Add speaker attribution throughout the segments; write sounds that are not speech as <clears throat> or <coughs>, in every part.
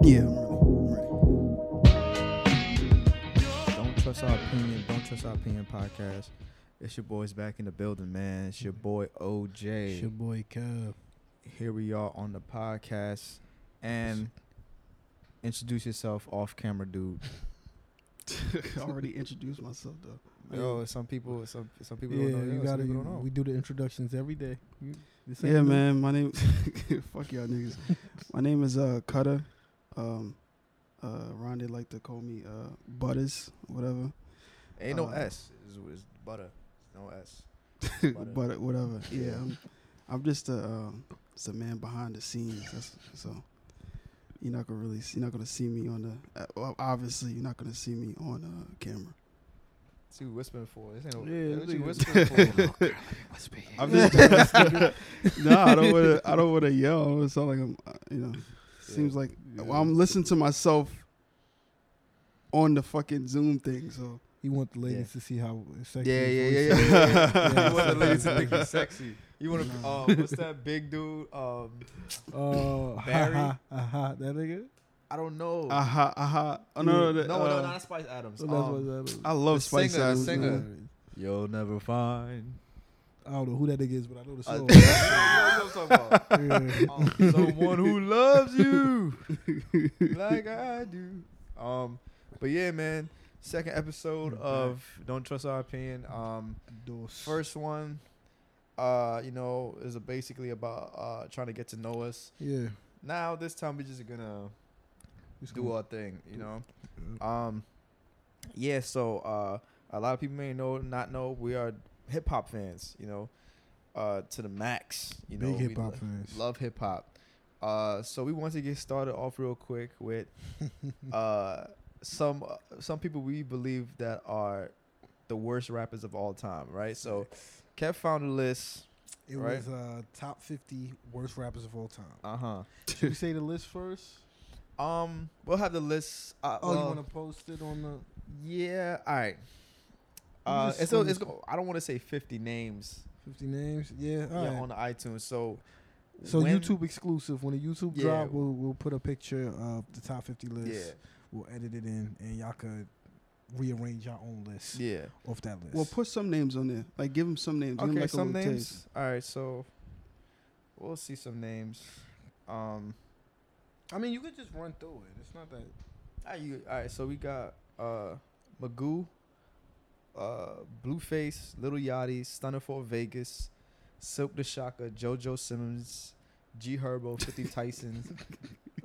Speaker 1: Yeah, I'm ready. Don't trust our opinion. Don't trust our opinion podcast. It's your boys back in the building, man. It's your boy
Speaker 2: It's
Speaker 1: OJ.
Speaker 2: your boy Kev.
Speaker 1: Here we are on the podcast, and introduce yourself off camera, dude.
Speaker 3: I <laughs>
Speaker 2: <laughs>
Speaker 3: already introduced Oh, myself though.
Speaker 1: Yo, some people, some some people
Speaker 2: yeah,
Speaker 1: don't know.
Speaker 2: you
Speaker 1: yo,
Speaker 2: gotta.
Speaker 1: some people
Speaker 2: you-
Speaker 1: don't know.
Speaker 2: We do the introductions every day. You, this ain't
Speaker 3: yeah,
Speaker 2: new.
Speaker 3: man. <laughs> My name,
Speaker 2: <laughs>
Speaker 3: fuck y'all niggas. My name is uh Cutter. Um, uh, Ron did like to call me uh Butters, whatever.
Speaker 1: Ain't no
Speaker 3: uh,
Speaker 1: S. It's, it's butter. No <laughs> S. Butter.
Speaker 3: but whatever. Yeah, I'm, I'm just a um, just a man behind the scenes. That's, so you're not gonna really, you're not gonna see me on the. Uh, well, obviously, you're not gonna see me on uh, camera.
Speaker 1: See, you whispering for this ain't no.
Speaker 2: Yeah,
Speaker 1: what you
Speaker 2: nigga.
Speaker 1: whispering <laughs> for?
Speaker 3: I'm <laughs> just. nah, I don't want to. I don't want to yell. I don't wanna sound like I'm. uh, You know, seems like well, I'm listening to myself on the fucking Zoom thing. So
Speaker 2: You want the ladies
Speaker 1: Yeah.
Speaker 2: to see how sexy.
Speaker 1: Yeah,
Speaker 2: his
Speaker 1: yeah, yeah,
Speaker 2: voice
Speaker 1: yeah. yeah,
Speaker 2: is. <laughs>
Speaker 1: yeah.
Speaker 2: Yeah.
Speaker 1: you want the ladies to think you're sexy. You want to,
Speaker 3: Nah.
Speaker 1: um, what's that big dude? Um,
Speaker 2: Oh,
Speaker 1: Barry?
Speaker 2: <laughs> ha, ha, ha, that nigga.
Speaker 1: I don't know.
Speaker 3: aha, aha. Oh, no, no,
Speaker 1: no,
Speaker 3: no,
Speaker 1: no,
Speaker 3: uh,
Speaker 1: not Spice Adams.
Speaker 2: So that's
Speaker 1: Um,
Speaker 2: what that was.
Speaker 3: I love
Speaker 1: The
Speaker 3: Spice
Speaker 1: singer, the
Speaker 3: Adams,
Speaker 1: singer.
Speaker 3: man.
Speaker 1: You'll never find.
Speaker 2: I don't know who that nigga is, but I know the
Speaker 1: Uh,
Speaker 2: song.
Speaker 1: <laughs> that's what I'm talking about. <laughs>
Speaker 2: Yeah.
Speaker 1: Um, someone who loves you
Speaker 2: <laughs>
Speaker 1: like I do. Um, but yeah, man. Second episode of Don't Trust Our Opinion. Um,
Speaker 2: Dos.
Speaker 1: first one, uh, you know, is basically about uh trying to get to know us.
Speaker 2: Yeah.
Speaker 1: Now this time we're just gonna
Speaker 2: It's
Speaker 1: do
Speaker 2: cool.
Speaker 1: our thing, you know. Um, yeah. So uh, a lot of people may know, not know, we are hip hop fans, you know, uh, to the max. You know,
Speaker 2: Big
Speaker 1: we
Speaker 2: hip hop
Speaker 1: lo-
Speaker 2: fans.
Speaker 1: love hip hop. Uh, so we want to get started off real quick
Speaker 2: <laughs>
Speaker 1: with uh, some some people we believe that are the worst rappers of all time, right? So Kev found a list.
Speaker 2: It
Speaker 1: right?
Speaker 2: was uh, top 50 worst rappers of all time.
Speaker 1: Uh huh.
Speaker 2: Should we say the list first?
Speaker 1: Um, we'll have the list. Uh,
Speaker 2: Oh, you
Speaker 1: well,
Speaker 2: want to post it on the?
Speaker 1: Yeah. All right.
Speaker 2: I'm
Speaker 1: Uh,
Speaker 2: just
Speaker 1: and so
Speaker 2: on
Speaker 1: it's
Speaker 2: the-
Speaker 1: go- I don't want to say 50 names
Speaker 2: 50 names. Yeah. All
Speaker 1: yeah,
Speaker 2: right.
Speaker 1: on the iTunes. So
Speaker 2: So
Speaker 1: when-
Speaker 2: YouTube exclusive. When the YouTube
Speaker 1: Yeah.
Speaker 2: drop, we'll we'll put a picture of the top 50 list.
Speaker 1: Yeah.
Speaker 2: We'll edit it in, and y'all could rearrange your own list
Speaker 1: Yeah.
Speaker 2: off that list.
Speaker 3: Well, put some names on there. Like, give them some names. give 'em,
Speaker 1: Okay.
Speaker 3: like, a
Speaker 1: some
Speaker 3: little
Speaker 1: names.
Speaker 3: taste.
Speaker 1: All right. So we'll see some names. Um.
Speaker 2: I mean, you could just run through it. It's not that.
Speaker 1: All right. You, all right so we got uh Magoo, uh Blueface, Little Yachty, Stunner for Vegas, Silk the Shaka, JoJo Simmons, G Herbo, 50 Tyson,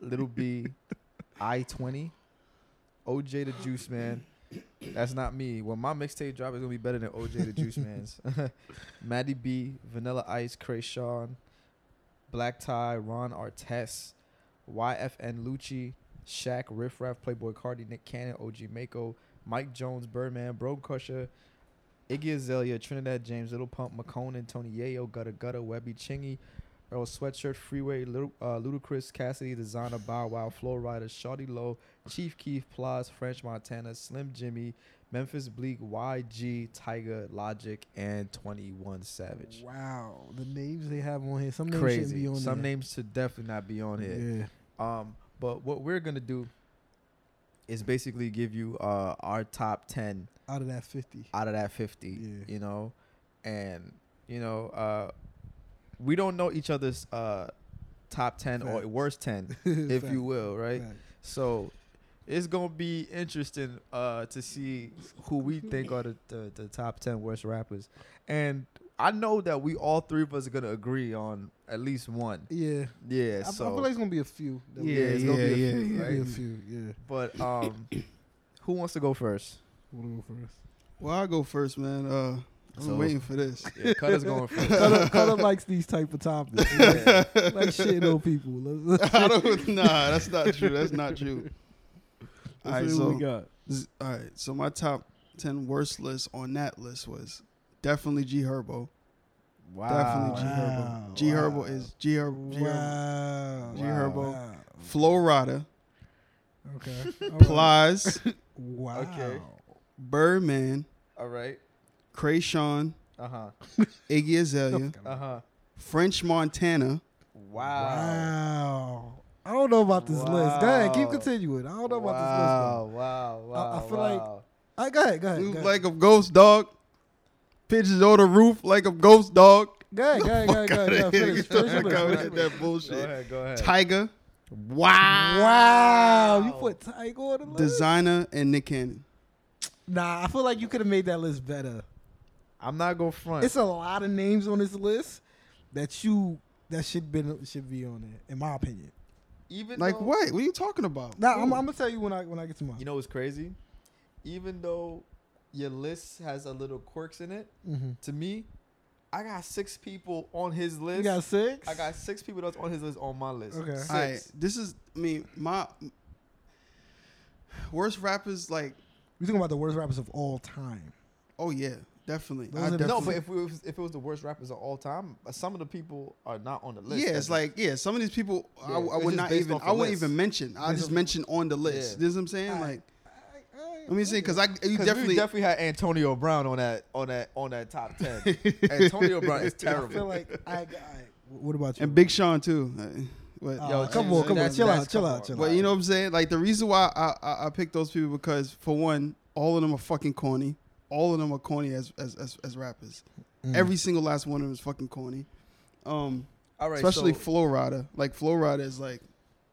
Speaker 1: Little B, I 20, OJ the Juice Man. That's not me. Well, my mixtape drop is gonna be better than OJ the Juice Man's. <laughs> Maddie B, Vanilla Ice, Krayshawn, Black Tie, Ron Artest, YFN Lucci, Shaq, Riff Raff, Playboy Cardi, Nick Cannon, OG Mako, Mike Jones, Birdman, Bro Crusher, Iggy Azalea, Trinidad James, Little Pump, McConan, Tony Yayo, Gutta Gutta, Webby Chingy, Earl Sweatshirt, Freeway, Little, uh, Ludacris, Cassidy, Designer, Bow Wow, Flow Rider, Shawty Low, Chief Keef, Plaz, French Montana, Slim Jimmy, Memphis Bleak, YG, Tiger, Logic, and 21 Savage.
Speaker 2: Wow, the names they have on here. Some names shouldn't be
Speaker 1: Crazy.
Speaker 2: on
Speaker 1: Some
Speaker 2: there.
Speaker 1: names should definitely not be on here.
Speaker 2: Yeah.
Speaker 1: Um, but what we're gonna do is basically give you uh our top ten
Speaker 2: Out of that 50.
Speaker 1: out of that fifty.
Speaker 2: Yeah.
Speaker 1: You know, and you know, uh, we don't know each other's uh top ten or
Speaker 2: Facts.
Speaker 1: worst
Speaker 2: <laughs>
Speaker 1: ten, if you will, right?
Speaker 2: Fact.
Speaker 1: So it's gonna be interesting uh to see who we think are the, the, the top ten worst rappers, and I know that we all three of us are gonna agree on at least one.
Speaker 2: Yeah.
Speaker 1: Yeah.
Speaker 2: I, I
Speaker 1: so
Speaker 2: feel like it's gonna be a few. that we-
Speaker 1: Yeah, it's gonna be a
Speaker 3: yeah,
Speaker 1: few,
Speaker 2: It's
Speaker 3: yeah,
Speaker 2: gonna be a
Speaker 1: right?
Speaker 2: few. Yeah.
Speaker 1: But um, <coughs> who wants to go first?
Speaker 2: We'll go
Speaker 1: <laughs>
Speaker 2: first.
Speaker 3: Well, I'll go first, man. Uh, I'm
Speaker 1: So-
Speaker 3: waiting for
Speaker 1: <laughs>
Speaker 3: this. <laughs>
Speaker 1: Yeah, Cutter's going first.
Speaker 2: Cutter, Cutter likes these type of topics.
Speaker 1: <laughs> Yeah.
Speaker 2: like shitting on people. Let's,
Speaker 3: I don't, nah, that's not true. That's not
Speaker 1: <laughs>
Speaker 3: true. All
Speaker 2: let's
Speaker 3: right,
Speaker 2: see
Speaker 3: so
Speaker 2: what we got.
Speaker 3: Z- All right, so my top ten worst list on that list was definitely G Herbo.
Speaker 1: Wow.
Speaker 3: Definitely G Herbo.
Speaker 2: Wow.
Speaker 3: G Herbo
Speaker 2: Wow.
Speaker 3: is G
Speaker 2: <laughs>
Speaker 3: Herbo. G Herbo.
Speaker 2: Wow.
Speaker 3: G
Speaker 1: Herbo.
Speaker 2: Wow.
Speaker 3: Flo
Speaker 2: <laughs>
Speaker 3: Rida,
Speaker 1: <laughs>
Speaker 2: Okay. All right. <laughs>
Speaker 3: Plies,
Speaker 2: Wow.
Speaker 1: Okay.
Speaker 3: Birdman,
Speaker 1: All right.
Speaker 3: Krayshawn,
Speaker 1: Uh Uh huh.
Speaker 3: Iggy Azalea,
Speaker 2: <laughs>
Speaker 1: Uh huh.
Speaker 3: French Montana,
Speaker 1: Wow.
Speaker 2: Wow. I don't know about this list. Go ahead, keep
Speaker 1: Wow.
Speaker 2: continuing. I don't know about
Speaker 1: Wow. Wow. Wow.
Speaker 2: I- I feel like-
Speaker 1: wow.
Speaker 2: this list. though. Uh, go ahead, go ahead.
Speaker 3: Move
Speaker 2: Go ahead,
Speaker 3: like a ghost dog, pigeons on the roof like a ghost
Speaker 1: <laughs>
Speaker 3: dog.
Speaker 2: go ahead, go ahead, go ahead, go ahead, go ahead. Finish,
Speaker 3: Get the <laughs>
Speaker 2: finish
Speaker 3: fuck
Speaker 2: your list,
Speaker 3: out
Speaker 2: finish
Speaker 3: of
Speaker 2: your
Speaker 3: that
Speaker 2: list.
Speaker 1: Go
Speaker 3: bullshit.
Speaker 1: ahead. Go ahead.
Speaker 3: Tiger, wow,
Speaker 2: Wow, you
Speaker 1: Wow.
Speaker 2: put Tiger on the list.
Speaker 3: designer and Nick Cannon.
Speaker 2: Nah, I feel like you could have made that list better.
Speaker 1: I'm not going front.
Speaker 2: It's a lot of names on this list that you that should been should be on it, in my opinion.
Speaker 1: Even
Speaker 3: Like
Speaker 1: though-
Speaker 3: what? What are you talking about?
Speaker 2: Now I'm, I'm gonna tell you when I when I get to mine.
Speaker 1: You know what's crazy? Even though your list has a little quirks in it,
Speaker 2: Mhm.
Speaker 1: to me, I got six people on his
Speaker 2: You
Speaker 1: list.
Speaker 2: got six.
Speaker 1: I got six people that's on his list on my list.
Speaker 2: Okay.
Speaker 1: Six.
Speaker 3: All right, this is. I mean, my worst rappers like.
Speaker 2: We're talking about the worst rappers of all time.
Speaker 3: Oh yeah, definitely.
Speaker 2: Those
Speaker 3: I
Speaker 2: are the-
Speaker 1: No,
Speaker 3: definitely-
Speaker 1: but if we was, if it was the worst rappers of all time, uh, some of the people are not on the list.
Speaker 3: yeah,
Speaker 1: that
Speaker 3: it's
Speaker 1: just-
Speaker 3: like yeah, some of these people I,
Speaker 1: Yeah,
Speaker 3: I
Speaker 1: it's
Speaker 3: would
Speaker 1: just
Speaker 3: not
Speaker 1: based
Speaker 3: even
Speaker 1: off the
Speaker 3: I wouldn't
Speaker 1: list.
Speaker 3: even mention. I
Speaker 2: Based
Speaker 3: just
Speaker 2: off-
Speaker 3: mentioned on the list.
Speaker 1: Yeah.
Speaker 3: You know what I'm saying?
Speaker 2: All right.
Speaker 3: Like, let me see, because I you
Speaker 1: 'Cause
Speaker 3: definitely
Speaker 1: we definitely had Antonio Brown on that on that on that
Speaker 3: <laughs>
Speaker 1: top ten. Antonio Brown is
Speaker 2: I feel
Speaker 1: terrible.
Speaker 2: like I, I. What about you?
Speaker 3: and Big Sean too. Uh, But,
Speaker 2: Uh,
Speaker 1: Yo,
Speaker 2: come
Speaker 1: Jesus,
Speaker 2: on, come on,
Speaker 1: Oh, that's-
Speaker 2: chill out,
Speaker 1: that's-
Speaker 2: chill
Speaker 1: come
Speaker 2: out,
Speaker 1: on.
Speaker 2: chill out.
Speaker 3: but you know what I'm saying? Like the reason why I, I I picked those people because for one, all of them are fucking corny. All of them are corny as as as, as rappers.
Speaker 2: Mm.
Speaker 3: Every single last one of them is fucking corny. Um,
Speaker 1: All right,
Speaker 3: especially
Speaker 1: so,
Speaker 3: Flo Rida. Like Flo Rida is like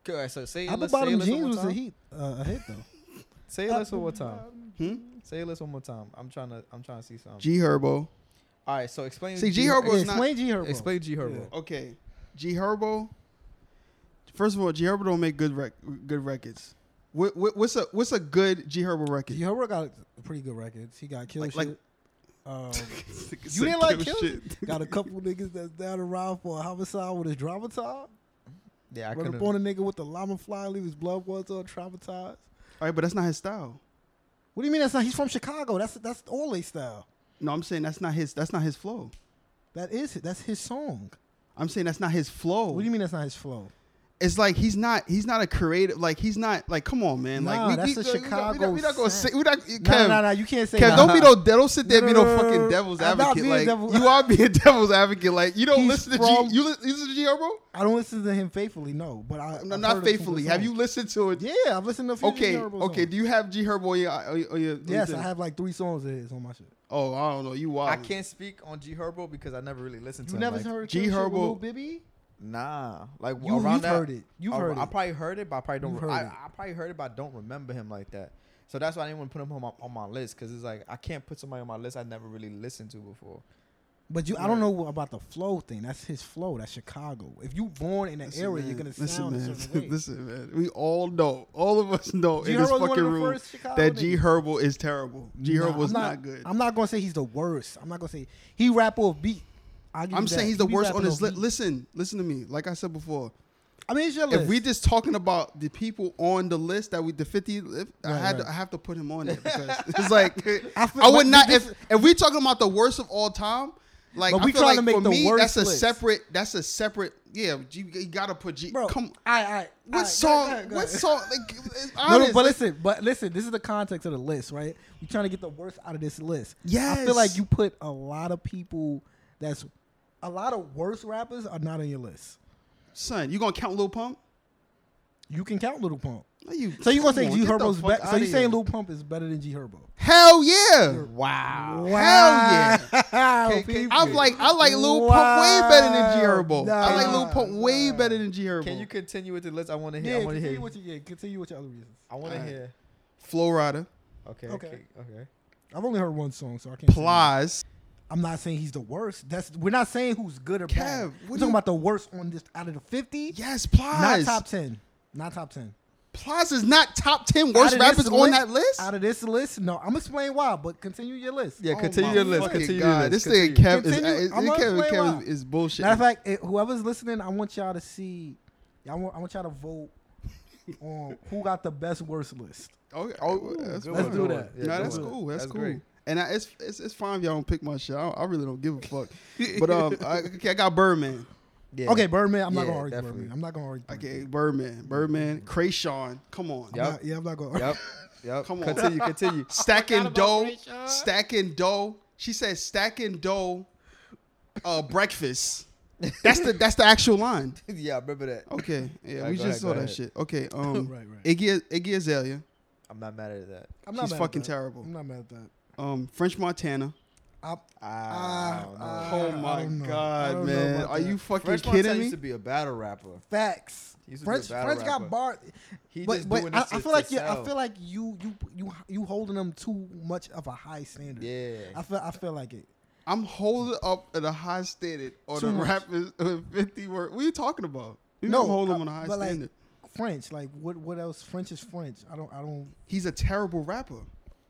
Speaker 1: okay, so say your
Speaker 2: Apple
Speaker 1: list. Say your
Speaker 2: Bottom
Speaker 1: list one
Speaker 2: Jeans was
Speaker 1: more
Speaker 2: a
Speaker 1: time.
Speaker 2: hit, uh, a hit though.
Speaker 1: Say your list one more time.
Speaker 3: hmm?
Speaker 1: Say your list one more time. I'm trying to I'm trying to see something.
Speaker 3: G Herbo.
Speaker 1: All right, so explain.
Speaker 3: See, G Herbo is not
Speaker 2: Explain G Herbo.
Speaker 1: Explain G Herbo.
Speaker 3: okay. G Herbo. First of all, G Herbo don't make good rec- good records. What, what, what's a what's a good G Herbo record?
Speaker 2: G Herbo got pretty good records. He got kill
Speaker 3: Like- like-
Speaker 1: <laughs>
Speaker 2: shit. um,
Speaker 3: you
Speaker 2: you didn't like kill shit. Got a couple niggas that's down around for a homicide with his drama time.
Speaker 1: Yeah, I
Speaker 2: Run
Speaker 1: couldn't.
Speaker 2: up on a nigga with the llama fly, leave his blood was all traumatized.
Speaker 3: <laughs> All right, but that's not his style.
Speaker 2: What do you mean that's not? He's from Chicago. That's that's all they style.
Speaker 3: No, I'm saying that's not his. That's not his flow.
Speaker 2: That is that's his song.
Speaker 3: I'm saying that's not his flow.
Speaker 2: What do you mean that's not his flow?
Speaker 3: It's like he's not. He's not a creative. Like he's not. Like come on, man.
Speaker 2: Nah,
Speaker 3: like
Speaker 2: that's
Speaker 3: we not- we not- we
Speaker 2: a
Speaker 3: not
Speaker 2: Chicago
Speaker 3: gonna
Speaker 2: sound.
Speaker 3: say. We not.
Speaker 2: No,
Speaker 3: Kev,
Speaker 2: no, no, no, you can't say
Speaker 3: Kev,
Speaker 2: that.
Speaker 3: don't be no. Don't sit there and be
Speaker 2: No,
Speaker 3: no,
Speaker 2: no, no, no,
Speaker 3: fucking
Speaker 2: no.
Speaker 3: devil's
Speaker 2: I'm not
Speaker 3: advocate.
Speaker 2: being
Speaker 3: Like
Speaker 2: devil-
Speaker 3: you are being devil's advocate. Like you don't
Speaker 2: He's
Speaker 3: listen to
Speaker 2: from-
Speaker 3: G. You, li- you listen to G Herbo?
Speaker 2: I don't listen to him faithfully. No, but I
Speaker 3: No,
Speaker 2: I've heard
Speaker 3: not
Speaker 2: of some
Speaker 3: faithfully.
Speaker 2: good
Speaker 3: Have you
Speaker 2: songs.
Speaker 3: listened to it?
Speaker 2: Yeah, I've listened to a few
Speaker 3: Okay.
Speaker 2: G Herbo
Speaker 3: Okay.
Speaker 2: songs.
Speaker 3: Do you have G Herbo? on your- on your- on your
Speaker 2: Yes,
Speaker 3: LinkedIn?
Speaker 2: I have like three songs of his on my shit.
Speaker 3: Oh, I don't know. You wild.
Speaker 1: I can't speak on G Herbo because I never really listened to
Speaker 2: You
Speaker 1: him.
Speaker 2: never
Speaker 1: like-
Speaker 2: heard
Speaker 3: G
Speaker 2: G Herbo,
Speaker 3: Herbo-
Speaker 2: Lil Bibby?
Speaker 1: Nah, like
Speaker 2: You,
Speaker 1: around
Speaker 2: have
Speaker 1: that,
Speaker 2: heard it. You've
Speaker 1: ar-
Speaker 2: heard
Speaker 1: I
Speaker 2: it.
Speaker 1: probably heard it, but I probably
Speaker 2: You've
Speaker 1: don't.
Speaker 2: heard
Speaker 1: I,
Speaker 2: it.
Speaker 1: I probably heard it, but I don't remember him like that. So that's why I didn't want to put him on my, on my list because it's like I can't put somebody on my list I never really listened to before.
Speaker 2: But you, I don't know about the flow thing. That's his flow. That's Chicago. If you born in that
Speaker 3: Listen,
Speaker 2: area,
Speaker 3: man.
Speaker 2: you're gonna
Speaker 3: listen,
Speaker 2: sound
Speaker 3: man. <laughs>
Speaker 2: a certain way.
Speaker 3: listen, man. We all know. All of us know
Speaker 2: G
Speaker 3: in this
Speaker 2: Herbo's one
Speaker 3: fucking
Speaker 2: of the
Speaker 3: room
Speaker 2: first Chicago
Speaker 3: that G
Speaker 2: niggas.
Speaker 3: Herbo is terrible. G
Speaker 2: Nah,
Speaker 3: Herbo Herbo's
Speaker 2: I'm
Speaker 3: not, good. I'm,
Speaker 2: I'm not gonna say he's the worst. I'm not gonna say he rap off beat. I give you that.
Speaker 3: saying he's
Speaker 2: He
Speaker 3: the
Speaker 2: be
Speaker 3: worst
Speaker 2: rapping
Speaker 3: on his
Speaker 2: off
Speaker 3: list.
Speaker 2: beat.
Speaker 3: Listen, listen to me. Like I said before,
Speaker 2: I mean, it's your list.
Speaker 3: if we just talking about the people on the list that we the fifty, if, I
Speaker 2: Right,
Speaker 3: had
Speaker 2: right.
Speaker 3: to, I have to put him
Speaker 2: <laughs>
Speaker 3: on there because it's like
Speaker 2: I
Speaker 3: I,
Speaker 2: feel-
Speaker 3: would
Speaker 2: but
Speaker 3: not.
Speaker 2: this-
Speaker 3: If if we talking about the worst of all time, like
Speaker 2: But
Speaker 3: I
Speaker 2: we
Speaker 3: feel
Speaker 2: trying
Speaker 3: like
Speaker 2: to make
Speaker 3: for
Speaker 2: the
Speaker 3: me,
Speaker 2: worst
Speaker 3: that's a
Speaker 2: list.
Speaker 3: separate. That's a separate. Yeah, you, you gotta put G.
Speaker 2: bro,
Speaker 3: come.
Speaker 2: I, I,
Speaker 3: What song? what song? Like, it's
Speaker 2: <laughs> No, no,
Speaker 3: honest,
Speaker 2: but
Speaker 3: like-
Speaker 2: listen, but listen. This is the context of the list, right? We're trying to get the worst out of this list. I feel
Speaker 3: Yes.
Speaker 2: like you put a lot of people. That's a lot of worst rappers are not on your list.
Speaker 3: Son, you gonna count Lil Pump?
Speaker 2: You can count Little Pump.
Speaker 3: No, you,
Speaker 2: So you gonna
Speaker 3: come
Speaker 2: say
Speaker 3: on,
Speaker 2: G
Speaker 3: get the
Speaker 2: Herbo's
Speaker 3: fuck
Speaker 2: better? So
Speaker 3: outta
Speaker 2: you
Speaker 3: here.
Speaker 2: saying Lil Pump is better than G Herbo?
Speaker 3: Hell yeah!
Speaker 1: Wow.
Speaker 3: Wow.
Speaker 2: Wow,
Speaker 1: Can- can-
Speaker 2: people.
Speaker 3: I like I like Lil Pump way better than G
Speaker 2: Wow.
Speaker 3: Herbo. I like Lil
Speaker 2: Nah,
Speaker 3: Pump way
Speaker 2: nah.
Speaker 3: better than G Herbo.
Speaker 1: Can you continue with the list? I want to hear.
Speaker 2: yeah,
Speaker 1: I want to
Speaker 2: continue
Speaker 1: hear.
Speaker 2: what you get. Continue with your other reasons.
Speaker 1: I want to
Speaker 3: Alright.
Speaker 1: hear.
Speaker 3: Flo Rida,
Speaker 1: Okay.
Speaker 2: Okay.
Speaker 1: Okay. Okay.
Speaker 2: I've only heard one song, so I can't. say that.
Speaker 3: Plies.
Speaker 2: I'm not saying he's the worst. That's we're not saying who's good or bad.
Speaker 3: Kev,
Speaker 2: We're
Speaker 3: what
Speaker 2: talking
Speaker 3: you-
Speaker 2: about the worst on this out of the fifty.
Speaker 3: Yes,
Speaker 2: Not
Speaker 3: Plies.
Speaker 2: top ten. Not top ten.
Speaker 3: Plies is not top ten worst
Speaker 2: Out of this
Speaker 3: rappers on that list.
Speaker 2: Out of this list, no. I'm gonna explain why, but continue your list.
Speaker 1: Yeah.
Speaker 3: Oh
Speaker 1: Continue
Speaker 3: my
Speaker 1: your list.
Speaker 3: fucking
Speaker 1: Continue
Speaker 3: God.
Speaker 1: your list.
Speaker 3: This thing
Speaker 1: continue.
Speaker 3: Kev is,
Speaker 2: Continue.
Speaker 3: is,
Speaker 2: I'm gonna
Speaker 3: Kev,
Speaker 2: explain
Speaker 3: Kev
Speaker 2: why.
Speaker 3: is, is bullshit.
Speaker 2: Matter of fact, it, whoever's listening, I want y'all to see. I want I want y'all
Speaker 1: <laughs>
Speaker 2: to vote on who got the best worst list.
Speaker 3: oh,
Speaker 1: Oh,
Speaker 3: that's
Speaker 1: good
Speaker 2: let's
Speaker 1: one,
Speaker 2: do
Speaker 1: good
Speaker 2: that.
Speaker 1: one. Yeah,
Speaker 3: no,
Speaker 1: good
Speaker 3: that's
Speaker 1: one.
Speaker 3: cool. That's, cool.
Speaker 1: great.
Speaker 3: And I, it's, it's it's fine if y'all don't pick my shit. I, don't- I really don't give a fuck. but um, I, okay, I got Birdman.
Speaker 1: Yeah.
Speaker 2: Okay, Birdman. I'm not
Speaker 1: Yeah,
Speaker 2: gonna argue
Speaker 1: definitely. <laughs>
Speaker 2: Birdman. I'm not gonna argue.
Speaker 3: Okay, Birdman,
Speaker 2: Birdman.
Speaker 3: Birdman, Krayshawn. Come on,
Speaker 1: Yep.
Speaker 2: I'm not- yeah, I'm not gonna.
Speaker 1: Yep. Yep.
Speaker 3: Come on. <laughs>
Speaker 1: Continue. <laughs> Continue.
Speaker 3: stacking
Speaker 4: about
Speaker 3: dough,
Speaker 4: Krayshawn.
Speaker 3: stacking dough, She said stacking dough, uh, breakfast. That's the that's the actual line.
Speaker 1: yeah, I remember that.
Speaker 3: Okay, yeah,
Speaker 1: Alright,
Speaker 3: we just
Speaker 1: go ahead,
Speaker 3: saw
Speaker 1: go
Speaker 3: that
Speaker 1: ahead.
Speaker 3: shit.
Speaker 2: <laughs>
Speaker 3: Okay, um,
Speaker 2: right, right.
Speaker 3: Iggy Iggy Azalea,
Speaker 1: I'm not mad at that.
Speaker 2: I'm
Speaker 3: she's
Speaker 2: mad at
Speaker 3: fucking
Speaker 2: that.
Speaker 3: terrible.
Speaker 2: I'm not mad at that.
Speaker 3: um, French Montana.
Speaker 2: I,
Speaker 1: I
Speaker 2: Ah,
Speaker 1: don't know.
Speaker 2: ah.
Speaker 3: Oh
Speaker 2: I
Speaker 3: my
Speaker 2: don't know. I
Speaker 3: god,
Speaker 2: don't know
Speaker 3: man!
Speaker 2: about
Speaker 3: Are
Speaker 2: that.
Speaker 3: you fucking
Speaker 1: French
Speaker 3: kidding
Speaker 1: Montana
Speaker 3: me?
Speaker 1: used to be a battle rapper.
Speaker 2: facts.
Speaker 1: He used to be a
Speaker 2: French,
Speaker 1: battle
Speaker 2: French
Speaker 1: rapper.
Speaker 2: got barred.
Speaker 1: He
Speaker 2: But,
Speaker 1: just
Speaker 2: but
Speaker 1: doing
Speaker 2: I,
Speaker 1: this
Speaker 2: I
Speaker 1: to-
Speaker 2: feel like
Speaker 1: to
Speaker 2: you. I
Speaker 1: sell.
Speaker 2: feel like you. You you you holding them too much of a high standard.
Speaker 1: Yeah.
Speaker 2: I feel. I feel like it.
Speaker 3: I'm holding up at a high standard on
Speaker 2: Too
Speaker 3: the
Speaker 2: much.
Speaker 3: rappers uh, 50 word. What are you talking about? You
Speaker 2: No,
Speaker 3: don't hold him
Speaker 2: uh,
Speaker 3: on a high
Speaker 2: but, like-
Speaker 3: standard.
Speaker 2: French. Like what? What else? French is French. I don't. I don't.
Speaker 3: He's a terrible rapper.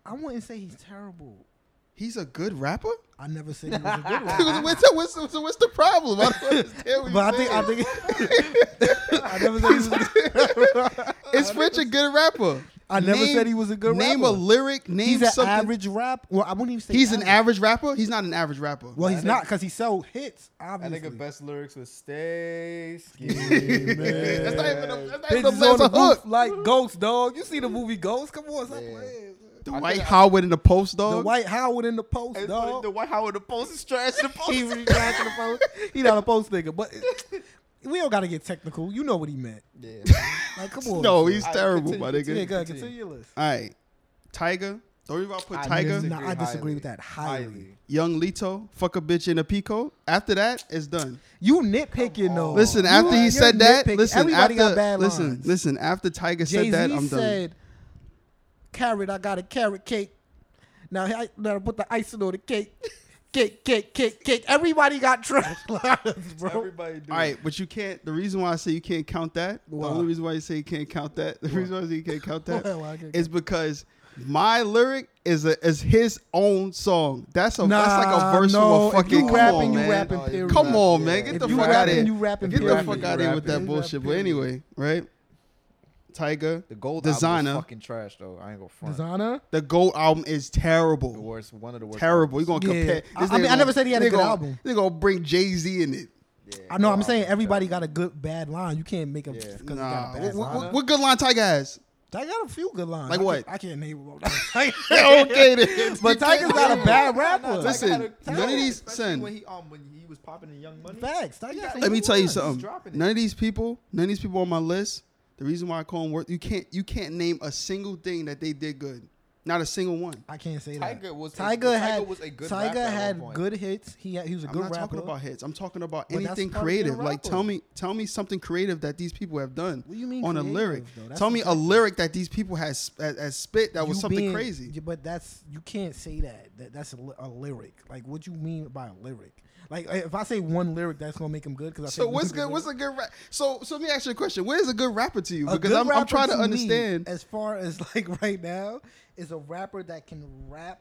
Speaker 2: I wouldn't say he's terrible.
Speaker 3: He's a good rapper.
Speaker 2: I never said he was a
Speaker 3: <laughs>
Speaker 2: good one.
Speaker 3: what's, the- what's, the- what's the problem? I
Speaker 2: <laughs>
Speaker 3: don't understand what
Speaker 2: But I
Speaker 3: you're
Speaker 2: think I
Speaker 3: saying.
Speaker 2: think <laughs> I never said he was.
Speaker 3: is French a good rapper?
Speaker 2: I never said he was a good
Speaker 3: name
Speaker 2: rapper.
Speaker 3: a lyric. Name
Speaker 2: He's an
Speaker 3: something.
Speaker 2: average rap. Well, I wouldn't even say
Speaker 3: He's an average rapper. He's not an average rapper.
Speaker 2: Well,
Speaker 1: I
Speaker 2: he's
Speaker 1: think-
Speaker 2: not because he sell hits.
Speaker 1: I
Speaker 2: Obviously,
Speaker 1: think the best lyrics was "Stay
Speaker 2: <laughs> Yeah,
Speaker 1: skinny." <laughs>
Speaker 2: man.
Speaker 3: that's not even a, that's not even a,
Speaker 2: Bitches on
Speaker 3: that's
Speaker 2: the
Speaker 3: a hook.
Speaker 2: roof like ghosts, dog. You see the movie Ghosts? Come on, stop
Speaker 1: Yeah.
Speaker 2: playing.
Speaker 3: The
Speaker 1: I
Speaker 3: White
Speaker 1: think I-
Speaker 3: Howard in the post dog.
Speaker 2: The White Howard in the post,
Speaker 1: Hey,
Speaker 2: dog.
Speaker 1: The White Howard the post is trash. The post.
Speaker 2: he
Speaker 1: is
Speaker 2: really tried to the post. He not a post nigga, but <laughs> we don't gotta get technical. You know what he meant.
Speaker 1: <laughs>
Speaker 2: <laughs>
Speaker 1: yeah.
Speaker 2: Like, come on.
Speaker 3: no, he's
Speaker 1: Alright,
Speaker 3: terrible,
Speaker 1: continue,
Speaker 3: my
Speaker 2: continue,
Speaker 3: nigga.
Speaker 2: go,
Speaker 1: Continue.
Speaker 2: continue your list.
Speaker 3: All right, Tiger. Don't worry about put
Speaker 1: I
Speaker 3: Tiger.
Speaker 1: disagree
Speaker 2: Nah, I disagree
Speaker 1: highly.
Speaker 2: with that highly.
Speaker 3: Young Lito, fuck a bitch in a pico. After that, it's done.
Speaker 2: You nitpicking though.
Speaker 3: Listen,
Speaker 2: Oh. You-
Speaker 3: after he
Speaker 2: you're
Speaker 3: said that,
Speaker 2: nitpicking.
Speaker 3: listen,
Speaker 2: Everybody
Speaker 3: after
Speaker 2: got bad
Speaker 3: listen,
Speaker 2: lines.
Speaker 3: listen, after Tiger
Speaker 2: Jay-Z
Speaker 3: said that, I'm done.
Speaker 2: said, "Carrot, I got a carrot cake. Now I now I put the icing on the cake. Cake, cake, cake, cake. Everybody got trash lines, <laughs> bro.
Speaker 1: Everybody do.
Speaker 3: All right, but you can't. The reason why I say you can't count that,
Speaker 2: Why?
Speaker 3: the only reason why you say you can't count that, the reason why I say you can't count that,
Speaker 2: Why- <laughs> why I can't
Speaker 3: is because my lyric is a, is his own song. That's a that's like
Speaker 2: Nah,
Speaker 3: a verse
Speaker 2: no,
Speaker 3: of
Speaker 2: if
Speaker 3: a fucking
Speaker 2: you
Speaker 3: come
Speaker 2: rapping,
Speaker 3: on,
Speaker 2: you
Speaker 3: man.
Speaker 2: rapping,
Speaker 1: Oh, you
Speaker 2: period.
Speaker 3: Come on,
Speaker 1: Yeah.
Speaker 3: man, get
Speaker 1: If
Speaker 3: the
Speaker 1: you
Speaker 3: fuck out of
Speaker 2: rapping,
Speaker 3: here.
Speaker 2: you rapping,
Speaker 3: get the
Speaker 1: period.
Speaker 3: fuck
Speaker 1: You
Speaker 3: out of here with that
Speaker 1: rapping.
Speaker 3: bullshit. But
Speaker 2: Period.
Speaker 3: anyway, right? Tiger,
Speaker 1: The gold
Speaker 3: Designer.
Speaker 1: album was fucking trash though. I ain't gonna front.
Speaker 2: Designer.
Speaker 3: the Gold album is terrible.
Speaker 1: The worst, one of the worst.
Speaker 3: terrible. You gonna
Speaker 2: Yeah.
Speaker 3: compare?
Speaker 2: I- I mean, I never said he had a good album.
Speaker 3: They're gonna bring Jay Z in it.
Speaker 1: Yeah,
Speaker 2: I know.
Speaker 1: gold
Speaker 2: I'm saying
Speaker 1: album,
Speaker 2: everybody
Speaker 1: terrible.
Speaker 2: got a good bad line. You can't make them
Speaker 1: Yeah.
Speaker 2: because
Speaker 3: Nah,
Speaker 2: got a bad
Speaker 3: what, what-
Speaker 2: line.
Speaker 3: what- what good line Tiger has?
Speaker 2: I got a few good lines.
Speaker 3: Like
Speaker 2: I
Speaker 3: what?
Speaker 2: Can't, I can't
Speaker 3: <laughs>
Speaker 2: name them. <laughs>
Speaker 3: okay, then.
Speaker 2: but Tiger's not a bad rapper.
Speaker 1: Nah,
Speaker 3: Listen,
Speaker 1: Tiger had a-
Speaker 3: none of these-
Speaker 1: especially
Speaker 3: son.
Speaker 1: When he um when he was popping in Young Money.
Speaker 2: facts. Tiger got
Speaker 3: Let me tell you
Speaker 2: lines.
Speaker 3: something.
Speaker 1: dropping it.
Speaker 3: None of these people, none of these people on my list. The reason why I call them worth, you can't, you can't name a single thing that they did good. Not a single one.
Speaker 2: I can't say that.
Speaker 1: Tiger was a-
Speaker 2: Tiger
Speaker 1: Tiger
Speaker 2: had
Speaker 1: was a good
Speaker 2: Tiger
Speaker 1: rapper at
Speaker 2: had
Speaker 1: one point.
Speaker 2: good hits. He had, he was a
Speaker 3: I'm
Speaker 2: good
Speaker 3: not
Speaker 2: rapper.
Speaker 3: talking about hits. I'm talking about
Speaker 2: But that's
Speaker 3: anything
Speaker 2: part of being a
Speaker 3: creative. Like,
Speaker 2: rapper.
Speaker 3: tell me, tell me something creative that these people have done
Speaker 2: What do you mean
Speaker 3: on a
Speaker 2: creative,
Speaker 3: lyric.
Speaker 2: though? That's
Speaker 3: Tell me a
Speaker 2: subjective.
Speaker 3: lyric that these people has as, spit that was
Speaker 2: You
Speaker 3: something
Speaker 2: being-
Speaker 3: crazy.
Speaker 2: yeah, But that's you can't say that. That that's a, li- a lyric. Like what you mean by a lyric? Like I- if I say one lyric, that's gonna make him good. Cause I
Speaker 3: So
Speaker 2: think
Speaker 3: what's good? What's a good rap? So so let me ask you a question. What is a good rapper to you? Because
Speaker 2: good
Speaker 3: I'm, I'm
Speaker 2: rapper
Speaker 3: trying to,
Speaker 2: me,
Speaker 3: understand.
Speaker 2: as far as <laughs> like right now is a rapper that can rap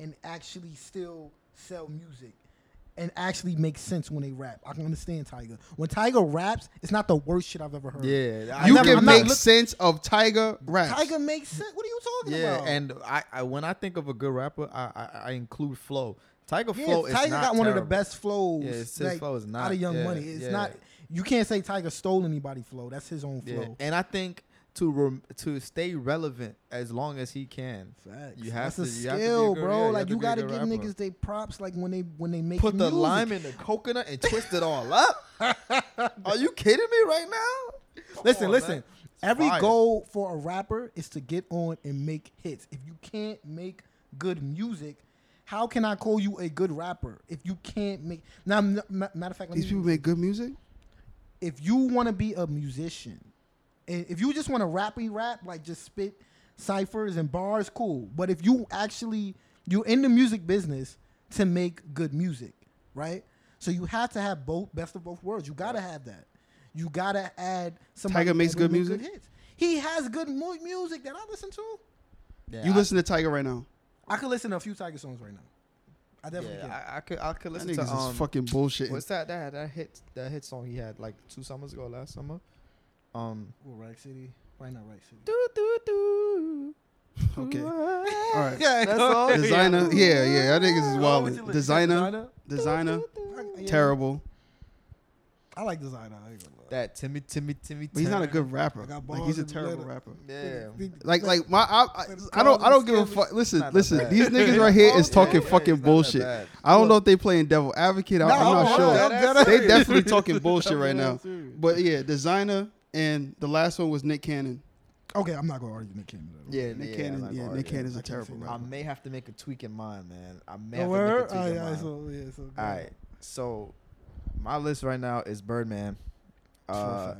Speaker 2: and actually still sell music and actually make sense when they rap. I can understand Tiger. When Tiger raps, it's not the worst shit I've ever heard.
Speaker 1: Yeah, I
Speaker 3: you
Speaker 2: never-
Speaker 3: can
Speaker 2: I'm not
Speaker 3: make
Speaker 2: look-
Speaker 3: sense of Tiger rap.
Speaker 2: Tiger makes sense. What are you talking
Speaker 1: Yeah,
Speaker 2: about?
Speaker 1: and I, I when I think of a good rapper, I I, I include flow. Tiger
Speaker 2: Yeah,
Speaker 1: flow is
Speaker 2: Tiger
Speaker 1: not
Speaker 2: got one of the
Speaker 1: terrible.
Speaker 2: best flows.
Speaker 1: Yeah, it's- his flow is not-
Speaker 2: out of Young
Speaker 1: yeah,
Speaker 2: Money. It's
Speaker 1: yeah.
Speaker 2: not. You can't say Tiger stole anybody flow. That's his own
Speaker 1: Yeah.
Speaker 2: flow.
Speaker 1: And I think to rem- to stay relevant as long as he can,
Speaker 2: Facts.
Speaker 1: you have
Speaker 2: That's a
Speaker 1: to you have to be a
Speaker 2: skill,
Speaker 1: good-
Speaker 2: bro.
Speaker 1: yeah, have
Speaker 2: like
Speaker 1: to
Speaker 2: you
Speaker 1: be a
Speaker 2: gotta
Speaker 1: good
Speaker 2: give
Speaker 1: rapper.
Speaker 2: niggas they props. Like when they when they make
Speaker 1: put the
Speaker 2: music.
Speaker 1: lime <laughs> in the coconut and twist it all <laughs> up. Are you kidding me right now? Come
Speaker 2: Listen,
Speaker 1: on,
Speaker 2: listen.
Speaker 1: man. It's
Speaker 2: Every
Speaker 1: fire.
Speaker 2: goal for a rapper is to get on and make hits. If you can't make good music, how can I call you a good rapper? If you can't make now, m- m- matter of fact, let
Speaker 3: These
Speaker 2: me-
Speaker 3: people make good music.
Speaker 2: if you want to be a musician, and if you just want to rappy rap, like just spit ciphers and bars, cool. But if you actually you're in the music business to make good music, right? So you have to have both best of both worlds. You gotta have that. You gotta add somebody
Speaker 3: Tiger makes
Speaker 2: that will
Speaker 3: good
Speaker 2: make
Speaker 3: music?
Speaker 2: hits. He has good mu- music that I listen to.
Speaker 1: Yeah,
Speaker 3: You
Speaker 1: I-
Speaker 3: listen to Tiger right now.
Speaker 2: I could listen to a few Tiger songs right now. I definitely can.
Speaker 1: Yeah, I, I could I could
Speaker 3: That
Speaker 1: listen
Speaker 3: niggas
Speaker 1: to um,
Speaker 3: is fucking bullshit.
Speaker 1: what's that that that hit that hit song he had like two summers ago last summer. Um,
Speaker 2: Ooh, Rack City, right now, Rack City.
Speaker 1: do do do.
Speaker 3: <laughs> Okay. All
Speaker 1: All
Speaker 2: <laughs>
Speaker 3: right.
Speaker 1: That's all.
Speaker 3: <laughs>
Speaker 1: <laughs>
Speaker 3: Designer. Yeah, yeah. That niggas is
Speaker 2: Oh, what you
Speaker 3: wild.
Speaker 2: listen to?
Speaker 3: Designer. Designer.
Speaker 2: Yeah.
Speaker 3: Terrible.
Speaker 2: I like designer. I ain't gonna lie.
Speaker 1: That Timmy, Timmy, Timmy.
Speaker 3: But he's not a
Speaker 1: Turner.
Speaker 3: good rapper.
Speaker 2: I got
Speaker 3: Like he's
Speaker 2: balls
Speaker 3: a
Speaker 2: and
Speaker 3: terrible
Speaker 2: glitter.
Speaker 3: rapper.
Speaker 1: Yeah.
Speaker 2: Think-
Speaker 3: Like like my I I,
Speaker 2: Like,
Speaker 3: I don't I don't give a
Speaker 2: Scarlet's
Speaker 3: fuck. Listen
Speaker 1: not that
Speaker 3: listen,
Speaker 1: bad.
Speaker 3: these niggas right here is
Speaker 2: Okay.
Speaker 3: talking
Speaker 1: Yeah, it's
Speaker 3: fucking
Speaker 1: <laughs> not that
Speaker 3: bullshit.
Speaker 1: bad.
Speaker 3: I don't know if they playing devil advocate. I,
Speaker 2: Nah,
Speaker 3: I'm
Speaker 2: I'm
Speaker 3: not
Speaker 2: not.
Speaker 3: sure.
Speaker 2: I'm dead
Speaker 3: they
Speaker 1: serious.
Speaker 3: definitely
Speaker 1: <laughs>
Speaker 2: <laughs>
Speaker 3: talking bullshit right now. But yeah, designer and the last one was Nick Cannon.
Speaker 2: Okay, I'm not gonna argue Nick Cannon. at all.
Speaker 3: Yeah, Nick
Speaker 1: Yeah, I'm
Speaker 3: Cannon.
Speaker 1: not
Speaker 3: Yeah,
Speaker 1: gonna
Speaker 3: Nick
Speaker 1: argue.
Speaker 3: Cannon's
Speaker 2: I
Speaker 3: a
Speaker 2: can't
Speaker 3: terrible
Speaker 2: see that.
Speaker 3: rapper.
Speaker 1: I may have to make a tweak in mine, man. I may
Speaker 2: Oh,
Speaker 1: have
Speaker 2: word?
Speaker 1: to make a tweak in
Speaker 2: Aight,
Speaker 1: mine.
Speaker 2: aight, so, yeah, so good.
Speaker 1: All right. So my list right now is Birdman, uh,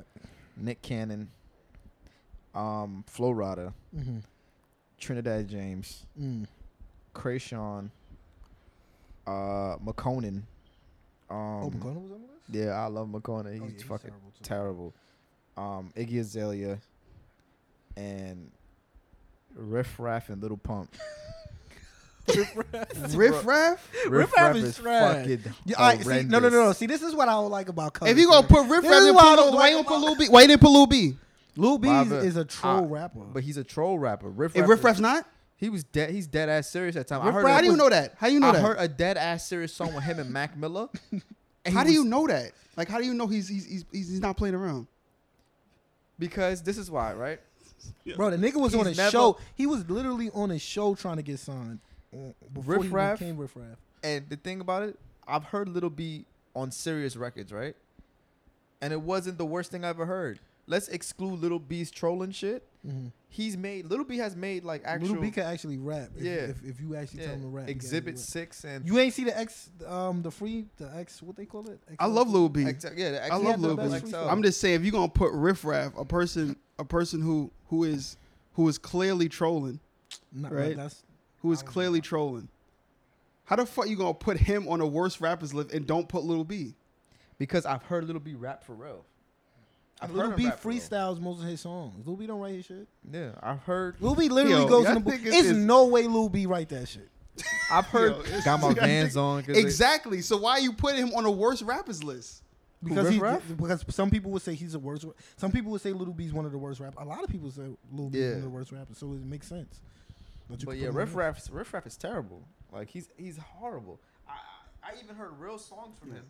Speaker 1: Nick Cannon, um, Flo Rida,
Speaker 2: Mhm.
Speaker 1: Trinidad James,
Speaker 2: Mm.
Speaker 1: Krayshawn, uh, McConan. Um,
Speaker 2: oh, McConaughey was on the list.
Speaker 1: yeah, I love McConan. He's
Speaker 2: Oh, yeah, he's
Speaker 1: fucking
Speaker 2: terrible too.
Speaker 1: terrible. Um, Iggy Azalea and Riff Raff and Little
Speaker 2: <laughs>
Speaker 1: Pump.
Speaker 3: Riff Raff?
Speaker 1: Riff
Speaker 2: Raff
Speaker 1: Raff
Speaker 2: is
Speaker 1: is
Speaker 2: trash.
Speaker 1: fucking
Speaker 2: Yeah, all right, see, no, no, no, no.
Speaker 1: horrendous.
Speaker 2: See, this is what I don't like about Cuz.
Speaker 3: If you gonna put Riff
Speaker 2: This
Speaker 3: Raff
Speaker 2: is
Speaker 3: in
Speaker 2: why I
Speaker 3: Pluto,
Speaker 2: don't
Speaker 3: why
Speaker 2: like
Speaker 3: you don't put
Speaker 2: about-
Speaker 3: Lil B? Why you didn't put Lil B?
Speaker 2: Lil B
Speaker 1: Bobby,
Speaker 2: is a troll
Speaker 3: uh,
Speaker 1: I-
Speaker 2: rapper.
Speaker 1: But he's a troll rapper. Riff
Speaker 3: If
Speaker 1: Raff
Speaker 3: Riff
Speaker 1: is-
Speaker 3: Raff's not,
Speaker 1: He was dead. He's dead ass serious that time. I
Speaker 3: Riff
Speaker 1: heard.
Speaker 3: Raff, how do you
Speaker 1: was-
Speaker 3: know that? How do you know
Speaker 1: I
Speaker 3: that?
Speaker 1: heard a dead ass serious song with him and Mac
Speaker 2: <laughs>
Speaker 1: Miller. and he
Speaker 3: how do you
Speaker 1: was-
Speaker 3: know that? Like, how do you know he's he's he's, he's he's not playing around?
Speaker 1: Because this is why, right?
Speaker 2: Bro, the nigga was
Speaker 1: He's
Speaker 2: on a
Speaker 1: never-
Speaker 2: show. He was literally on a show trying to get signed. uh, Before
Speaker 1: Riff
Speaker 2: he
Speaker 1: Raff?
Speaker 2: became Riff Raff.
Speaker 1: And the thing about it, I've heard Little B on Sirius Records, right? And it wasn't the worst thing I ever heard. Let's exclude Little B's trolling shit.
Speaker 2: Mhm.
Speaker 1: He's made Little Mm-hmm. B has made like actual
Speaker 2: Little B can actually rap. If,
Speaker 1: Yeah.
Speaker 2: if, if you actually tell
Speaker 1: yeah,
Speaker 2: him to rap. he can
Speaker 1: Exhibit
Speaker 2: actually
Speaker 1: Six
Speaker 2: rap.
Speaker 1: and
Speaker 2: You ain't see the X, um, the free, the X, what they call it?
Speaker 3: I love Lil B.
Speaker 1: X- yeah, the X-
Speaker 3: I
Speaker 1: he
Speaker 3: love
Speaker 1: had the
Speaker 3: Lil
Speaker 1: best
Speaker 3: B.
Speaker 1: freestyle.
Speaker 3: I'm just saying, if you're gonna put Riff Raff, a person, a person who who is who is clearly trolling,
Speaker 2: Nah,
Speaker 3: right?
Speaker 2: That's
Speaker 3: who is
Speaker 2: I don't know.
Speaker 3: clearly trolling, how the fuck you gonna put him on the worst rappers list and don't put Little B?
Speaker 1: because I've heard Little B rap for real. I've heard
Speaker 2: Lil
Speaker 1: him
Speaker 2: B
Speaker 1: rap for real.
Speaker 2: freestyles most of his songs. Lil B don't write his shit.
Speaker 1: Yeah, I've heard.
Speaker 2: Lil B literally
Speaker 3: Yo,
Speaker 2: goes
Speaker 3: y'all
Speaker 2: in the book.
Speaker 3: think it's-
Speaker 2: It's
Speaker 3: it's-
Speaker 2: no way Lil B write that shit.
Speaker 1: I've heard.
Speaker 3: Yo, it's-
Speaker 1: <laughs> got my
Speaker 3: I think-
Speaker 1: Vans on. 'cause they-
Speaker 3: Exactly. So why you putting him on the worst rappers list?
Speaker 1: Who,
Speaker 2: Because
Speaker 1: Riff
Speaker 2: he,
Speaker 1: Raff?
Speaker 2: because some people would say he's the worst. Some people would say Little B's one of the worst rappers. A lot of people say Little B's
Speaker 1: Yeah.
Speaker 2: one of the worst rappers. So it makes sense. that you
Speaker 1: But
Speaker 2: could
Speaker 1: yeah,
Speaker 2: put him
Speaker 1: Riff
Speaker 2: on
Speaker 1: Raff, Riff Raff is terrible. Like he's he's horrible. I I I even heard real songs from him.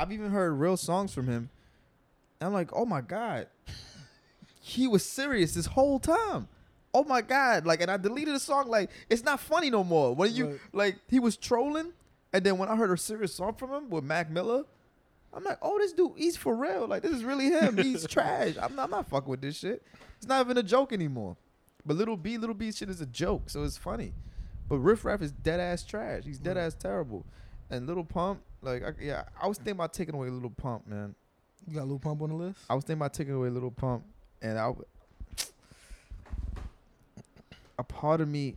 Speaker 1: I've even heard real songs from him. And I'm like, oh my god, <laughs> he was serious this whole time. Oh my god, like, and I deleted the song. Like, it's not funny no more. When you
Speaker 2: Right.
Speaker 1: like, he was trolling, and then when I heard a serious song from him with Mac Miller. I'm like, oh, this dude, he's for real. Like, this is really him.
Speaker 2: <laughs>
Speaker 1: He's trash. I'm not, I'm not fucking with this shit. It's not even a joke anymore. But little B, little B shit is a joke, so it's funny. But Riff Raff is dead ass trash. He's dead ass terrible. And Little Pump, like, I, yeah, I was thinking about taking away Little Pump, man.
Speaker 2: You got Lil Pump on the list.
Speaker 1: I was thinking about taking away Little Pump, and I, w- a part of me,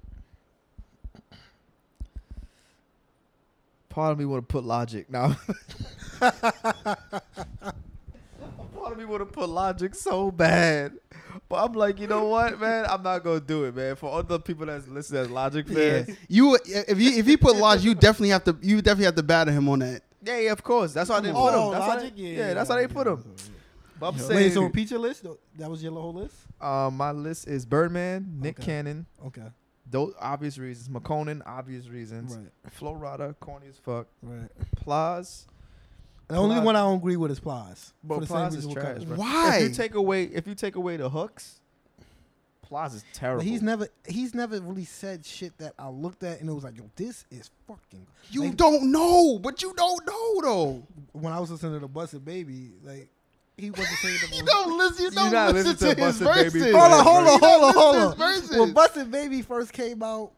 Speaker 1: part of me would have put Logic. <laughs> Now, a part of me would have put Logic so bad, but I'm like, you know what, man? I'm not gonna do it, man. For other people that's listening as Logic fans, yeah.
Speaker 3: You if you if you put Lodge, you definitely have to you definitely have to batter him on that.
Speaker 1: yeah, of course. That's why they
Speaker 2: Oh,
Speaker 1: put him. That's
Speaker 2: Logic?
Speaker 1: How they,
Speaker 2: Yeah,
Speaker 1: yeah,
Speaker 2: yeah,
Speaker 1: that's how they put
Speaker 2: yeah.
Speaker 1: him. But I'm saying,
Speaker 2: Wait, so repeat your list. Th- That was your whole list.
Speaker 1: uh, my list is Birdman, Nick
Speaker 2: Okay.
Speaker 1: Cannon.
Speaker 2: Okay.
Speaker 1: Those obvious reasons. McConan, obvious reasons.
Speaker 2: Right.
Speaker 1: Florida, corny as fuck.
Speaker 2: Right.
Speaker 1: Plaz,
Speaker 2: The only
Speaker 1: Plies-
Speaker 2: one I don't agree with is Plies.
Speaker 1: but
Speaker 2: For the same
Speaker 1: Plaz is
Speaker 2: reason with
Speaker 1: trash.
Speaker 2: Cuz.
Speaker 1: Bro.
Speaker 3: Why?
Speaker 1: If you take away, if you take away the hooks, Plaz is terrible.
Speaker 2: But he's never he's never really said shit that I looked at and it was like, yo, this is fucking.
Speaker 3: You
Speaker 2: like,
Speaker 3: don't know, but you don't know though.
Speaker 2: when I was listening to the Busted Baby, like he wasn't saying
Speaker 3: <laughs>
Speaker 2: the
Speaker 3: You
Speaker 2: most.
Speaker 3: don't listen. You
Speaker 1: You
Speaker 3: don't
Speaker 1: not
Speaker 3: listen,
Speaker 1: listen
Speaker 3: to,
Speaker 1: to
Speaker 3: his
Speaker 1: Busta Baby
Speaker 3: verses.
Speaker 1: play
Speaker 2: Hold on, hold
Speaker 1: verse.
Speaker 2: on, hold
Speaker 3: You don't listen
Speaker 2: on,
Speaker 3: to
Speaker 2: hold
Speaker 3: his
Speaker 2: on. When
Speaker 3: verses.
Speaker 2: Busted Baby first came out,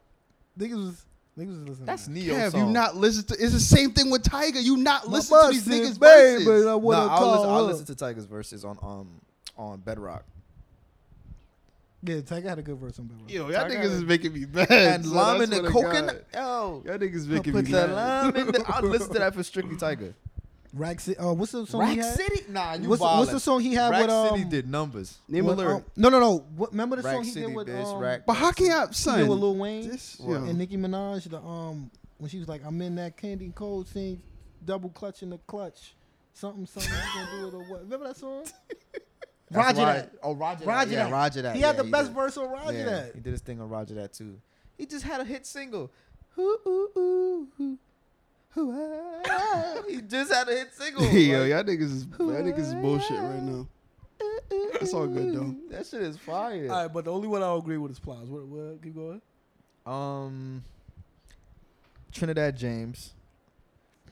Speaker 2: niggas was niggas was listening.
Speaker 1: That's
Speaker 2: to that.
Speaker 1: Neo
Speaker 3: Yeah, if
Speaker 1: song.
Speaker 3: you not listen to, it's the same thing with Tiger. You not
Speaker 2: My
Speaker 3: listen to these
Speaker 2: Busted
Speaker 3: niggas'
Speaker 2: Baby,
Speaker 3: verses.
Speaker 2: I wanna
Speaker 1: nah, I'll,
Speaker 2: call
Speaker 1: listen, I'll
Speaker 2: her.
Speaker 1: listen to Tiger's verses on um on Bedrock.
Speaker 2: Yeah, Tiger had a good verse on Bill.
Speaker 3: Yo, y'all
Speaker 1: Tiger-
Speaker 3: niggas is making me mad.
Speaker 1: And
Speaker 3: son.
Speaker 1: lime
Speaker 3: I
Speaker 1: and the
Speaker 3: swear to
Speaker 1: coconut.
Speaker 3: God.
Speaker 1: Oh,
Speaker 3: Y'all niggas
Speaker 1: put
Speaker 3: making
Speaker 1: the
Speaker 3: me mad.
Speaker 1: lime in the. I'll listen to that for Strictly Tiger.
Speaker 2: Rack City. Uh, what's the song he
Speaker 1: Rack
Speaker 2: had?
Speaker 1: City. Nah,
Speaker 2: <laughs>
Speaker 1: you
Speaker 2: What's, what's the
Speaker 1: wildin'.
Speaker 2: song he had
Speaker 1: Rack
Speaker 2: with um?
Speaker 1: City did numbers.
Speaker 3: Name a
Speaker 2: with,
Speaker 1: oh.
Speaker 3: lyric.
Speaker 2: um, no, no, no. What, remember the
Speaker 1: Rack
Speaker 2: song he
Speaker 1: City,
Speaker 2: did with
Speaker 1: bitch.
Speaker 2: um?
Speaker 1: rack.
Speaker 3: But how can y'all,
Speaker 2: he did with
Speaker 3: son?
Speaker 2: Lil Wayne.
Speaker 3: This,
Speaker 1: Wow.
Speaker 3: yo.
Speaker 2: and Nicki Minaj, the um, when she was like, "I'm in that candy cold thing, double clutching the clutch, something, something, I'm gonna do it or what." Remember
Speaker 3: <laughs>
Speaker 2: that song?
Speaker 1: That's
Speaker 2: Roger
Speaker 1: Ro-
Speaker 2: that.
Speaker 1: Oh, Roger,
Speaker 2: Roger
Speaker 1: that. Yeah,
Speaker 2: that.
Speaker 1: Roger that.
Speaker 2: He had
Speaker 1: Yeah,
Speaker 2: the best
Speaker 1: did.
Speaker 2: verse on Roger
Speaker 1: Yeah,
Speaker 2: that.
Speaker 1: He did his thing on Roger that too. He just had a hit single. Ooh, ooh, ooh, ooh, ooh, ah. he just had a hit <laughs>
Speaker 3: <laughs>
Speaker 1: single.
Speaker 3: Yo,
Speaker 1: like,
Speaker 3: y'all niggas is y'all niggas is bullshit right now. That's all good though.
Speaker 1: That shit is fire.
Speaker 2: All right, but the only one I'll agree with is Plies. What, what? Keep going.
Speaker 1: Um, Trinidad James,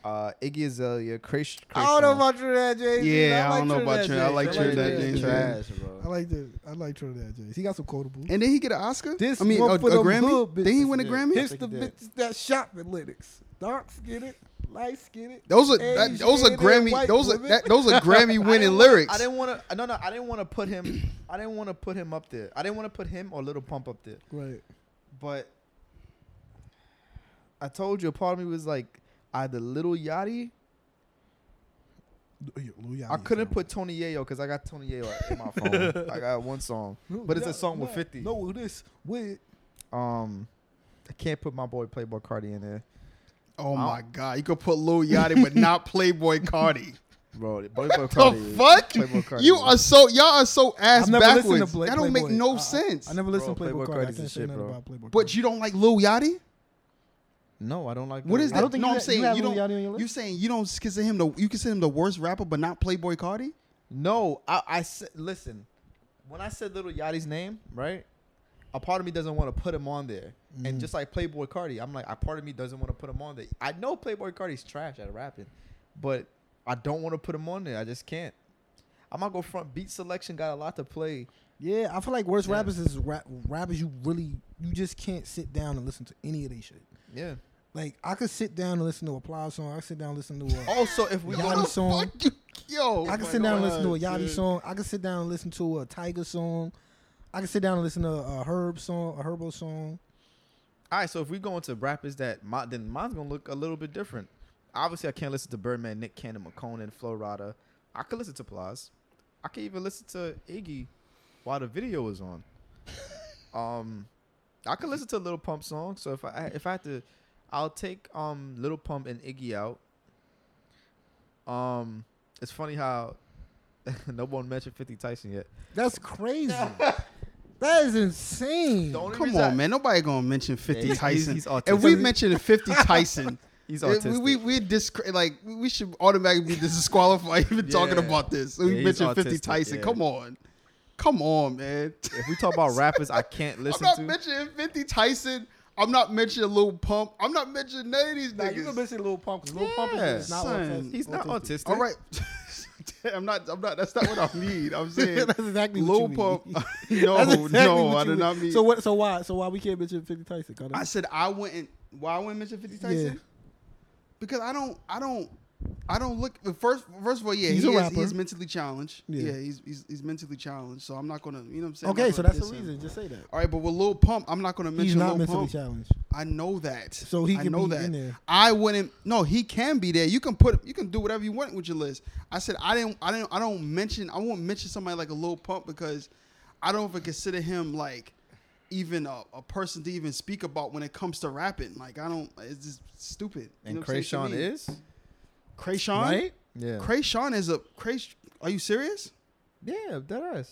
Speaker 1: uh, Iggy Azalea, Chris.
Speaker 2: about Trinidad James.
Speaker 3: Yeah, I don't know about Trinidad. I like
Speaker 2: James.
Speaker 3: Trinidad James.
Speaker 2: James.
Speaker 3: Trash,
Speaker 4: Trash, bro.
Speaker 2: I like this. I like Trinidad James. He got some quotable.
Speaker 3: And then he get an Oscar.
Speaker 2: This
Speaker 3: I mean, a,
Speaker 2: one
Speaker 3: a
Speaker 2: for them
Speaker 3: Grammy.
Speaker 2: hood
Speaker 3: Did he win a
Speaker 4: bitches.
Speaker 3: Grammy?
Speaker 4: Yeah.
Speaker 2: It's the
Speaker 4: Like that.
Speaker 2: bitches that shot the Linux. Dark skin it, light skin it.
Speaker 3: Those are that,
Speaker 2: Asian
Speaker 3: those are
Speaker 2: and
Speaker 3: Grammy.
Speaker 2: white
Speaker 3: Those are
Speaker 2: women.
Speaker 3: that, those
Speaker 2: <laughs>
Speaker 3: are Grammy
Speaker 1: I didn't
Speaker 3: winning
Speaker 1: wanna-
Speaker 3: lyrics.
Speaker 1: I didn't want to. No, no, I didn't want to put him. I didn't want to put him up there. I didn't want to put him or Little Pump up there.
Speaker 2: Right.
Speaker 1: But I told you, a part of me was like, either Little Yachty. I couldn't put Tony Yayo because I got Tony Yayo in my phone. <laughs> I got one song, but it's a song with Fifty.
Speaker 2: No, with this with
Speaker 1: Um, I can't put my boy Playboy Cardi in there,
Speaker 3: oh my god, you could put Lil Yachty, but not Playboy
Speaker 2: <laughs>
Speaker 3: Cardi.
Speaker 1: <laughs> bro. Playboy
Speaker 3: the
Speaker 1: Cardi.
Speaker 3: fuck?
Speaker 1: Playboy Cardi.
Speaker 3: You are so y'all are so ass
Speaker 2: I've never listened to
Speaker 3: backwards.
Speaker 2: Play-
Speaker 3: that don't make
Speaker 2: Playboy.
Speaker 3: no
Speaker 2: I- I-
Speaker 3: sense.
Speaker 2: I never listened
Speaker 1: Bro,
Speaker 2: to Playboy
Speaker 1: Playboy
Speaker 2: Cardi. I
Speaker 1: Cardi's
Speaker 2: can't
Speaker 1: the
Speaker 2: say
Speaker 1: shit,
Speaker 2: nothing
Speaker 1: bro.
Speaker 2: about Playboy.
Speaker 3: but you don't like Lil Yachty?
Speaker 1: no, I don't like.
Speaker 3: What
Speaker 1: Lil
Speaker 3: is
Speaker 1: Yachty.
Speaker 3: that?
Speaker 2: I don't think
Speaker 3: no,
Speaker 2: you
Speaker 3: I'm
Speaker 2: got-
Speaker 3: saying
Speaker 2: you have
Speaker 3: you
Speaker 2: Lil
Speaker 3: don't.
Speaker 2: Yachty on your
Speaker 3: You saying you don't consider him the you consider him the worst rapper, but not Playboy Cardi?
Speaker 1: No, I, I said, listen, when I said Little Yachty's name, right, a part of me doesn't want to put him on there. And just like Playboy Cardi, I'm like, a part of me doesn't want to put him on there. I know Playboy Cardi's trash at rapping, but I don't want to put him on there. I just can't. I'm gonna go front. Beat selection got a lot to play.
Speaker 2: yeah, I feel like worst
Speaker 1: Yeah.
Speaker 2: rappers is rap, rappers you really you just can't sit down and listen to any of they shit.
Speaker 1: Yeah.
Speaker 2: Like I could sit down and listen to a Plies song. I could sit down and listen to a
Speaker 1: Also, if we
Speaker 2: Yachty
Speaker 1: go,
Speaker 2: song.
Speaker 3: Fuck you, yo.
Speaker 2: I can sit down and listen to a Yachty song. I can sit down and listen to a Tiger song. I can sit down and listen to a Herb song, a Herbo song.
Speaker 1: all right. So if we go into rappers that, my, then mine's gonna look a little bit different. Obviously, I can't listen to Birdman, Nick Cannon, McCone, and Flo Rida. I could listen to Plaz. I could even listen to Iggy while the video
Speaker 3: <laughs>
Speaker 1: is on. um, I could listen to Little Pump song. So if I if I had to, I'll take um Little Pump and Iggy out. Um, it's funny how <laughs> no one mentioned Fifty Tyson yet.
Speaker 2: That's crazy. that is insane.
Speaker 1: The only
Speaker 3: Come
Speaker 1: reason I-
Speaker 3: on, man. Nobody gonna mention Fifty
Speaker 1: he's-
Speaker 3: Tyson.
Speaker 1: he's
Speaker 3: if we
Speaker 1: autistic.
Speaker 3: mention
Speaker 1: <laughs>
Speaker 3: Fifty Tyson,
Speaker 1: He's
Speaker 3: it- we
Speaker 1: autistic.
Speaker 3: we we disc- like we should automatically be disqualified <laughs> even talking
Speaker 1: Yeah.
Speaker 3: about this. We
Speaker 1: Yeah, he's
Speaker 3: mentioned Fifty
Speaker 1: autistic,
Speaker 3: Tyson.
Speaker 1: yeah.
Speaker 3: Come on, come on, man.
Speaker 1: if we talk
Speaker 3: <laughs>
Speaker 1: about rappers, I can't
Speaker 3: I'm
Speaker 1: listen
Speaker 3: not
Speaker 1: to.
Speaker 3: mentioning Fifty Tyson. I'm not mentioning Lil Pump. I'm not mentioning none of these
Speaker 2: Nah, you
Speaker 3: niggas.
Speaker 2: can mention Lil Pump because Lil Pump
Speaker 1: Yeah,
Speaker 2: is not
Speaker 3: son.
Speaker 2: autistic.
Speaker 1: He's not
Speaker 2: autistic.
Speaker 1: autistic.
Speaker 3: All right. <laughs> I'm not. I'm not. That's not what I mean.
Speaker 1: <laughs>
Speaker 3: I'm saying
Speaker 2: That's exactly
Speaker 3: Lil
Speaker 2: what you
Speaker 3: Pump. <laughs>
Speaker 2: mean.
Speaker 3: no,
Speaker 2: That's exactly
Speaker 3: no,
Speaker 2: what
Speaker 3: I
Speaker 2: you
Speaker 3: did not mean.
Speaker 2: So what? So why? So why we can't mention Fifty Tyson? Gunna?
Speaker 3: I said I wouldn't. Why I wouldn't mention Fifty Tyson?
Speaker 2: Yeah.
Speaker 3: Because I don't. I don't. I don't look. First, first of all, yeah,
Speaker 2: He's
Speaker 3: he
Speaker 2: a
Speaker 3: is-
Speaker 2: rapper.
Speaker 3: he's mentally challenged.
Speaker 2: Yeah.
Speaker 3: Yeah, he's, he's he's mentally challenged. So I'm not gonna. You know what I'm saying? I'm
Speaker 2: okay,
Speaker 3: not
Speaker 2: so
Speaker 3: gonna
Speaker 2: that's the
Speaker 3: diss him.
Speaker 2: reason. Just say that.
Speaker 3: All right, but with Lil Pump, I'm not gonna mention
Speaker 2: He's not
Speaker 3: Lil
Speaker 2: mentally
Speaker 3: Pump.
Speaker 2: challenged.
Speaker 3: I know that.
Speaker 2: So he
Speaker 3: I
Speaker 2: can
Speaker 3: know
Speaker 2: be
Speaker 3: that.
Speaker 2: in there.
Speaker 3: I wouldn't. No, he can be there. You can put. You can do whatever you want with your list. I said I didn't. I didn't. I don't mention. I won't mention somebody like a Lil Pump because I don't even consider him like even a, a person to even speak about when it comes to rapping. Like I don't. It's just stupid.
Speaker 1: And
Speaker 3: what I'm saying
Speaker 1: Krayshawn
Speaker 3: to me?
Speaker 1: is.
Speaker 3: Krayshawn.
Speaker 2: Right?
Speaker 1: Yeah.
Speaker 3: Krayshawn is a Kray. Are you serious?
Speaker 1: yeah, that is.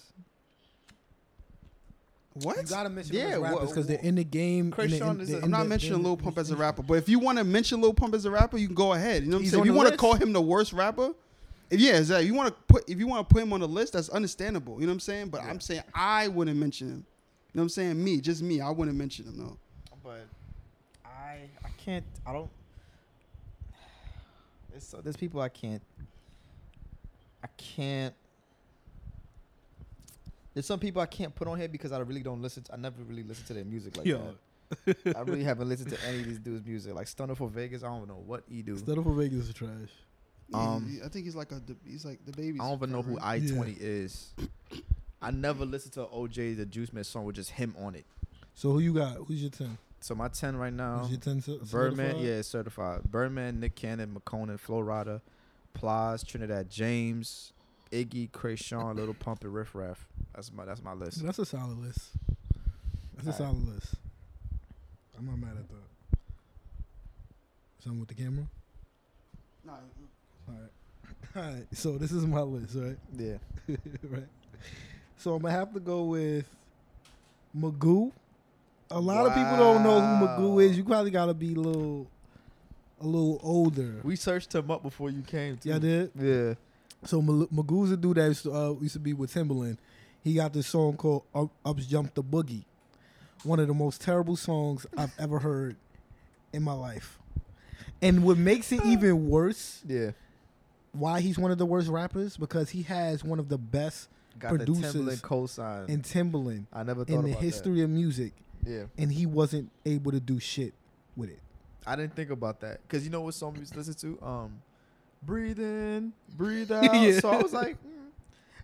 Speaker 3: What?
Speaker 2: You gotta mention
Speaker 1: Yeah,
Speaker 2: yeah,
Speaker 1: wha-
Speaker 2: rappers because they're
Speaker 1: wha-
Speaker 2: in the game.
Speaker 1: Chris
Speaker 2: and they're in-
Speaker 1: Sean is
Speaker 2: they're
Speaker 1: a-
Speaker 2: in
Speaker 3: I'm not
Speaker 2: the-
Speaker 3: mentioning
Speaker 2: they're
Speaker 3: Lil
Speaker 2: in
Speaker 3: Pump
Speaker 2: the-
Speaker 3: as a rapper, but if you want to mention Lil Pump as a rapper, you can go ahead. You know what I'm
Speaker 1: He's
Speaker 3: saying? If
Speaker 1: on
Speaker 3: you
Speaker 1: the
Speaker 3: want to
Speaker 1: list.
Speaker 3: call him the worst rapper, if, yeah, exactly. If you want to put if you want to put him on the list, that's understandable. You know what I'm saying? But I'm saying I wouldn't mention him. You know what I'm saying? Me, just me, I wouldn't mention him though.
Speaker 1: But I I can't I don't there's so there's people I can't I can't there's some people I can't put on here because I really don't listen to, I never really listen to their music like
Speaker 2: Yo.
Speaker 1: that. I really haven't listened to any of these dudes' music. Like Stunner for Vegas, I don't know what he do.
Speaker 2: Stand up for Vegas is trash.
Speaker 1: Um,
Speaker 3: He- he- I think he's like a the- he's like the baby.
Speaker 1: I don't even know who I
Speaker 2: Yeah.
Speaker 1: twenty is. I never listened to OJ the Juice Man song with just him on it.
Speaker 2: So who you got? Who's your ten?
Speaker 1: So my ten right now.
Speaker 3: Um,
Speaker 2: Who's your ten? cer-
Speaker 1: Birdman,
Speaker 2: certified?
Speaker 1: yeah, it's certified. Birdman, Nick Cannon, McConan, Florida, Plies, Trinidad James, Iggy, Krayshawn, Little Pump, and Riff Raff. That's my that's my list.
Speaker 2: That's a solid list. That's a
Speaker 1: Alright.
Speaker 2: solid list. I'm not mad at that. Something with the camera.
Speaker 3: Nah,
Speaker 2: All right. <laughs> All right. So this is my list, right?
Speaker 1: Yeah.
Speaker 2: <laughs> right. So I'm gonna have to go with Magoo. A lot of people don't know who Magoo
Speaker 1: Wow.
Speaker 2: is. You probably gotta be a little a little older.
Speaker 1: We searched him up before you came. Too.
Speaker 2: Yeah, I did.
Speaker 1: Yeah.
Speaker 2: So Mal- Magoo's a dude that used to, uh, used to be with Timbaland. He got this song called Up, Ups Jump the Boogie. One of the most terrible songs
Speaker 1: <laughs>
Speaker 2: I've ever heard in my life. And what makes it even worse,
Speaker 1: Yeah.
Speaker 2: why he's one of the worst rappers, because he has one of the best
Speaker 1: Got the
Speaker 2: Producers
Speaker 1: Timberland cosign.
Speaker 2: in Timbaland
Speaker 1: I never thought
Speaker 2: in the
Speaker 1: about
Speaker 2: history of music,
Speaker 1: that. Yeah.
Speaker 2: and he wasn't able to do shit with it.
Speaker 1: I didn't think about that because you know what song we used to listen to? Um, breathe in,
Speaker 2: <laughs>
Speaker 1: breathe out.
Speaker 2: Yeah.
Speaker 1: So I was like, mm.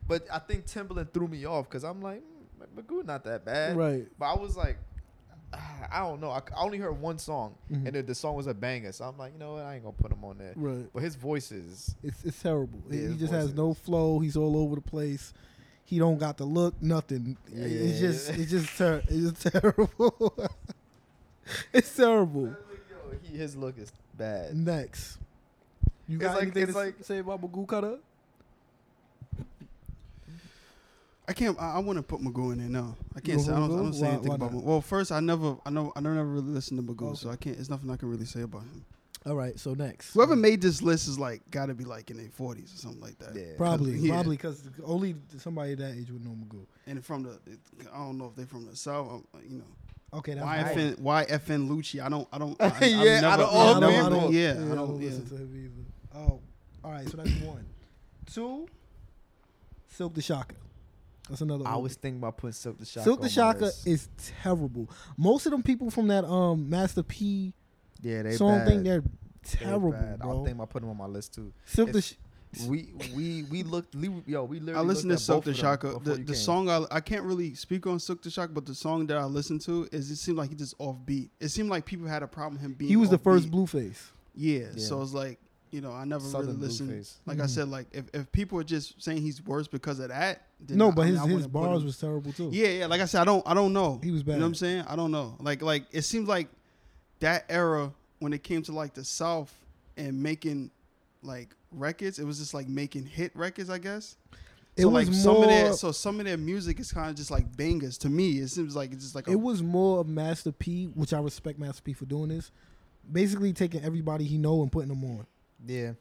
Speaker 1: but I think Timberland threw me off because I'm like, mm, Magoo not that bad.
Speaker 2: Right.
Speaker 1: But I was like, <sighs> ah, I don't know. I, I only heard one song
Speaker 2: Mhm.
Speaker 1: and the, the song was a banger. So I'm like, you know what? I ain't gonna put him on there.
Speaker 2: Right.
Speaker 1: But his voice is
Speaker 2: It's it's terrible.
Speaker 1: Yeah,
Speaker 2: he
Speaker 1: his
Speaker 2: just
Speaker 1: voice
Speaker 2: has no
Speaker 1: is-
Speaker 2: flow. He's all over the place. He don't got the look. Nothing. It's
Speaker 1: Yeah.
Speaker 2: just it's just ter- it's just <laughs> terrible. it's terrible.
Speaker 1: Yo, he, his look is bad.
Speaker 2: Mm-hmm. Next, you
Speaker 1: It's
Speaker 2: got
Speaker 1: like-
Speaker 2: anything
Speaker 1: it's
Speaker 2: to
Speaker 1: like-
Speaker 2: s- say about Magoo Cutter?
Speaker 3: I can't. I, I want to put Magoo in there. No, I can't. Say, I
Speaker 2: Magoo,
Speaker 3: don't. I don't say
Speaker 2: Magoo?
Speaker 3: anything
Speaker 2: Why- why
Speaker 3: about.
Speaker 2: not?
Speaker 3: Magoo. Well, first, I never. I know. I never really listened to Magoo,
Speaker 2: Okay.
Speaker 3: so I can't. It's nothing I can really say about him.
Speaker 2: All right. So next,
Speaker 3: Whoever made this list is like got to be like in their forties or something like that.
Speaker 1: <laughs> Yeah.
Speaker 2: probably
Speaker 3: Yeah.
Speaker 2: probably because only somebody that age would know Magoo.
Speaker 3: And from the, I don't know if they're from the south. um, You know,
Speaker 2: Okay, that's wild.
Speaker 3: YFN, YFN Lucci. I don't. I
Speaker 1: <laughs>
Speaker 3: don't. I, I've
Speaker 1: Yeah, out
Speaker 3: never-
Speaker 1: of
Speaker 2: Yeah,
Speaker 1: all
Speaker 2: I
Speaker 3: I
Speaker 2: don't,
Speaker 3: don't-
Speaker 2: I
Speaker 1: people.
Speaker 2: don't-
Speaker 3: Yeah,
Speaker 2: yeah,
Speaker 3: I don't. Yeah.
Speaker 2: listen to him either. Oh, all right. So that's one. Two. Silk the Shocker. That's another.
Speaker 1: I
Speaker 2: one.
Speaker 1: was thinking about putting Silk the Shocker.
Speaker 2: Silk
Speaker 1: on
Speaker 2: the
Speaker 1: my
Speaker 2: Shocker
Speaker 1: list.
Speaker 2: is terrible. Most of them people from that um Master P
Speaker 1: yeah, they
Speaker 2: song
Speaker 1: bad.
Speaker 2: thing, they're
Speaker 1: They
Speaker 2: terrible,
Speaker 1: bad. I
Speaker 2: bro.
Speaker 1: think I put him on my list too.
Speaker 2: Silk the
Speaker 1: it's-
Speaker 2: sh-
Speaker 1: We we we looked. li- Yo, we literally.
Speaker 3: I listened to
Speaker 1: looked at
Speaker 3: Silk
Speaker 1: both
Speaker 3: the
Speaker 1: of them
Speaker 3: Shocker.
Speaker 1: before
Speaker 3: The,
Speaker 1: you
Speaker 3: the
Speaker 1: came.
Speaker 3: song I, I can't really speak on Silk the Shocker, but the song that I listened to is it seemed like he just off beat. It semed like people had a problem him being.
Speaker 2: he was the first
Speaker 3: offbeat.
Speaker 2: Blueface.
Speaker 3: Yeah,
Speaker 1: Yeah.
Speaker 3: So it's like you know I never
Speaker 1: Southern
Speaker 3: really listened.
Speaker 1: Blueface. Mm-hmm.
Speaker 3: Like I
Speaker 2: Mhm.
Speaker 3: said, like if, if people are just saying he's worse because of that, then
Speaker 2: No,
Speaker 3: I-
Speaker 2: but
Speaker 3: I mean,
Speaker 2: his,
Speaker 3: I
Speaker 2: his
Speaker 3: wouldn't put
Speaker 2: bars
Speaker 3: him-
Speaker 2: was terrible too.
Speaker 3: Yeah, yeah. Like I said, I don't I don't know.
Speaker 2: He was
Speaker 3: You know what I'm
Speaker 2: bad.
Speaker 3: saying? I don't know. Like like it seems like that era when it came to like the South and making like records, it was just like making hit records, I guess.
Speaker 2: It
Speaker 3: so
Speaker 2: was
Speaker 3: like some of their
Speaker 2: more-
Speaker 3: so some of their music is kind of just like bangers to me. It seems like it's just like a,
Speaker 2: It was more of Master P, which I respect Master P for doing this. Basically taking everybody he know and putting them on.
Speaker 1: Yeah,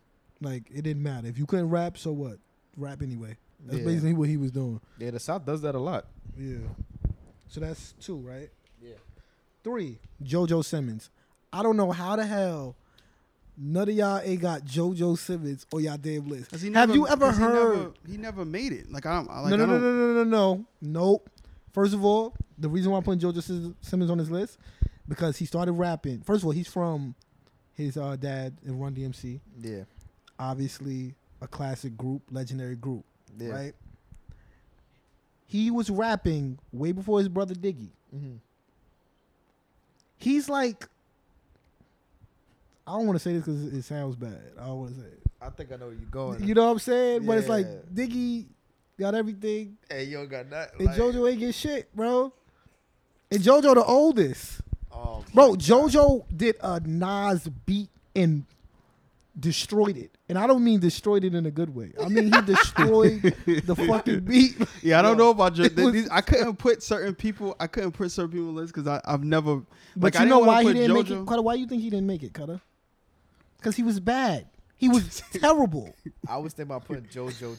Speaker 2: Like it didn't matter. If you couldn't rap, so what? Rap anyway. That's
Speaker 1: Yeah.
Speaker 2: basically what he was doing.
Speaker 1: yeah. The South does that a lot.
Speaker 2: Yeah. So that's two, right?
Speaker 1: Yeah.
Speaker 2: Three, JoJo Simmons. I don't know how the hell none of y'all ain't got JoJo Simmons on y'all damn list.
Speaker 3: Has he
Speaker 2: Have
Speaker 3: never-
Speaker 2: you ever
Speaker 3: has he never-
Speaker 2: heard?
Speaker 3: he never, made it. Like I don't I like
Speaker 2: no,
Speaker 3: I
Speaker 2: no, no,
Speaker 3: don't,
Speaker 2: no, no, no, no. Nope. First of all, the reason why I'm putting JoJo Sim- Simmons on this list because he started rapping. First of all, he's from his uh, dad in Run DMC,
Speaker 1: Yeah,
Speaker 2: obviously a classic group, legendary group,
Speaker 1: yeah.
Speaker 2: right? He was rapping way before his brother Diggy.
Speaker 1: Mm-hmm.
Speaker 2: he's like I don't want to say this because it sounds bad. I don't want to say it.
Speaker 1: I think I know where you're going.
Speaker 2: You know what I'm saying? But it's like
Speaker 1: Oh, Yeah.
Speaker 2: Diggy got everything,
Speaker 1: hey, you don't got nothing.
Speaker 2: and JoJo ain't get shit, bro. And JoJo the oldest,
Speaker 1: oh,
Speaker 2: bro.
Speaker 1: my God.
Speaker 2: JoJo did a Nas beat and destroyed it, and I don't mean destroyed it in a good way. I
Speaker 1: <laughs>
Speaker 2: mean he destroyed the fucking beat.
Speaker 3: Yeah, I don't
Speaker 2: Yo,
Speaker 3: know about your,
Speaker 2: it was-
Speaker 3: these, I couldn't put certain people. I couldn't put certain people on the list because I've never.
Speaker 2: But
Speaker 3: like, I
Speaker 2: you know
Speaker 3: wanna
Speaker 2: why he
Speaker 3: put
Speaker 2: didn't make it,
Speaker 3: JoJo-
Speaker 2: Cutter? Why you think he didn't make it, Cutter? Because he was bad.
Speaker 3: <laughs>
Speaker 2: He was terrible.
Speaker 1: I was thinking about putting JoJo.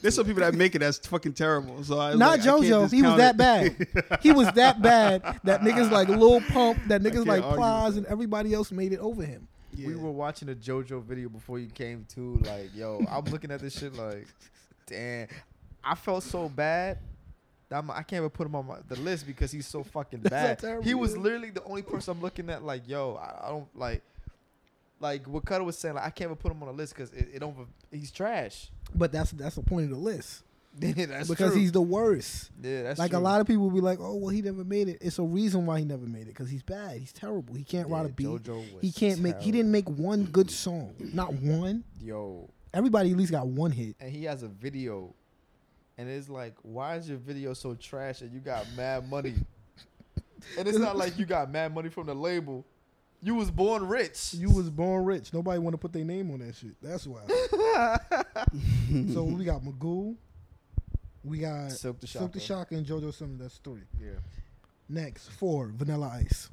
Speaker 3: There's
Speaker 1: too.
Speaker 3: some people that make it that's fucking terrible. So I was
Speaker 2: Not
Speaker 3: like, I can't
Speaker 2: JoJo. He was
Speaker 3: discount
Speaker 2: that
Speaker 3: it. <laughs>
Speaker 2: bad. he was that bad that niggas like Lil Pump, that niggas
Speaker 3: can't
Speaker 2: like
Speaker 3: argue with
Speaker 2: Plies,
Speaker 3: that.
Speaker 2: and everybody else made it over him.
Speaker 3: Yeah.
Speaker 1: We were watching a JoJo video before you came too. Like, yo, I'm looking at this shit like, damn. I felt so bad. That I'm, I can't even put him on my, the list because he's so fucking
Speaker 2: That's how
Speaker 1: bad.
Speaker 2: terrible
Speaker 1: He
Speaker 2: he
Speaker 1: was
Speaker 2: is.
Speaker 1: literally the only person I'm looking at. Like, yo, I, I don't like, like what Cutter was saying. Like, I can't even put him on the list because it, it don't. He's trash.
Speaker 2: But that's that's the point of the list
Speaker 1: Yeah, that's
Speaker 2: because
Speaker 1: true.
Speaker 2: he's the worst.
Speaker 1: yeah, that's
Speaker 2: like
Speaker 1: true.
Speaker 2: a lot of people be like, oh well, he never made it. It's a reason why he never made it because he's bad. He's terrible. He can't
Speaker 1: Yeah,
Speaker 2: write a beat.
Speaker 1: JoJo was
Speaker 2: he can't make. He didn't make one good song. Not one.
Speaker 1: yo,
Speaker 2: Everybody at least got one hit.
Speaker 1: and he has a video, and it's like, why is your video so trash and you got mad money? and it's not like you got mad money from the label. You was born rich.
Speaker 2: You was born rich. Nobody want to put their name on that shit. That's why. so we got Magoo. We got
Speaker 1: Silk the
Speaker 2: Silk the Shocker and JoJo Simmons. That's three.
Speaker 1: Yeah.
Speaker 2: Next, four, Vanilla Ice.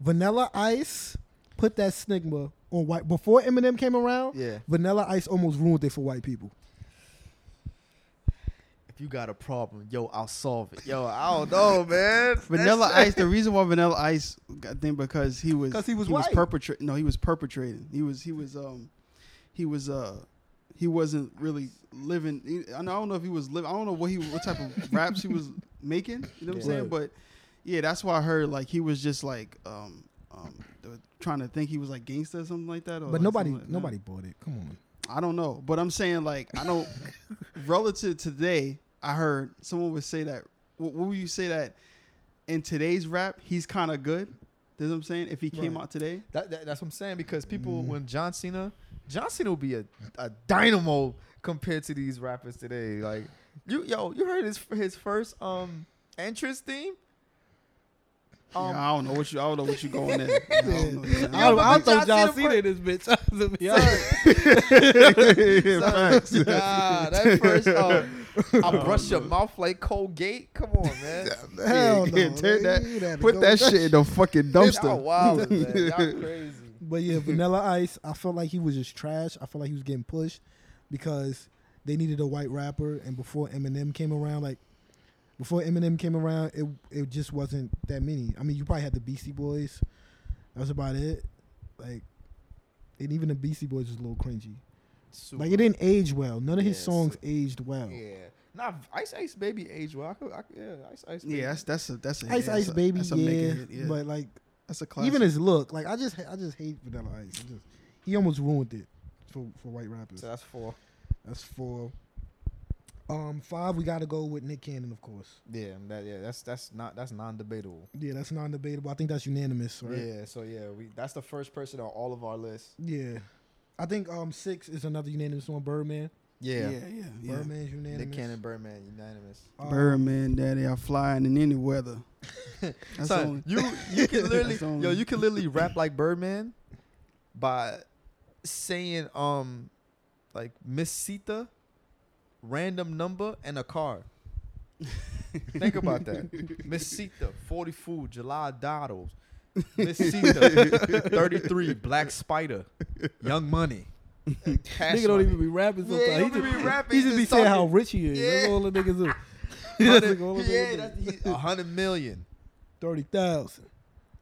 Speaker 2: Vanilla Ice put that stigma on white before Eminem came around.
Speaker 1: Yeah.
Speaker 2: Vanilla Ice almost ruined it for white people.
Speaker 1: If you got a problem, yo, I'll solve it. Yo, I don't know, <laughs> man.
Speaker 3: Vanilla Ice. The reason why Vanilla Ice, I think, because he was
Speaker 2: 'Cause he was white.
Speaker 3: perpetrating. No, he was perpetrating. He was he was um he was uh he wasn't really living. he- I don't I don't know if he was living. I don't know what he what type
Speaker 2: <laughs>
Speaker 3: of raps he was making. You know what I'm
Speaker 2: Yeah.
Speaker 3: saying? But yeah, that's why I heard like he was just like um um th- trying to think he was like gangster or something like that. Or
Speaker 2: But
Speaker 3: like,
Speaker 2: nobody
Speaker 3: something like that.
Speaker 2: nobody bought it. Come on.
Speaker 3: I don't know, but I'm saying like I don't. relative to today, I heard someone would say that. What, what would you say that in today's rap he's kind of good? That's what I'm saying. If he came
Speaker 2: Right.
Speaker 3: out today,
Speaker 1: That, that- that's what I'm saying because people when John Cena, John Cena will be a, a dynamo compared to these rappers today. Like you, yo, you heard his his first um entrance theme. Um,
Speaker 3: yeah, I don't know what you. I don't know what you going in. I don't know, man.
Speaker 1: Yeah,
Speaker 2: I'll,
Speaker 1: but
Speaker 2: I'll
Speaker 1: when
Speaker 2: throw
Speaker 1: John
Speaker 2: John
Speaker 1: Cena
Speaker 2: Cena in this bitch.
Speaker 3: <laughs>
Speaker 1: Son, nah, that first. Um, I brush your mouth like Colgate. Come on, man.
Speaker 3: <laughs>
Speaker 2: Hell
Speaker 3: Yeah,
Speaker 2: no.
Speaker 3: take that-
Speaker 2: You had to
Speaker 3: Put
Speaker 2: go
Speaker 3: that
Speaker 2: with
Speaker 3: shit in the fucking
Speaker 1: Y'all
Speaker 3: dumpster.
Speaker 1: wild, man.
Speaker 3: <laughs>
Speaker 1: Y'all crazy.
Speaker 2: But yeah, Vanilla Ice, I felt like he was just trash. I felt like he was getting pushed because they needed a white rapper, and before Eminem came around, like before Eminem came around, it it just wasn't that many. I mean, you probably had the Beastie Boys. That was about it. Like, and even the Beastie Boys was a little cringy.
Speaker 1: Super.
Speaker 2: Like, it didn't age well. None of his
Speaker 1: Yeah,
Speaker 2: songs
Speaker 1: super.
Speaker 2: aged well.
Speaker 1: Yeah. Nah, Ice Ice Baby age well. I could, I could, yeah, Ice Ice. Baby.
Speaker 3: Yeah, that's that's a that's a hit.
Speaker 2: Ice
Speaker 3: That's
Speaker 2: Ice
Speaker 3: a-
Speaker 2: Baby,
Speaker 3: that's a
Speaker 2: yeah,
Speaker 3: mega hit, yeah.
Speaker 2: but like
Speaker 3: that's a classic.
Speaker 2: even his look, like I just I just hate Vanilla Ice. I just, he almost ruined it for for white rappers.
Speaker 1: So that's four.
Speaker 2: That's four. Um, five. We got to go with Nick Cannon, of course.
Speaker 1: Yeah, that, yeah. That's that's not that's non-debatable.
Speaker 2: Yeah, that's non-debatable. I think that's unanimous, right?
Speaker 1: Yeah, so yeah, we that's the first person on all of our lists.
Speaker 2: Yeah. I think um six is another unanimous one. Birdman.
Speaker 3: yeah, yeah, yeah.
Speaker 2: Birdman's
Speaker 1: Nick
Speaker 2: unanimous.
Speaker 1: Cannon, Birdman, unanimous.
Speaker 2: Um,
Speaker 3: Birdman, Daddy, I flying in any weather. That's the only-
Speaker 1: Son, you you
Speaker 4: <laughs>
Speaker 1: can literally
Speaker 3: That's the only-
Speaker 1: yo you can literally rap like Birdman by saying um like Miss Sita, random number and
Speaker 4: <laughs>
Speaker 1: a car. Think about that. Miss Sita, 40 food, July Dottles.
Speaker 4: <laughs>
Speaker 1: Miss Sita, 33, Black Spider, Young Money. Cash
Speaker 4: Nigga don't
Speaker 1: Money.
Speaker 4: even be rapping
Speaker 1: Yeah, he
Speaker 4: sometimes. he,
Speaker 1: don't
Speaker 4: just,
Speaker 1: be
Speaker 2: <laughs>
Speaker 1: rapping,
Speaker 4: he
Speaker 1: he
Speaker 4: just be
Speaker 1: just
Speaker 4: saying how
Speaker 1: talking.
Speaker 4: rich he is. That's
Speaker 1: Yeah.
Speaker 4: all the niggas do. That's
Speaker 1: Hundred-
Speaker 4: like all the
Speaker 1: yeah,
Speaker 4: niggas
Speaker 1: that's
Speaker 4: do.
Speaker 1: he- a hundred million.
Speaker 4: Thirty thousand.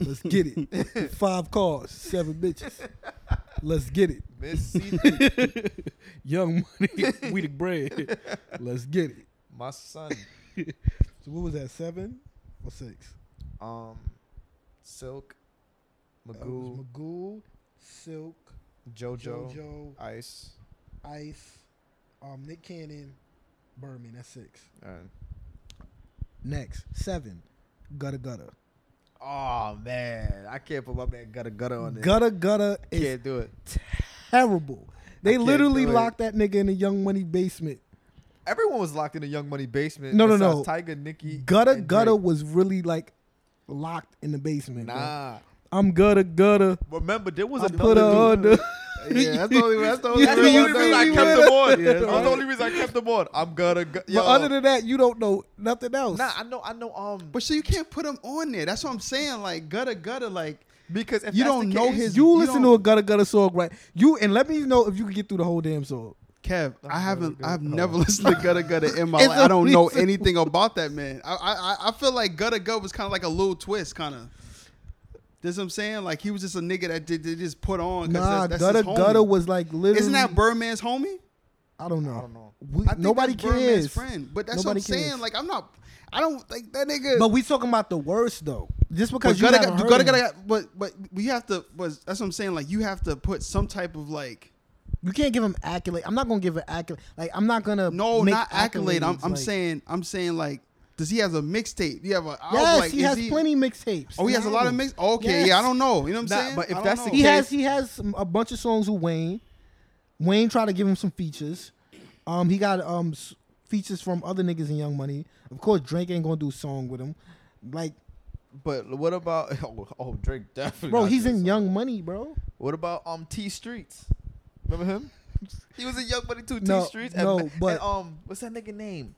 Speaker 4: Let's get
Speaker 1: <laughs>
Speaker 4: it. Five cars, seven bitches. Let's get
Speaker 1: <laughs>
Speaker 4: it. <laughs>
Speaker 1: Miss Sita,
Speaker 4: Young money, we the bread. Let's get it.
Speaker 1: my son.
Speaker 2: So what was that? Seven or six?
Speaker 1: Um, Silk,
Speaker 2: That was
Speaker 1: Magoo,
Speaker 2: Magoo, Silk,
Speaker 1: JoJo,
Speaker 2: JoJo,
Speaker 1: Ice,
Speaker 2: Ice, um, Nick Cannon, Birdman. That's six.
Speaker 1: and
Speaker 2: Next seven. Gutta Gutta.
Speaker 1: oh man, I can't put my man Gutta Gutta on this.
Speaker 2: Gutta Gutta is
Speaker 1: can't do it.
Speaker 2: terrible. They
Speaker 1: can't
Speaker 2: literally
Speaker 1: do it.
Speaker 2: locked that nigga in the Young Money basement.
Speaker 1: Everyone was locked in the Young Money basement.
Speaker 2: No, no,
Speaker 1: besides
Speaker 2: no.
Speaker 1: Tiger, Nicki,
Speaker 2: Gutta
Speaker 1: and
Speaker 2: Gutta
Speaker 1: Drake.
Speaker 2: was really like locked in the basement. bro.
Speaker 1: Nah,
Speaker 2: I'm Gutta Gutta.
Speaker 1: remember there was
Speaker 2: I
Speaker 1: another.
Speaker 2: put her
Speaker 1: dude-
Speaker 2: under.
Speaker 3: yeah, that's the only. <laughs> That's the only.
Speaker 1: That's the
Speaker 2: <laughs> You
Speaker 1: only reason I
Speaker 2: really
Speaker 1: kept them
Speaker 2: <laughs>
Speaker 1: on.
Speaker 3: Yeah,
Speaker 1: That's
Speaker 3: that's
Speaker 1: the only reason I kept them on. I'm gonna go. Yo.
Speaker 2: <laughs> But other than that, you don't know nothing else.
Speaker 1: nah, I know, I know. Um,
Speaker 3: But so you can't put him on there. That's what I'm saying. Like gutter gutter. Like
Speaker 1: because if
Speaker 3: you
Speaker 1: that's the
Speaker 3: don't know
Speaker 1: case-
Speaker 3: his-
Speaker 2: you,
Speaker 3: you
Speaker 2: listen to
Speaker 3: don't-
Speaker 2: a Gutta Gutta song, right? You and let me know if you can get through the whole damn song.
Speaker 3: Kev, I haven't.
Speaker 1: good.
Speaker 3: I've
Speaker 1: Hold
Speaker 3: never <laughs> listened to gutter gutter in my
Speaker 2: It's
Speaker 3: life. I don't know
Speaker 2: amazing.
Speaker 3: anything about that man. I I I- I feel like gutter gutter was kind of like a little twist, kind of. This what I'm saying. Like he was just a nigga that did, they just put on. 'cause
Speaker 2: Nah,
Speaker 3: that's, that's
Speaker 2: Gutta
Speaker 3: his homie.
Speaker 2: Gutta was like literally.
Speaker 3: Isn't that Birdman's homie?
Speaker 2: I don't know.
Speaker 1: I don't know.
Speaker 2: We,
Speaker 3: I think
Speaker 2: nobody
Speaker 3: that's Birdman's
Speaker 2: cares.
Speaker 3: friend, but that's
Speaker 2: Nobody
Speaker 3: what I'm saying.
Speaker 2: cares.
Speaker 3: Like I'm not. I don't like that nigga.
Speaker 2: But we talking about the worst though. Just
Speaker 3: But
Speaker 2: because you
Speaker 3: gotta,
Speaker 2: haven't
Speaker 3: gotta,
Speaker 2: heard
Speaker 3: gotta,
Speaker 2: him,
Speaker 3: gotta, but but we have to. But that's what I'm saying. Like you have to put some type of like.
Speaker 2: you can't give him accolade. I'm not gonna give an accolade. Like I'm not gonna
Speaker 3: No,
Speaker 2: make
Speaker 3: not accolade. I'm,
Speaker 2: accolades,
Speaker 3: I'm
Speaker 2: like-
Speaker 3: saying I'm saying like. Does he have a mixtape? Do you have a album?
Speaker 2: yes,
Speaker 3: like,
Speaker 2: he
Speaker 3: is
Speaker 2: has plenty mixtapes.
Speaker 3: Oh, he has a lot of mix. Okay, yeah, I don't know. You know what I'm
Speaker 1: Nah,
Speaker 3: saying?
Speaker 1: but if
Speaker 3: I don't
Speaker 1: that's the
Speaker 3: know.
Speaker 2: He has he has some- a bunch of songs with Wayne. Wayne tried to give him some features. Um, he got um s- features from other niggas in Young Money. Of course, Drake ain't gonna do a song with him. Like,
Speaker 1: But what about <laughs> oh, oh Drake definitely.
Speaker 2: bro,
Speaker 1: not
Speaker 2: he's
Speaker 1: doing
Speaker 2: in
Speaker 1: something.
Speaker 2: Young Money, bro.
Speaker 1: What about um T Streets? Remember him? he was a young buddy too.
Speaker 2: No,
Speaker 1: T Streets.
Speaker 2: no,
Speaker 1: and,
Speaker 2: but-
Speaker 1: and, um, what's that nigga name?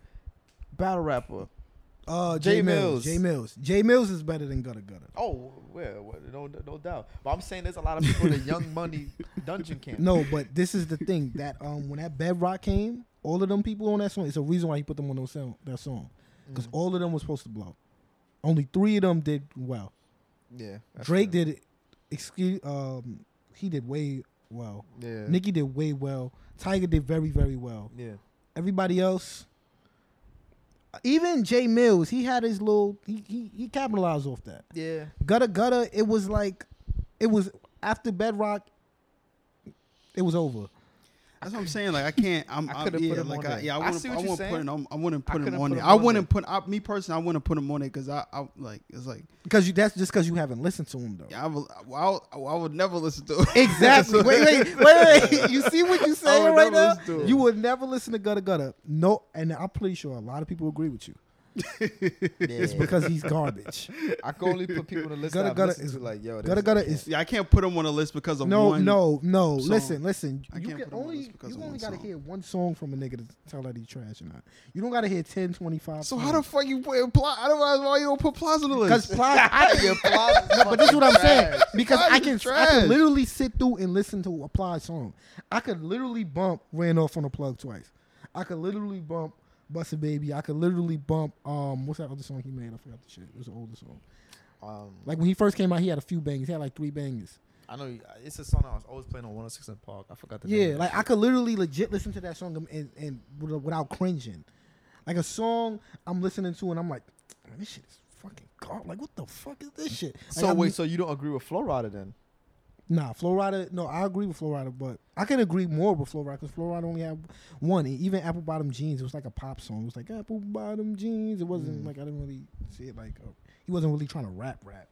Speaker 1: Battle rapper.
Speaker 2: Uh,
Speaker 1: Jay
Speaker 2: Jay, Mills.
Speaker 1: Mills.
Speaker 2: Jay Mills. Jay Mills is better than Gutter Gutter.
Speaker 1: Oh, well, well, no, no doubt. But I'm saying there's a lot of people in the Young
Speaker 2: <laughs>
Speaker 1: Money dungeon camp.
Speaker 2: No, but this is the
Speaker 1: <laughs>
Speaker 2: thing that um when that Bedrock came, all of them people on that song. It's a reason why he put them on those song, that song,
Speaker 1: Mm.
Speaker 2: because all of them was supposed to blow. Only three of them did well.
Speaker 1: Yeah. that's
Speaker 2: Drake
Speaker 1: true.
Speaker 2: did it. Excuse um he did way well.
Speaker 1: Yeah.
Speaker 2: Nicki did way well. Tiger did very very well.
Speaker 1: Yeah.
Speaker 2: Everybody else, even Jay Mills, he had his little he he, he capitalized off that. <laughs>
Speaker 1: Yeah.
Speaker 2: Gutter Gutter, it was like, it was after Bedrock, it was over.
Speaker 3: That's what I'm saying. Like I can't. I'm,
Speaker 1: I
Speaker 3: I
Speaker 1: couldn't
Speaker 3: yeah,
Speaker 1: put him
Speaker 3: like
Speaker 1: on
Speaker 3: I,
Speaker 1: there.
Speaker 3: Yeah,
Speaker 1: I
Speaker 3: I wouldn't.
Speaker 1: see
Speaker 3: I,
Speaker 1: what you're
Speaker 3: wouldn't put
Speaker 1: saying.
Speaker 3: him. on- I wouldn't
Speaker 1: I
Speaker 3: put him
Speaker 1: couldn't
Speaker 3: on
Speaker 1: put
Speaker 3: there.
Speaker 1: him
Speaker 3: I
Speaker 1: on
Speaker 3: wouldn't put. I, me personally, I wouldn't put him on there because I, I like. It's like
Speaker 2: Because you that's just because you haven't listened to him though.
Speaker 3: I will. I, will, I would never listen to. Him.
Speaker 2: Exactly. wait, wait, wait, wait. You see what you're saying
Speaker 3: would
Speaker 2: right
Speaker 3: Oh, never
Speaker 2: now?
Speaker 3: listen to him.
Speaker 2: You would never listen to Gutter Gutter. No, and I'm pretty sure a lot of people agree
Speaker 3: <laughs>
Speaker 2: with you
Speaker 1: It's
Speaker 2: because he's garbage.
Speaker 1: I can only put people in the list
Speaker 2: Gutter
Speaker 1: that I've
Speaker 2: Gutter
Speaker 1: listened
Speaker 2: is-
Speaker 1: to like, yo,
Speaker 2: Gutter
Speaker 1: this- <laughs>
Speaker 2: Gutter is
Speaker 3: <laughs> Yeah, I can't put him on a list because of
Speaker 2: no,
Speaker 3: one.
Speaker 2: no, no.
Speaker 3: song.
Speaker 2: Listen, listen.
Speaker 3: I
Speaker 2: you
Speaker 3: can't
Speaker 2: can
Speaker 3: put him on
Speaker 2: only
Speaker 3: this because
Speaker 2: you
Speaker 3: of
Speaker 2: only
Speaker 3: one
Speaker 2: gotta
Speaker 3: song.
Speaker 2: hear one song from a nigga to tell that he trash or not. You don't gotta hear 10, 25.
Speaker 3: So how the fuck you put? Pla- I don't know why you don't put Plaza on the
Speaker 2: because
Speaker 3: list.
Speaker 2: Plaza, I,
Speaker 1: Your applause is
Speaker 2: <laughs> No, but this is what I'm saying
Speaker 1: trash.
Speaker 2: because
Speaker 3: Why
Speaker 2: I
Speaker 3: you
Speaker 2: can, I
Speaker 3: trash?
Speaker 2: can literally sit through and listen to a Plies song. I could literally bump "Ran Off on a Plug" twice. I could literally bump "Bust a Baby." I could literally bump um what's that other song he made? I forgot the shit. It was an older song.
Speaker 1: Um,
Speaker 2: Like when he first came out, he had a few bangers. He had like three bangers.
Speaker 1: I know you, it's a song I was always playing on 106 in Park. I forgot the name.
Speaker 2: Yeah,
Speaker 1: of
Speaker 2: like I could literally legit listen to that song and, and, and with- without cringing. Like a song I'm listening to and I'm like, "Man, this shit is fucking garbage. Like what the fuck is this shit?
Speaker 1: it.
Speaker 2: Like,
Speaker 1: So
Speaker 2: I'm-
Speaker 1: wait, so you don't agree with Flo Rida then?
Speaker 2: Nah, Florida. No, I agree with Florida, but I can agree more with Florida because Florida only had one. And even Apple Bottom Jeans, it was like a pop song. It was like Apple Bottom Jeans. It
Speaker 1: Mm.
Speaker 2: wasn't like I didn't really see it like uh, he wasn't really trying to rap rap.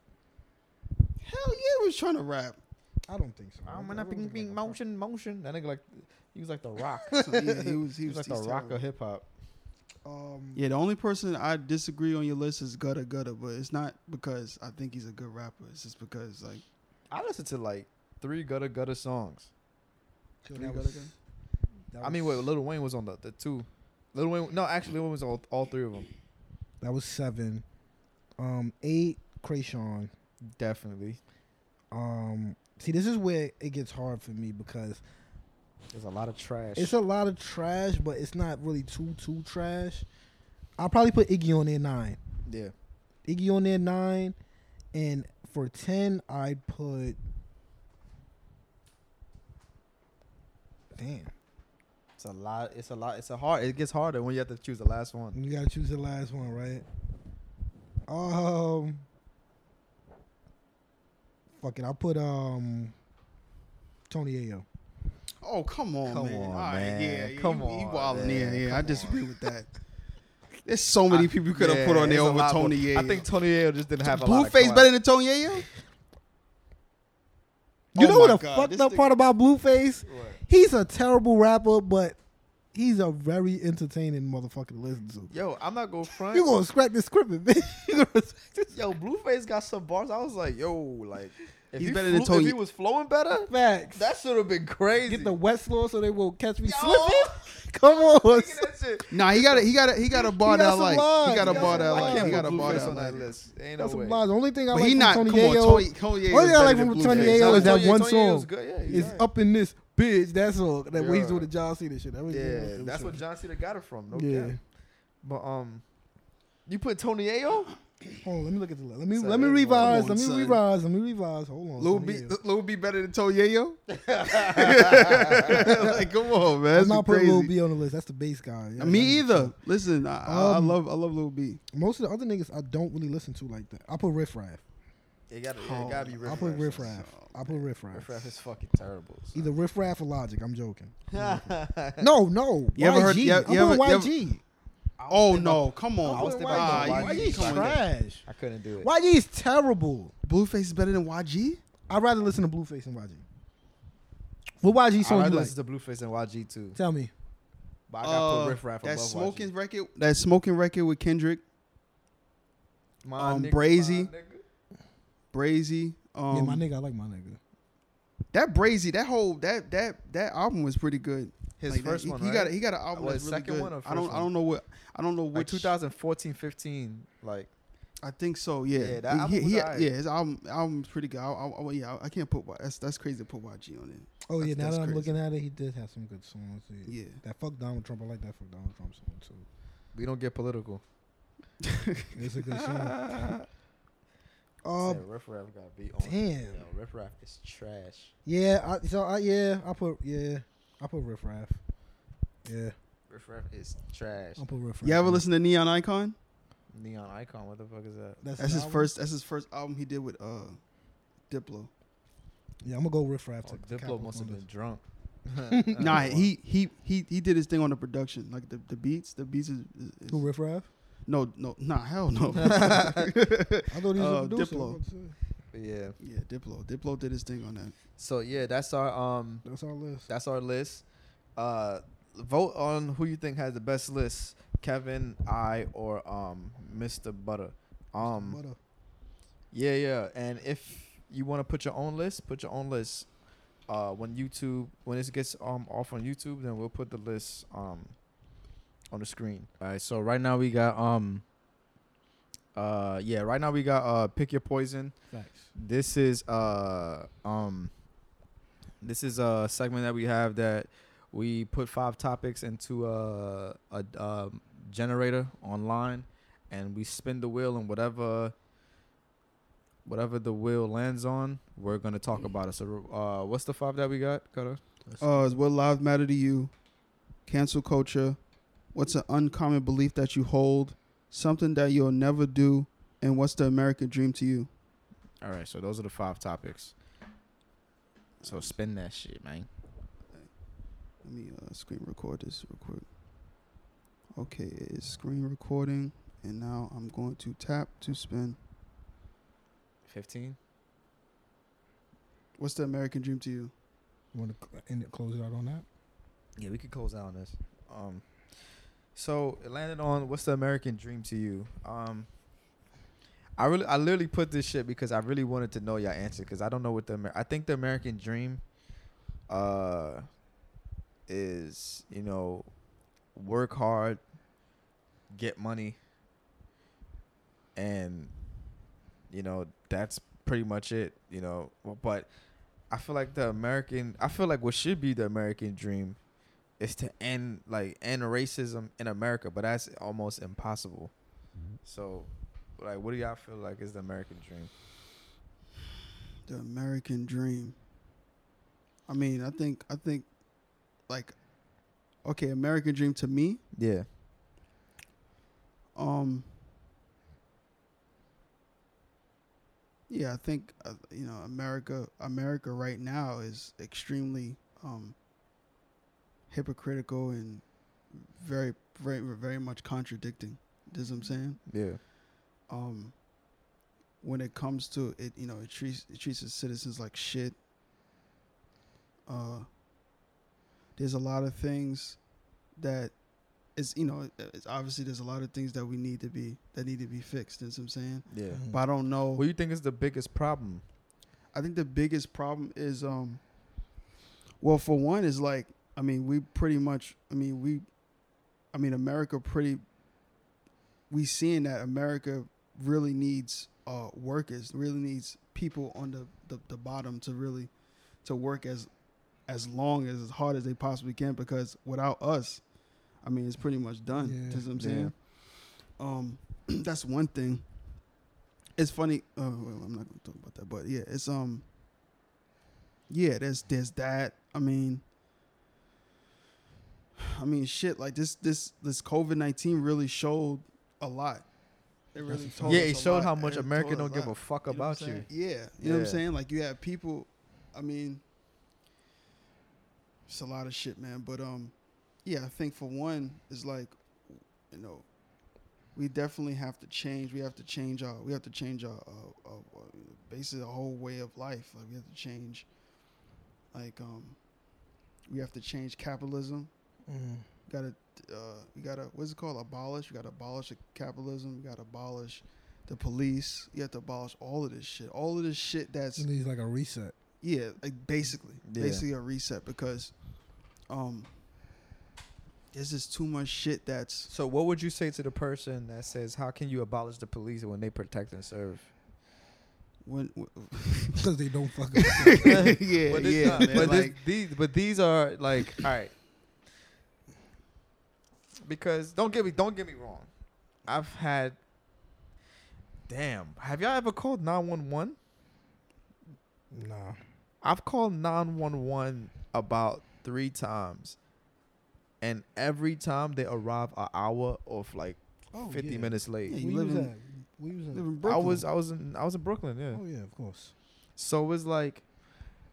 Speaker 3: Hell yeah, he was trying to rap.
Speaker 2: I don't think so.
Speaker 1: I'm
Speaker 2: I
Speaker 1: not
Speaker 2: don't
Speaker 1: being
Speaker 2: think
Speaker 1: being
Speaker 2: like a pop-
Speaker 1: motion motion. That nigga like he was like the rock.
Speaker 3: <laughs> So, yeah, he was.
Speaker 1: he
Speaker 3: He was
Speaker 1: was like
Speaker 3: he's
Speaker 1: the rock
Speaker 3: terrible.
Speaker 1: of hip hop.
Speaker 2: Um,
Speaker 3: Yeah, the only person I disagree on your list is Gutter Gutter, but it's not because I think he's a good rapper. It's just because like
Speaker 1: I listened to like three gutter gutter songs.
Speaker 2: so
Speaker 3: Three
Speaker 2: that
Speaker 3: Gutter
Speaker 2: was-
Speaker 3: Gutter?
Speaker 2: that
Speaker 1: I mean, wait,
Speaker 2: was-
Speaker 1: Little Wayne was on the, the two. Little Wayne, no, actually, Little Wayne was all all three of them.
Speaker 2: that was seven, um, eight. Krayshawn.
Speaker 1: Definitely,
Speaker 2: Um, see, this is where it gets hard for me because
Speaker 1: there's a lot of trash.
Speaker 2: It's a lot of trash, but it's not really too too trash. I'll probably put Iggy on there nine.
Speaker 1: yeah,
Speaker 2: Iggy on there nine, and for ten I'd put. Damn,
Speaker 1: it's a lot. It's a lot. It's a hard. It gets harder when you have to choose the last one.
Speaker 2: you gotta choose the last one, right? Um, fuck it, I'll put um, Tony Ayo.
Speaker 3: Oh come on,
Speaker 1: Come
Speaker 3: man!
Speaker 1: on,
Speaker 3: All right,
Speaker 1: man.
Speaker 3: yeah, yeah,
Speaker 1: Come
Speaker 3: you, you
Speaker 1: on,
Speaker 3: wildin'.
Speaker 1: man.
Speaker 3: Yeah, yeah. I
Speaker 1: Come
Speaker 3: disagree with that. There's so many people you could have
Speaker 1: Yeah,
Speaker 3: put on there
Speaker 1: it's a
Speaker 3: over
Speaker 1: lot, but
Speaker 3: Tony Yayo.
Speaker 1: I think Tony Ayo just didn't have a lot. of
Speaker 3: Blueface
Speaker 1: clap.
Speaker 3: better than Tony Yayo.
Speaker 2: You
Speaker 3: Oh
Speaker 2: know what
Speaker 3: my
Speaker 2: a
Speaker 3: God,
Speaker 2: fucked
Speaker 3: this
Speaker 2: up
Speaker 3: thing-
Speaker 2: part about Blueface?
Speaker 1: What?
Speaker 2: He's a terrible rapper, but he's a very entertaining motherfucker to listen to.
Speaker 1: Yo, I'm not
Speaker 3: <laughs>
Speaker 1: going front.
Speaker 2: You gonna scrap this script, <laughs> bitch? You gonna-
Speaker 1: Yo, Blueface got some bars. I was like, yo, like if,
Speaker 3: He's
Speaker 1: he,
Speaker 3: better than
Speaker 1: flew-
Speaker 3: Tony-
Speaker 1: if he was flowing better,
Speaker 2: Facts.
Speaker 1: that should have been crazy.
Speaker 2: Get the Westlaw so they won't catch me
Speaker 1: Yo,
Speaker 2: <laughs>
Speaker 1: <laughs>
Speaker 2: slipping. <laughs> Come on.
Speaker 1: look at that shit.
Speaker 3: Nah, he got a he got a he got a bar
Speaker 2: got
Speaker 3: that I
Speaker 2: some
Speaker 3: like.
Speaker 2: lines.
Speaker 3: He got a
Speaker 2: He got
Speaker 3: bar
Speaker 2: some
Speaker 3: that I
Speaker 2: lines.
Speaker 3: like. He
Speaker 2: He
Speaker 3: got a
Speaker 1: Put
Speaker 3: bar
Speaker 1: Blueface
Speaker 3: that I
Speaker 1: on that
Speaker 3: like.
Speaker 1: list. Ain't no
Speaker 2: That's
Speaker 1: way.
Speaker 2: some lies. The only thing I
Speaker 3: But
Speaker 2: like
Speaker 3: he
Speaker 2: from
Speaker 3: not come
Speaker 2: Tony
Speaker 3: on
Speaker 2: Yayo
Speaker 3: Tony Tony Yayo.
Speaker 2: Only thing I
Speaker 3: is
Speaker 2: like
Speaker 3: better than
Speaker 2: from Tony
Speaker 3: Blueface.
Speaker 2: Yayo
Speaker 1: Tony
Speaker 2: is that
Speaker 1: Yayo-
Speaker 2: one
Speaker 1: Tony Yayo's
Speaker 2: song.
Speaker 1: good. Yeah, he's
Speaker 2: is
Speaker 1: alright.
Speaker 2: up in this bitch. That's all. That when he's
Speaker 1: Yeah.
Speaker 2: doing the John Cena shit. That was-
Speaker 1: Yeah,
Speaker 2: that was-
Speaker 1: that's what John Cena got it from. No
Speaker 2: Yeah.
Speaker 1: doubt. But um, you put Tony Ayo?
Speaker 2: Hold on. Let me look at the. Let me
Speaker 1: Son,
Speaker 2: let me
Speaker 1: come
Speaker 2: revise.
Speaker 3: on,
Speaker 2: Let me
Speaker 3: son.
Speaker 2: revise. Let me revise. Hold on.
Speaker 3: Lil
Speaker 2: Tony
Speaker 3: B,
Speaker 2: Yayo.
Speaker 3: Lil B better than Tony Yayo? <laughs> like, come on, man.
Speaker 2: I'm
Speaker 3: That's
Speaker 2: not putting
Speaker 3: crazy.
Speaker 2: Lil B on the list. That's the bass guy. Yeah,
Speaker 3: Me
Speaker 2: that's-
Speaker 3: either. Listen, I, I- I
Speaker 2: Um,
Speaker 3: love I love Lil B.
Speaker 2: Most of the other niggas I don't really listen to like that. I put Riff Raff.
Speaker 1: It gotta,
Speaker 3: Oh,
Speaker 1: it gotta be Riff
Speaker 2: I put
Speaker 1: Raff.
Speaker 2: Riff Raff. I put Riff
Speaker 1: Riff
Speaker 2: Raff.
Speaker 1: Raff is fucking terrible. son.
Speaker 2: Either Riff Raff or Logic.
Speaker 3: <laughs>
Speaker 2: I'm joking. No, no.
Speaker 3: You ever heard-
Speaker 2: YG.
Speaker 3: you-
Speaker 2: I'm
Speaker 3: you ever-
Speaker 2: putting
Speaker 3: you ever-
Speaker 2: YG.
Speaker 3: Oh no, come on.
Speaker 1: I was thinking
Speaker 3: Ah,
Speaker 1: about
Speaker 3: you-
Speaker 1: YG.
Speaker 3: you
Speaker 2: YG's
Speaker 3: come on.
Speaker 2: trash.
Speaker 1: I couldn't do it.
Speaker 2: YG's terrible.
Speaker 3: Blueface is better than YG?
Speaker 2: I'd rather listen to Blueface than YG. What YG
Speaker 1: I
Speaker 2: song you
Speaker 1: rather
Speaker 2: like?
Speaker 1: listen to Blueface and YG too.
Speaker 2: Tell me.
Speaker 1: But I gotta
Speaker 3: Uh,
Speaker 1: put Riff Raff
Speaker 3: that
Speaker 1: above
Speaker 3: smoking
Speaker 1: YG.
Speaker 3: record, that smoking record with Kendrick,
Speaker 1: My
Speaker 3: um,
Speaker 1: nigga,
Speaker 3: Brazy.
Speaker 1: my nigga.
Speaker 3: Brazy. Um,
Speaker 2: yeah, my nigga. I like my nigga.
Speaker 3: that Brazy, that whole that that that album was pretty good.
Speaker 1: His
Speaker 3: Like that.
Speaker 1: first
Speaker 3: he,
Speaker 1: one,
Speaker 3: he
Speaker 1: right?
Speaker 3: got a, he got an album
Speaker 1: Or
Speaker 3: that's
Speaker 1: his
Speaker 3: really
Speaker 1: second
Speaker 3: good.
Speaker 1: one or
Speaker 3: I don't
Speaker 1: first
Speaker 3: I don't know what I don't know
Speaker 1: like
Speaker 3: which
Speaker 1: 2014, 15. Like
Speaker 3: I think so. Yeah,
Speaker 1: Yeah, that
Speaker 3: he,
Speaker 1: album
Speaker 3: he-
Speaker 1: was alright.
Speaker 3: yeah, his album album's pretty good. I, I, I- yeah, I can't put Y- that's that's crazy to put YG on it.
Speaker 4: Oh yeah, now
Speaker 3: That's- that's
Speaker 4: that I'm
Speaker 3: crazy.
Speaker 4: looking at it, he did have some good songs. Yeah.
Speaker 3: Yeah,
Speaker 4: That fuck Donald Trump, I like that fuck Donald Trump song too.
Speaker 1: we don't get political.
Speaker 4: It's a good
Speaker 3: <laughs>
Speaker 4: song.
Speaker 1: Damn,
Speaker 4: Uh,
Speaker 1: Riff Raff got beat on.
Speaker 4: damn.
Speaker 1: Yo, Riff Raff is trash.
Speaker 4: Yeah, I, so I yeah, I put yeah, I put Riff Raff. Yeah,
Speaker 1: Riff Raff is trash.
Speaker 4: I put Riff Raff.
Speaker 3: you ever
Speaker 4: in.
Speaker 3: listen to Neon Icon?
Speaker 1: Neon Icon, what the fuck is that?
Speaker 3: That's his
Speaker 4: album?
Speaker 3: first. That's his first album he did with uh, Diplo.
Speaker 4: Yeah, I'm gonna go Riff Raff.
Speaker 1: Oh,
Speaker 4: to cap
Speaker 1: Diplo
Speaker 4: up
Speaker 1: must have
Speaker 4: on
Speaker 1: been
Speaker 4: this.
Speaker 1: drunk. <laughs>
Speaker 3: Nah, he he he he did his thing on the production, like the, the beats. The beats is, is, is-
Speaker 4: Who Riff Raff?
Speaker 3: no no nah hell no.
Speaker 4: <laughs>
Speaker 3: <laughs>
Speaker 4: I thought he was
Speaker 3: Uh,
Speaker 4: a producer.
Speaker 3: Diplo.
Speaker 4: What's it?
Speaker 1: yeah.
Speaker 3: yeah, Diplo Diplo did his thing on that.
Speaker 1: So yeah, that's our um
Speaker 4: That's our list.
Speaker 1: that's our list. Uh vote on who you think has the best list. Kevin, I or um Mr. Butter. Um
Speaker 4: Butter.
Speaker 1: Yeah, yeah. And if you want to put your own list, put your own list. Uh, when YouTube, when this gets um off on YouTube, then we'll put the list um on the screen. All right. So right now we got um. Uh yeah, right now we got uh pick your poison.
Speaker 4: Facts.
Speaker 1: This is uh um. This is a segment that we have that we put five topics into a a, um generator online, and we spin the wheel and whatever whatever the wheel lands on, we're gonna talk about it. So, uh, what's the five that we got? Cutter?
Speaker 3: Uh, is what lives matter to you? Cancel culture. What's an uncommon belief that you hold? Something that you'll never do, and what's the American dream to you?
Speaker 1: All right, so those are the five topics. So spin that shit, man.
Speaker 3: Let me uh, screen record this real quick. Okay, it's screen recording, and now I'm going to tap to spin.
Speaker 1: Fifteen.
Speaker 3: What's the American dream to you?
Speaker 4: Want to end it, close it out on that?
Speaker 1: Yeah, we could close out on this. Um, so it landed on what's the American dream to you? Um, I really, I literally put this shit because I really wanted to know your answer because I don't know what the Amer- I think the American dream, uh, is you know, work hard, get money, and you know that's pretty much it. You know, but I feel like the American, I feel like what should be the American dream is to end like end racism in America, but that's almost impossible. Mm-hmm. So, like, what do y'all feel like is the American dream?
Speaker 3: The American dream. I mean, I think, I think, like, okay, American dream to me
Speaker 1: Yeah,
Speaker 3: Um. Yeah, I think uh, you know America. America right now is extremely um, hypocritical and very, very, very much contradicting. Does what I'm saying?
Speaker 1: yeah,
Speaker 3: Um, when it comes to it, you know, it treats it treats its citizens like shit. Uh, there's a lot of things that is you know it's obviously there's a lot of things that we need to be that need to be fixed. Is what I'm saying,
Speaker 1: yeah.
Speaker 2: Mm-hmm. Mm.
Speaker 3: but I don't know.
Speaker 1: What do you think is the biggest problem?
Speaker 3: I think the biggest problem is um well for one is like I mean we pretty much I mean we I mean America pretty we seeing that America really needs uh workers, really needs people on the, the, the bottom to really to work as as long as as hard as they possibly can because without us, I mean it's pretty much done.
Speaker 4: Yeah.
Speaker 3: You know what I'm
Speaker 1: Yeah.
Speaker 3: saying? Um <clears throat> that's one thing. It's funny. Uh, well, I'm not gonna talk about that, but yeah, it's um, yeah, there's there's that. I mean, I mean, shit, like this this this COVID nineteen really showed a lot. It really
Speaker 4: a fact.
Speaker 3: told
Speaker 1: yeah,
Speaker 3: us
Speaker 1: it
Speaker 3: a
Speaker 1: showed
Speaker 3: lot.
Speaker 1: how much
Speaker 3: It
Speaker 1: America
Speaker 3: told us
Speaker 1: don't give
Speaker 3: lot.
Speaker 1: a fuck
Speaker 3: You know what
Speaker 1: about
Speaker 3: I'm
Speaker 1: you.
Speaker 3: saying? Yeah, you know what I'm
Speaker 1: Yeah.
Speaker 3: saying. Like you have people. I mean, it's a lot of shit, man. But um, yeah, I think for one is like, you know, we definitely have to change. We have to change our. We have to change our, uh, uh, uh, basically our whole way of life. Like we have to change. Like um, we have to change capitalism.
Speaker 4: Mm.
Speaker 3: Gotta, uh, we gotta. What's it called? Abolish. We gotta abolish capitalism. We gotta abolish the police. You have to abolish all of this shit. All of this shit that's
Speaker 4: It
Speaker 2: Mm-hmm.
Speaker 4: needs like a
Speaker 2: <laughs>
Speaker 4: reset.
Speaker 3: yeah, like basically,
Speaker 1: Yeah.
Speaker 3: basically a reset because, um, there's just too much shit that's
Speaker 1: So what would you say to the person that says, "How can you abolish the police when they protect and serve?"
Speaker 3: when. when
Speaker 2: because they
Speaker 3: <laughs>
Speaker 2: don't fucking.
Speaker 3: yeah,
Speaker 1: but this-
Speaker 3: yeah, man,
Speaker 1: nah, but this-
Speaker 3: like,
Speaker 1: these, but these are like, all right. Because don't get me, don't get me wrong. I've had. Damn, have y'all ever called nine one one?
Speaker 2: nah.
Speaker 1: I've called 911 about three times. And every time they arrive an hour of like
Speaker 2: Oh,
Speaker 1: 50
Speaker 2: yeah.
Speaker 1: minutes late.
Speaker 3: Yeah,
Speaker 2: Where
Speaker 3: you
Speaker 2: you
Speaker 3: live
Speaker 2: was
Speaker 3: in-
Speaker 2: at? Where you was at?
Speaker 3: live in
Speaker 1: I
Speaker 3: Brooklyn.
Speaker 1: was I was in I was in Brooklyn, yeah.
Speaker 2: Oh yeah, of course.
Speaker 1: So it's like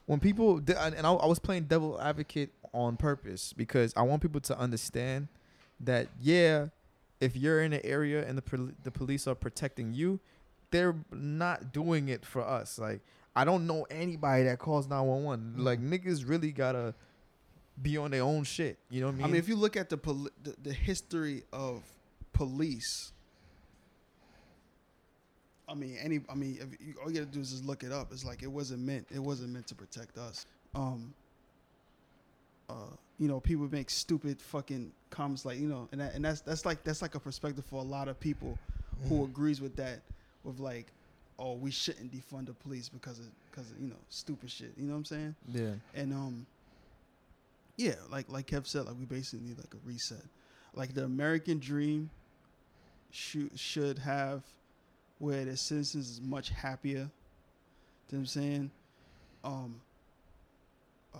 Speaker 1: when people th- and and I, I was playing devil advocate on purpose because I want people to understand that yeah, if you're in an area and the pol- the police are protecting you, they're not doing it for us. Like I don't know anybody that calls 911. Like niggas really got to be on their own shit, you know what I mean?
Speaker 3: I mean, if you look at the poli- the, the history of police, I mean, any, I mean, if you, all you gotta do is just look it up. It's like it wasn't meant. It wasn't meant to protect us. Um. Uh, you know, people make stupid fucking comments like you know, and that, and that's that's like that's like a perspective for a lot of people
Speaker 1: Mm-hmm.
Speaker 3: who agrees with that, with like, oh, we shouldn't defund the police because of because of, you know stupid shit. You know what I'm saying?
Speaker 1: yeah.
Speaker 3: and um yeah like like kev said like we basically need like a reset like the american dream should should have where the citizens is much happier you know what i'm saying um uh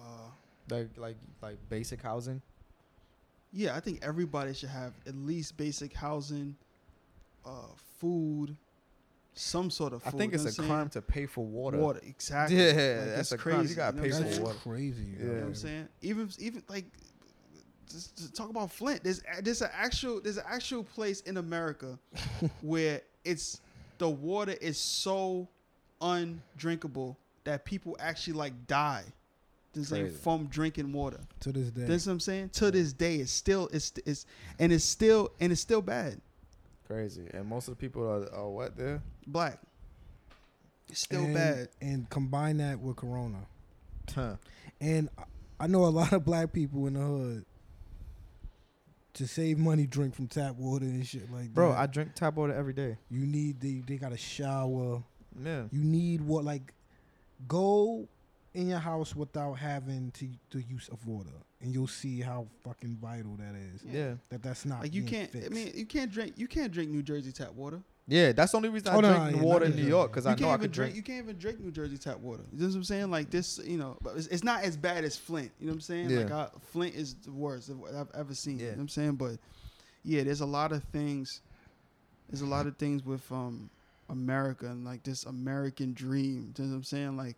Speaker 1: Like like like basic housing.
Speaker 3: yeah i think everybody should have at least basic housing uh food some sort of
Speaker 1: I
Speaker 3: food
Speaker 1: think
Speaker 3: you know
Speaker 1: it's a
Speaker 3: what I'm saying?
Speaker 1: crime to pay for water.
Speaker 3: water exactly
Speaker 1: Yeah,
Speaker 3: Like,
Speaker 1: that's
Speaker 3: it's
Speaker 1: a crime. You gotta
Speaker 3: know
Speaker 1: pay
Speaker 3: what I'm
Speaker 1: for
Speaker 3: saying?
Speaker 1: water.
Speaker 2: That's crazy.
Speaker 1: Yeah.
Speaker 3: You know what I'm saying? Even even like just, just talk about Flint. There's there's an actual there's an actual place in
Speaker 2: <laughs>
Speaker 3: America where it's the water is so undrinkable that people actually like die. You know what I'm saying?
Speaker 1: Crazy.
Speaker 3: From drinking water.
Speaker 2: To this day.
Speaker 3: That's what I'm saying. To this day, it's still it's it's and it's still and it's still bad.
Speaker 1: Crazy. And most of the people are, are what there?
Speaker 3: Black. It's still
Speaker 2: and,
Speaker 3: bad.
Speaker 2: And combine that with Corona.
Speaker 1: Huh.
Speaker 2: And I- I know a lot of black people in the hood to save money drink from tap water and shit like
Speaker 1: Bro,
Speaker 2: that.
Speaker 1: I drink tap water every day.
Speaker 2: you need they they got a shower.
Speaker 1: Yeah.
Speaker 2: You need what like go in your house without having to the use of water, and you'll see how fucking vital that is.
Speaker 1: Yeah.
Speaker 2: That that's not
Speaker 3: Like you
Speaker 2: being
Speaker 3: can't. I
Speaker 2: fixed.
Speaker 3: mean, you can't drink. You can't drink New Jersey tap water.
Speaker 1: Yeah, that's the only reason I
Speaker 2: Oh, no,
Speaker 1: drink
Speaker 2: yeah,
Speaker 1: water in
Speaker 2: no, yeah,
Speaker 1: New
Speaker 2: yeah.
Speaker 1: York because I
Speaker 3: you
Speaker 1: know
Speaker 3: can't
Speaker 1: I
Speaker 3: even
Speaker 1: could drink.
Speaker 3: You can't even drink New Jersey tap water. You know what I'm saying? Like this, you know, but it's, it's not as bad as Flint. You know what I'm saying?
Speaker 1: Yeah.
Speaker 3: Like I, Flint is the worst of what I've ever seen. You
Speaker 1: Yeah.
Speaker 3: know what I'm saying? But yeah, there's a lot of things. There's a lot of things with um America and like this American dream. You know what I'm saying? Like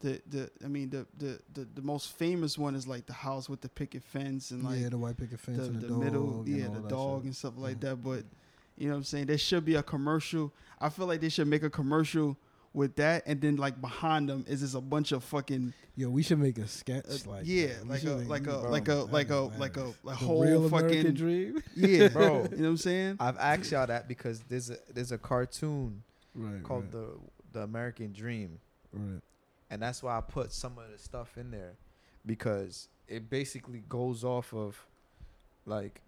Speaker 3: the the I mean the the the, the most famous one is like the house with the picket fence and like
Speaker 2: yeah, the white picket fence
Speaker 3: the,
Speaker 2: and
Speaker 3: the,
Speaker 2: the, dog
Speaker 3: middle,
Speaker 2: and
Speaker 3: yeah,
Speaker 2: all
Speaker 3: the
Speaker 2: that
Speaker 3: dog
Speaker 2: shit.
Speaker 3: and stuff like that. But you know what I'm saying? There should be a commercial. I feel like they should make a commercial with that, and then like behind them is just a bunch of fucking
Speaker 2: Yo, we should make a
Speaker 3: uh,
Speaker 2: sketch like
Speaker 3: yeah,
Speaker 2: that. We
Speaker 3: like a,
Speaker 2: should make-
Speaker 3: like a
Speaker 2: bro,
Speaker 3: like a
Speaker 2: that'd
Speaker 3: like
Speaker 2: be
Speaker 3: a like
Speaker 2: hilarious.
Speaker 3: a like
Speaker 2: The
Speaker 3: whole
Speaker 2: real
Speaker 3: fucking
Speaker 2: American dream. <laughs>
Speaker 3: yeah,
Speaker 1: Bro.
Speaker 3: You know what I'm saying?
Speaker 1: I've asked y'all that because there's a there's a cartoon
Speaker 2: Right,
Speaker 1: called
Speaker 2: right,
Speaker 1: the the American Dream,
Speaker 2: right.
Speaker 1: and that's why I put some of the stuff in there because it basically goes off of like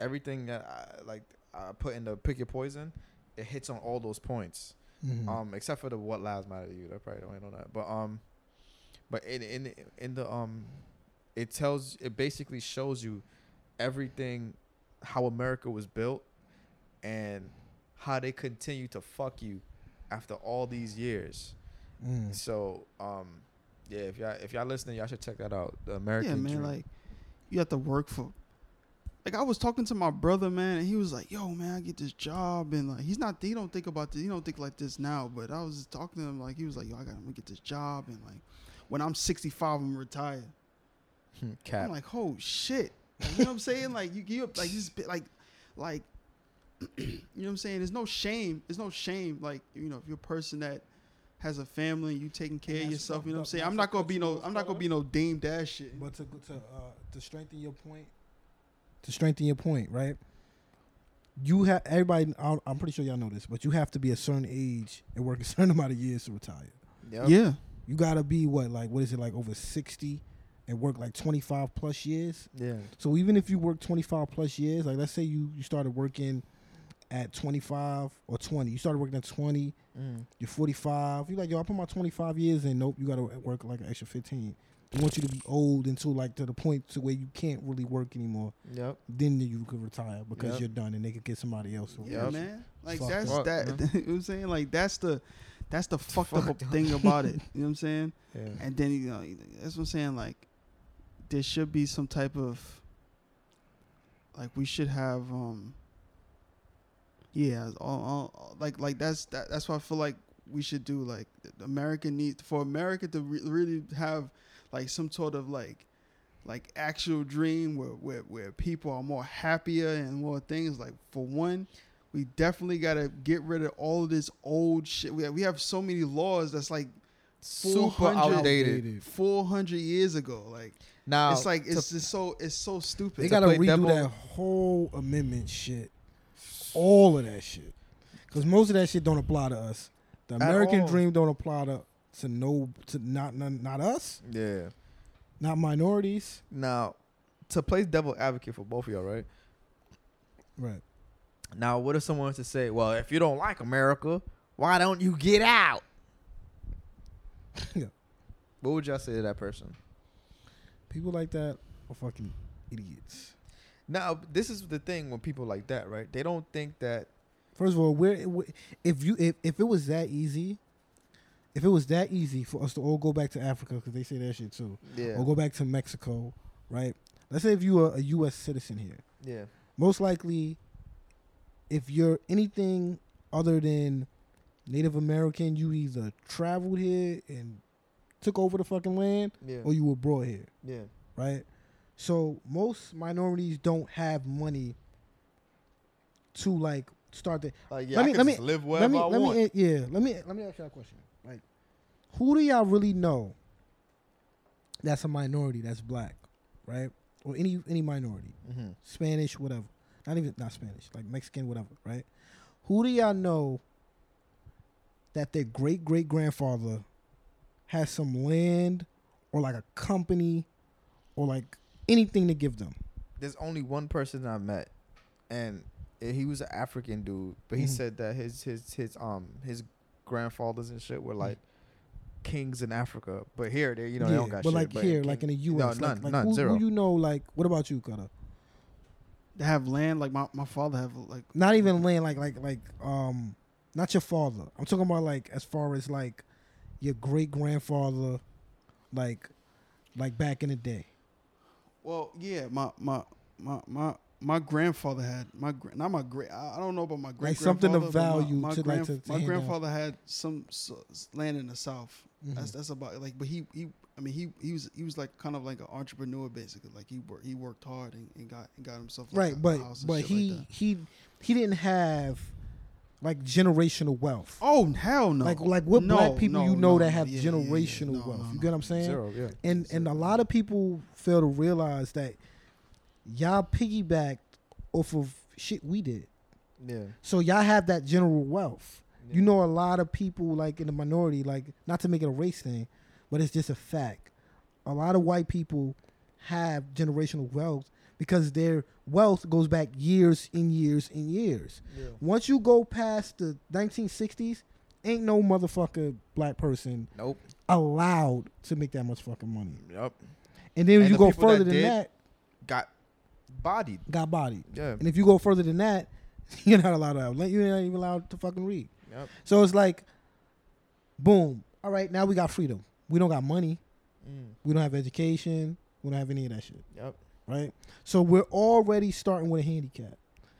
Speaker 1: everything that I like I put in the pick your poison. It hits on all those points.
Speaker 3: Mm.
Speaker 2: Mhm.
Speaker 1: Um, except for the what lives matter to you. I probably don't know that, but um, but in in in the um, it tells it basically shows you everything how America was built and how they continue to fuck you after all these years.
Speaker 2: Mm.
Speaker 1: So um, yeah, if y'all if y'all listening, y'all should check that out. The American
Speaker 3: yeah, man.
Speaker 1: Dream.
Speaker 3: Like you have to work for. Like I was talking to my brother, man, and he was like, "Yo, man, I get this job, and like he's not, he don't think about this, he don't think like this now." But I was just talking to him, like he was like, "Yo, I got to get this job, and like when I'm 65, I'm retired."
Speaker 1: Hmm, cap.
Speaker 3: I'm like, oh shit. Like, you know what I'm saying? Like you give like this bit like like <clears throat> you know what I'm saying? There's no shame. There's no shame. Like, you know, if you're a person that has a family, you taking care of
Speaker 2: that's
Speaker 3: yourself,
Speaker 2: fucked
Speaker 3: you know what I'm
Speaker 2: up.
Speaker 3: saying?
Speaker 2: That's
Speaker 3: I'm not
Speaker 2: fucked
Speaker 3: gonna
Speaker 2: up
Speaker 3: be
Speaker 2: to
Speaker 3: no
Speaker 2: go
Speaker 3: I'm not gonna
Speaker 2: forward.
Speaker 3: be no dame dash shit.
Speaker 2: But to to uh, to strengthen your point, to strengthen your point, right? You have everybody. I'll, I'm pretty sure y'all know this, but you have to be a certain age and work a <laughs> certain amount of years to retire.
Speaker 1: Yep.
Speaker 3: Yeah.
Speaker 2: You gotta be what like what is it like over sixty, and and work like 25 plus years.
Speaker 1: Yeah.
Speaker 2: So even if you work 25 plus years, like let's say you you started working at 25 or 20, you started working at 20,
Speaker 1: Mm.
Speaker 2: you're 45, you're like, yo, I put my 25 years in. Nope, you got to work like an extra 15. They want you to be old until like to the point to where you can't really work anymore.
Speaker 1: Yep.
Speaker 2: Then you could retire because
Speaker 1: Yep.
Speaker 2: you're done, and they could get somebody else. to
Speaker 3: Yeah,
Speaker 2: replace you.
Speaker 3: man. Like
Speaker 2: Fucked
Speaker 3: that's
Speaker 1: up,
Speaker 3: that.
Speaker 1: man.
Speaker 3: <laughs> you know what I'm saying like that's the that's the fucked,
Speaker 1: fucked
Speaker 3: up,
Speaker 1: up.
Speaker 3: thing about it. You know what I'm saying?
Speaker 1: Yeah.
Speaker 3: And then you know that's what I'm saying. Like there should be some type of like we should have um yeah all, all, all- like like that's that, that's what I feel like we should do. Like America needs for America to re- really have like some sort of like like actual dream where, where where people are more happier and more things like for one we definitely got to get rid of all of this old shit we have, we have so many laws that's like
Speaker 1: Super
Speaker 3: 400
Speaker 1: outdated.
Speaker 3: 400 years ago like
Speaker 1: Now
Speaker 3: it's like it's
Speaker 1: to-
Speaker 3: just so it's so
Speaker 2: They
Speaker 3: stupid
Speaker 2: gotta
Speaker 1: play
Speaker 2: redo
Speaker 1: devil-
Speaker 2: that whole amendment shit, all of that shit, because most of that shit don't apply to us. The American
Speaker 1: all.
Speaker 2: dream don't apply to to no to not not, not us,
Speaker 1: yeah.
Speaker 2: not minorities.
Speaker 1: Now, to play devil advocate for both of y'all, right?
Speaker 2: Right.
Speaker 1: Now, what if someone was to say, "Well, if you don't like America, why don't you get out?"
Speaker 2: <laughs> Yeah.
Speaker 1: What would y'all say to that person?
Speaker 2: People like that are fucking idiots.
Speaker 1: Now, this is the thing when people like that, right? They don't think that
Speaker 2: First of all, where if you if, if it was that easy, if it was that easy for us to all go back to Africa because they say that shit too,
Speaker 1: yeah,
Speaker 2: or go back to Mexico, right? Let's say if you are a U.S. citizen here.
Speaker 1: yeah,
Speaker 2: most likely if you're anything other than Native American, you either traveled here and took over the fucking land
Speaker 1: yeah,
Speaker 2: or you were brought here,
Speaker 1: yeah,
Speaker 2: right? So most minorities don't have money to like start the
Speaker 1: like yeah,
Speaker 2: Let
Speaker 1: I
Speaker 2: me-
Speaker 1: can
Speaker 2: let me-
Speaker 1: just live wherever I
Speaker 2: let me,
Speaker 1: want.
Speaker 2: let me yeah, let me let me ask y'all a question. Like who do y'all really know that's a minority that's black, right? Or any any minority.
Speaker 1: Mhm.
Speaker 2: Spanish, whatever. Not even not Spanish, like Mexican, whatever, right? Who do y'all know that their great great grandfather has some land or like a company or like anything to give them?
Speaker 1: There's only one person I met, and eh, he was an African dude, but he
Speaker 2: Mhm.
Speaker 1: said that his his his um his grandfathers and shit
Speaker 2: Mm.
Speaker 1: were like kings in Africa, but here they you know they don't got
Speaker 2: but
Speaker 1: shit.
Speaker 2: like here,
Speaker 1: in
Speaker 2: like in the U.S.,
Speaker 1: No,
Speaker 2: like-
Speaker 1: none,
Speaker 2: like,
Speaker 1: none,
Speaker 2: who,
Speaker 1: zero.
Speaker 2: Who you know, like what about you, Cutter?
Speaker 3: to have land like my, my father have like
Speaker 2: Not even land, like like like um, not your father. I'm talking about like as far as like your great grandfather, like like back in the day.
Speaker 3: well yeah my my my my my grandfather had my gra- not my great I I don't know about my great
Speaker 2: Like something of value
Speaker 3: my, my,
Speaker 2: to, like,
Speaker 3: grandf-
Speaker 2: to- to
Speaker 3: my
Speaker 2: hand down.
Speaker 3: grandfather had some so, land in the south
Speaker 2: Mm-hmm.
Speaker 3: That's that's about like, but he he. I mean, he, he was he was like kind of like an entrepreneur basically. Like he worked he worked hard and, and got and got himself like a-
Speaker 2: right
Speaker 3: a
Speaker 2: but
Speaker 3: house and
Speaker 2: but
Speaker 3: shit
Speaker 2: he
Speaker 3: like that.
Speaker 2: he he didn't have like generational wealth
Speaker 3: oh hell no
Speaker 2: like like what
Speaker 3: No,
Speaker 2: black people
Speaker 3: no,
Speaker 2: you know
Speaker 3: no,
Speaker 2: that
Speaker 3: no.
Speaker 2: have
Speaker 3: Yeah, yeah, yeah.
Speaker 2: generational
Speaker 3: No,
Speaker 2: wealth
Speaker 3: no,
Speaker 2: you
Speaker 3: no.
Speaker 2: get what i'm saying
Speaker 1: zero, yeah.
Speaker 2: and and a lot of people fail to realize that y'all piggybacked off of shit we did
Speaker 1: Yeah.
Speaker 2: so y'all have that general wealth
Speaker 1: Yeah.
Speaker 2: you know a lot of people like in the minority like not to make it a race thing but it's just a fact a lot of white people have generational wealth because their wealth goes back years and years and years
Speaker 1: Yeah.
Speaker 2: once you go past the 1960s ain't no motherfucker black person
Speaker 1: Nope.
Speaker 2: allowed to make that much fucking money
Speaker 1: Yep.
Speaker 2: and then if
Speaker 1: And
Speaker 2: you
Speaker 1: the
Speaker 2: go
Speaker 1: people that
Speaker 2: further than
Speaker 1: did-
Speaker 2: that
Speaker 1: Got bodied.
Speaker 2: got bodied
Speaker 1: Yeah.
Speaker 2: and if you go further than that <laughs> you're not allowed to have, you're not even allowed to fucking read
Speaker 1: Yep.
Speaker 2: so it's like, boom. All right, now we got freedom. We don't got money.
Speaker 1: Mm.
Speaker 2: We don't have education. We don't have any of that shit,
Speaker 1: Yep.
Speaker 2: right? So we're already starting with a handicap.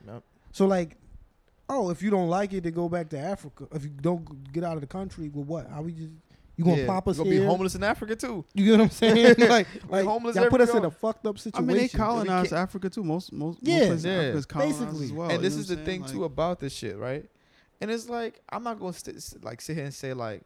Speaker 1: Yep.
Speaker 2: So like, oh, if you don't like it, then go back to Africa. If you don't get out of the country, with what? How we just you gonna
Speaker 1: Yeah,
Speaker 2: pop us
Speaker 1: gonna
Speaker 2: here?
Speaker 1: be homeless in Africa too.
Speaker 2: You
Speaker 1: <laughs>
Speaker 2: get what I'm saying? like,
Speaker 1: We
Speaker 2: like
Speaker 1: homeless
Speaker 2: y'all put us in
Speaker 1: everywhere.
Speaker 2: a fucked up
Speaker 3: I
Speaker 2: situation.
Speaker 3: mean, they
Speaker 1: colonized
Speaker 3: colonized Africa too. Most most
Speaker 2: Yeah,
Speaker 3: most places in
Speaker 1: yeah.
Speaker 3: Africa is colonized
Speaker 2: Basically.
Speaker 3: as well.
Speaker 1: and
Speaker 3: Oh, you
Speaker 1: this
Speaker 3: know
Speaker 1: is
Speaker 3: what
Speaker 1: the
Speaker 3: I'm
Speaker 1: thing
Speaker 3: saying?
Speaker 1: too
Speaker 3: Like,
Speaker 1: about this shit, right? And it's like I'm not gonna sit, sit- like sit here and say like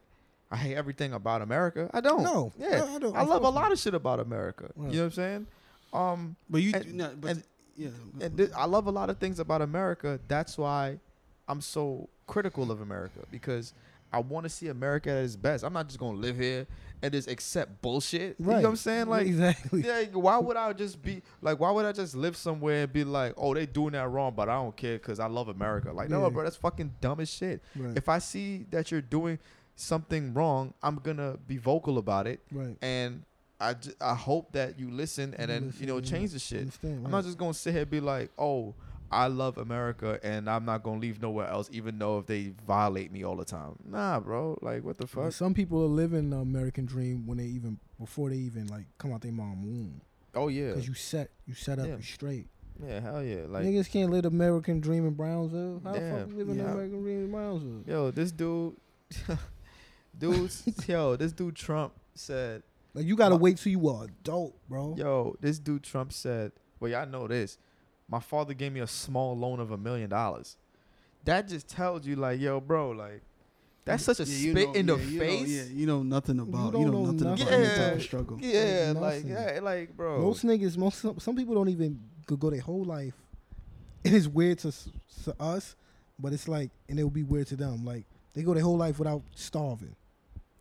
Speaker 1: I hate everything about America. I don't.
Speaker 2: No,
Speaker 1: Yeah.
Speaker 2: I, I
Speaker 1: I love
Speaker 2: don't.
Speaker 1: a
Speaker 2: unfortunately.
Speaker 1: lot of shit about America.
Speaker 2: Right.
Speaker 1: You know what I'm saying? Um,
Speaker 3: But you,
Speaker 1: and-
Speaker 3: no, but
Speaker 1: and-
Speaker 3: yeah,
Speaker 1: and thi- I love a lot of things about America. That's why I'm so critical of America because I want to see America at its best. I'm not just gonna live here and just accept bullshit. You know
Speaker 2: Right.
Speaker 1: what I'm saying? Like,
Speaker 2: exactly.
Speaker 1: yeah, why would I just be like? Why would I just live somewhere and be like, oh, they doing that wrong, but I don't care because I love America. Like, no,
Speaker 2: Yeah.
Speaker 1: bro, that's fucking dumb as shit.
Speaker 2: Right.
Speaker 1: If I see that you're doing something wrong, I'm gonna be vocal about it,
Speaker 2: right.
Speaker 1: and I, j- I hope that you listen and then you
Speaker 2: Listen,
Speaker 1: know
Speaker 2: yeah.
Speaker 1: change the shit.
Speaker 2: Understand,
Speaker 1: I'm
Speaker 2: right.
Speaker 1: not just gonna sit here and be like, oh, I love America and I'm not gonna leave nowhere else, even though if they violate me all the time. Nah, bro. Like, what the fuck?
Speaker 2: Some people are living the American dream when they even before they even like come out their mom womb
Speaker 1: Oh yeah,
Speaker 2: because you set you set up
Speaker 1: Yeah.
Speaker 2: you straight.
Speaker 1: yeah, hell yeah. Like,
Speaker 2: Niggas can't live the American dream in Brownsville. How the
Speaker 1: Yeah,
Speaker 2: fuck we living
Speaker 1: yeah.
Speaker 2: the American dream in Brownsville?
Speaker 1: yo, this dude, <laughs> dude,
Speaker 3: <laughs>
Speaker 1: yo, this dude Trump said,
Speaker 2: Like you gotta
Speaker 1: My-
Speaker 2: wait till you are adult, bro.
Speaker 1: yo, this dude Trump said, well, y'all know this. My father gave me a small loan of a million dollars. That just tells you, like, yo, bro, like, that's such a
Speaker 3: Yeah, you
Speaker 1: spit
Speaker 3: know-
Speaker 1: in the
Speaker 3: yeah, you know-
Speaker 1: face.
Speaker 3: yeah, you know nothing about. You,
Speaker 2: don't
Speaker 3: know,
Speaker 2: know
Speaker 3: nothing
Speaker 2: nothing.
Speaker 3: about any type
Speaker 1: Yeah.
Speaker 3: of struggle.
Speaker 1: Yeah,
Speaker 2: Like
Speaker 1: like,
Speaker 2: nothing.
Speaker 1: yeah, like, bro.
Speaker 2: Most niggas, most some, some people don't even go, go their whole life. It is weird to, s- to us, but it's like, and it will be weird to them. Like they go their whole life without starving.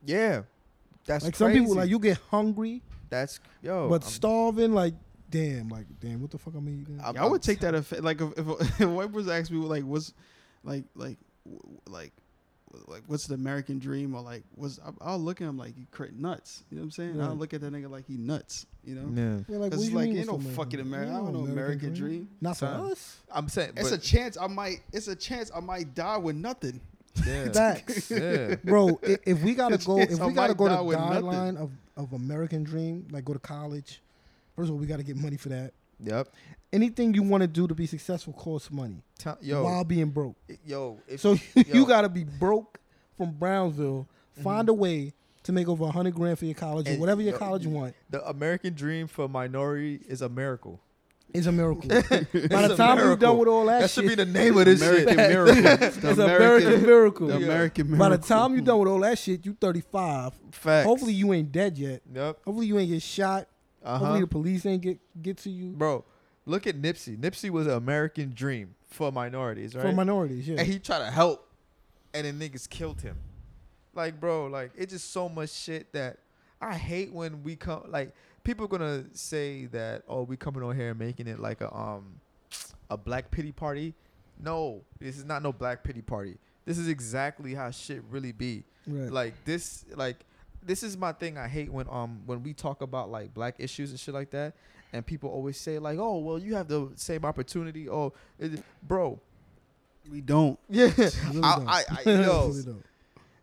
Speaker 1: yeah, that's
Speaker 2: like
Speaker 1: crazy.
Speaker 2: some people, like you get hungry,
Speaker 1: That's yo.
Speaker 2: but
Speaker 1: I'm-
Speaker 2: starving, like damn, like damn, what the fuck I'm eating?
Speaker 1: I'm-
Speaker 3: Yeah, I would take that offense. Like if, <laughs> if, if a white person asked me like what's like like w- like like what's the American dream or like what's I- I'll look at him like you crit nuts. You know what I'm saying? I'll
Speaker 2: Right.
Speaker 3: look at that nigga like he nuts. You know?
Speaker 1: Yeah.
Speaker 2: Yeah, like, what
Speaker 3: Cause
Speaker 2: do
Speaker 3: it's
Speaker 2: you
Speaker 3: like
Speaker 2: mean
Speaker 3: ain't
Speaker 2: what's
Speaker 3: no
Speaker 2: the
Speaker 3: fucking America.
Speaker 2: Ain't
Speaker 3: I don't know
Speaker 2: no
Speaker 3: American dream.
Speaker 2: Not for
Speaker 3: <laughs>
Speaker 1: Son.
Speaker 2: us.
Speaker 1: I'm saying
Speaker 3: It's a
Speaker 1: but-
Speaker 3: chance I might. It's a chance I might die with <laughs> nothing.
Speaker 1: yeah.
Speaker 2: Facts.
Speaker 1: yeah.
Speaker 2: bro. i- If we gotta go, if
Speaker 3: Yes, I
Speaker 2: we gotta
Speaker 3: might
Speaker 2: go to
Speaker 3: die with nothing.
Speaker 2: guideline of of American dream, like go to college. First of all, we gotta get money for that.
Speaker 1: Yep.
Speaker 2: Anything you want to do to be successful costs money
Speaker 1: Tell- yo,
Speaker 2: while being broke.
Speaker 1: yo. If,
Speaker 3: <laughs>
Speaker 2: So
Speaker 1: yo.
Speaker 2: <laughs> you gotta be broke from Brownsville.
Speaker 3: Mm-hmm.
Speaker 2: Find a way to make over a hundred grand for your college
Speaker 1: And,
Speaker 2: or whatever your
Speaker 1: yo,
Speaker 2: college
Speaker 1: you-
Speaker 2: want
Speaker 1: the American dream for minority is a miracle.
Speaker 2: is
Speaker 3: <laughs>
Speaker 2: a miracle. By
Speaker 1: It's
Speaker 2: the
Speaker 1: a
Speaker 2: time we're
Speaker 1: miracle.
Speaker 2: done with all that,
Speaker 1: That
Speaker 2: shit,
Speaker 1: should be the name of this
Speaker 3: American
Speaker 1: shit.
Speaker 3: miracle. The
Speaker 2: it's a American miracle.
Speaker 3: The American
Speaker 2: By
Speaker 3: miracle.
Speaker 2: the time you're done with all that shit, you 35.
Speaker 1: <laughs> Facts.
Speaker 2: Hopefully you ain't dead yet.
Speaker 1: Yep.
Speaker 2: Hopefully you ain't get shot.
Speaker 1: Uh
Speaker 2: Hopefully
Speaker 1: huh.
Speaker 2: the police ain't get get to you
Speaker 1: Bro, look at Nipsey. Nipsey was an American dream for minorities, right?
Speaker 2: for minorities. Yeah,
Speaker 1: and he tried to help, and then niggas killed him. Like, bro, like it's just so much shit that I hate when we come. Like, people gonna say that, oh, we coming on here and making it like a um a black pity party. No, this is not no black pity party. This is exactly how shit really be.
Speaker 2: right.
Speaker 1: Like this, like this is my thing. I hate when um when we talk about like black issues and shit like that, and people always say like, oh, well, you have the same opportunity. Oh, it, bro,
Speaker 3: we don't.
Speaker 1: yeah,
Speaker 2: Really don't. <laughs>
Speaker 1: I, I, I, yo,
Speaker 2: Really don't.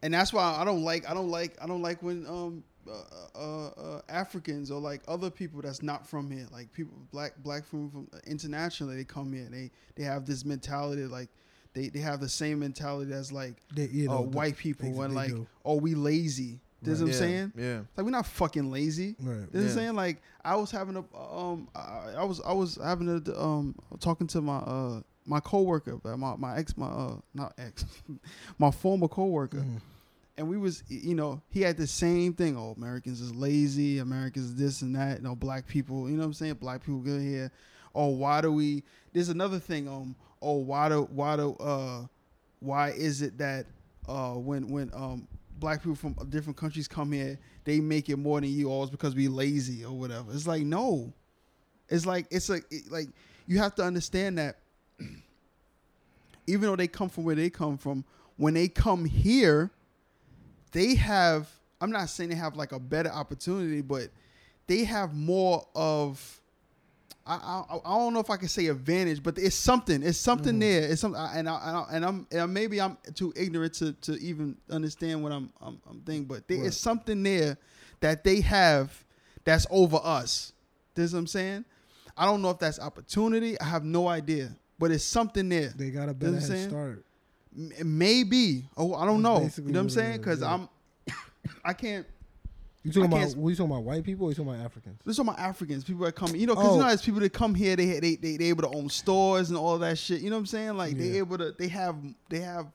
Speaker 3: and that's why I don't like I don't like I don't like when um uh, uh, uh, Africans or like other people that's not from here, like people black black from, from uh, internationally, they come here. They they have this mentality like they, they have the same mentality as like
Speaker 2: They- you
Speaker 3: uh,
Speaker 2: know, the-
Speaker 3: white people
Speaker 2: they-
Speaker 3: when
Speaker 2: they
Speaker 3: like
Speaker 2: do.
Speaker 3: oh we lazy. You know what I'm
Speaker 1: Yeah,
Speaker 3: saying?
Speaker 1: yeah,
Speaker 3: Like we're not fucking lazy.
Speaker 2: <laughs> Right.
Speaker 3: You know what I'm
Speaker 1: Yeah.
Speaker 3: saying? Like I was having a um I, I was I was having a um talking to my uh my coworker, uh, my my ex my uh not ex <laughs> my former coworker.
Speaker 1: Mm-hmm.
Speaker 2: Mhm.
Speaker 3: And we was y- you know, he had the same thing. Oh, Americans is lazy, Americans this and that, you know, black people, you know what I'm saying? Black people go here. Oh, why do we there's another thing, um, oh why do why do uh why is it that uh when when um black people from different countries come here they make it more than you all it's because we lazy or whatever it's like no it's like it's like it, like you have to understand that even though they come from where they come from when they come here they have i'm not saying they have like a better opportunity but they have more of I, I, I don't know if I can say advantage, but it's something. It's something there. It's something, and I, and, I, and I'm and maybe I'm too ignorant to, to even understand what I'm I'm, I'm thinking. But there is something there that they have that's over us. This what I'm saying. I don't know if that's opportunity. I have no idea, but it's something there.
Speaker 2: They got
Speaker 3: You know
Speaker 2: a
Speaker 3: what
Speaker 2: better
Speaker 3: I'm
Speaker 2: head
Speaker 3: saying?
Speaker 2: start.
Speaker 3: M- Maybe. Oh, I don't
Speaker 2: That's
Speaker 3: know.
Speaker 2: basically
Speaker 3: You know what I'm
Speaker 2: what it
Speaker 3: saying?
Speaker 2: is,
Speaker 3: Because
Speaker 2: yeah.
Speaker 3: I'm, <coughs> I can't.
Speaker 2: You talking
Speaker 3: I can't
Speaker 2: about?
Speaker 3: sp-
Speaker 2: What you talking about? White people? Or you talking about Africans?
Speaker 3: This is all my Africans, people that come, you know, because
Speaker 2: Oh.
Speaker 3: you know, as people that come here, they they they they able to own stores and all that shit. You know what I'm saying? Like they
Speaker 2: Yeah.
Speaker 3: able to, they have, they have,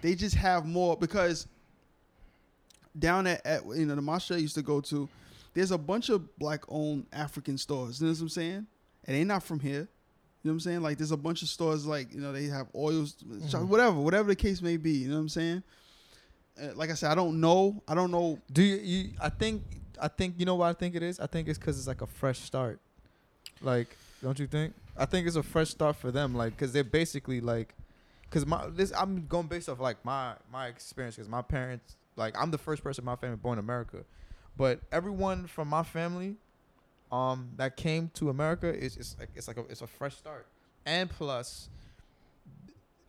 Speaker 3: they just have more because down at, at you know the Masha I used to go to, there's a bunch of black owned African stores. You know what I'm saying? And they not from here. You know what I'm saying? Like there's a
Speaker 2: Mm-hmm.
Speaker 3: bunch of stores like you know they have oils, whatever, whatever the case may be. You know what I'm saying? uh, like I said, I don't know. I don't know.
Speaker 1: Do you, you? I think. I think you know what I think it is. I think it's because it's like a fresh start. Like, don't you think? I think it's a fresh start for them. Like, because they're basically like, because my this I'm going based off like my my experience. Because my parents, like, I'm the first person in my family born in America, but everyone from my family, um, that came to America is it's like it's like a, it's a fresh start. And plus,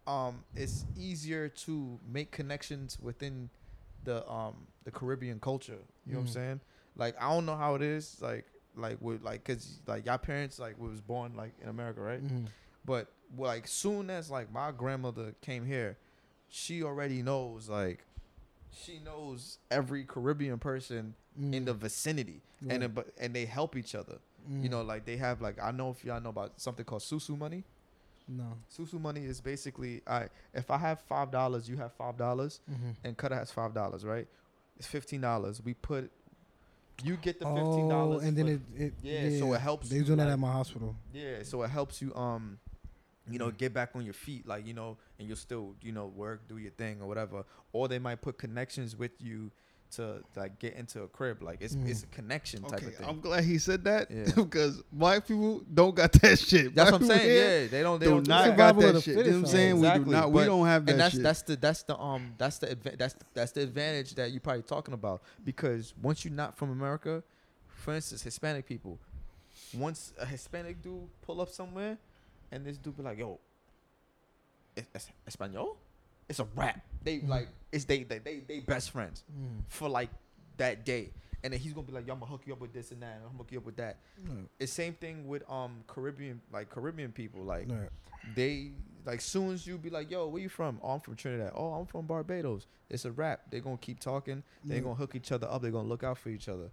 Speaker 1: um, it's easier to make connections within the um the Caribbean culture. You know what I'm
Speaker 4: Mm.
Speaker 1: saying? Like I don't know how it is like like with like cause like y'all parents like was born like in America, right?
Speaker 4: Mhm.
Speaker 2: Mm-hmm.
Speaker 1: But well, like soon as like my grandmother came here, she already knows like she knows every Caribbean person in the vicinity,
Speaker 4: Right.
Speaker 1: and then- but and they help each other. You
Speaker 2: Mm-hmm.
Speaker 4: Mm.
Speaker 1: know, like they have like I know if y'all know about something called susu money.
Speaker 4: no.
Speaker 1: Susu money is basically I if I have five dollars, you have five dollars,
Speaker 2: Mm-hmm.
Speaker 4: Mhm.
Speaker 1: and Cutter has five dollars, right? It's fifteen dollars. We put you get the fifteen
Speaker 4: Oh,
Speaker 1: dollars,
Speaker 4: and then it, it
Speaker 1: yeah, so it helps.
Speaker 4: They
Speaker 1: you,
Speaker 4: was doing that
Speaker 1: like-
Speaker 4: at my hospital.
Speaker 1: yeah, so it helps you um you
Speaker 4: Mm-hmm.
Speaker 1: know get back on your feet like you know and you'll still you know work do your thing or whatever or they might put connections with you to like get into a crib like it's
Speaker 4: Mhm.
Speaker 1: it's a connection type
Speaker 3: Okay,
Speaker 1: of thing
Speaker 3: I'm glad he said that
Speaker 1: Yeah.
Speaker 3: <laughs> because black people don't got that <laughs> shit.
Speaker 1: that's
Speaker 3: Black
Speaker 1: what i'm
Speaker 3: people
Speaker 1: saying
Speaker 3: here
Speaker 1: yeah they don't they
Speaker 3: do
Speaker 1: don't do
Speaker 3: not
Speaker 1: that.
Speaker 3: got
Speaker 4: Survival of
Speaker 3: that
Speaker 4: the
Speaker 3: shit. You know what I'm
Speaker 4: fittest,
Speaker 3: saying? We do
Speaker 1: Exactly,
Speaker 3: not. We
Speaker 1: but-
Speaker 3: don't have that
Speaker 1: and that's
Speaker 3: shit.
Speaker 1: that's the that's the um that's the adva- that's that's the advantage that you're probably talking about because once you're not from America, for instance, Hispanic people, once a Hispanic dude pull up somewhere, and this dude be like, "Yo, es- es- español, it's a rap." They
Speaker 3: Mm-hmm.
Speaker 4: Mhm.
Speaker 1: like it's they they they they best friends
Speaker 2: Mm-hmm.
Speaker 4: Mm.
Speaker 1: for like that day, and then he's gonna be like, "Yo, I'm gonna hook you up with this and that, and I'm gonna hook you up with that." It's same thing with um Caribbean like Caribbean people like
Speaker 4: Right.
Speaker 1: they like soon as you be like, yo, where you from? Oh, I'm from Trinidad. Oh, I'm from Barbados. It's a wrap. They're gonna keep talking. They're gonna hook each other up. They're gonna look out for each other.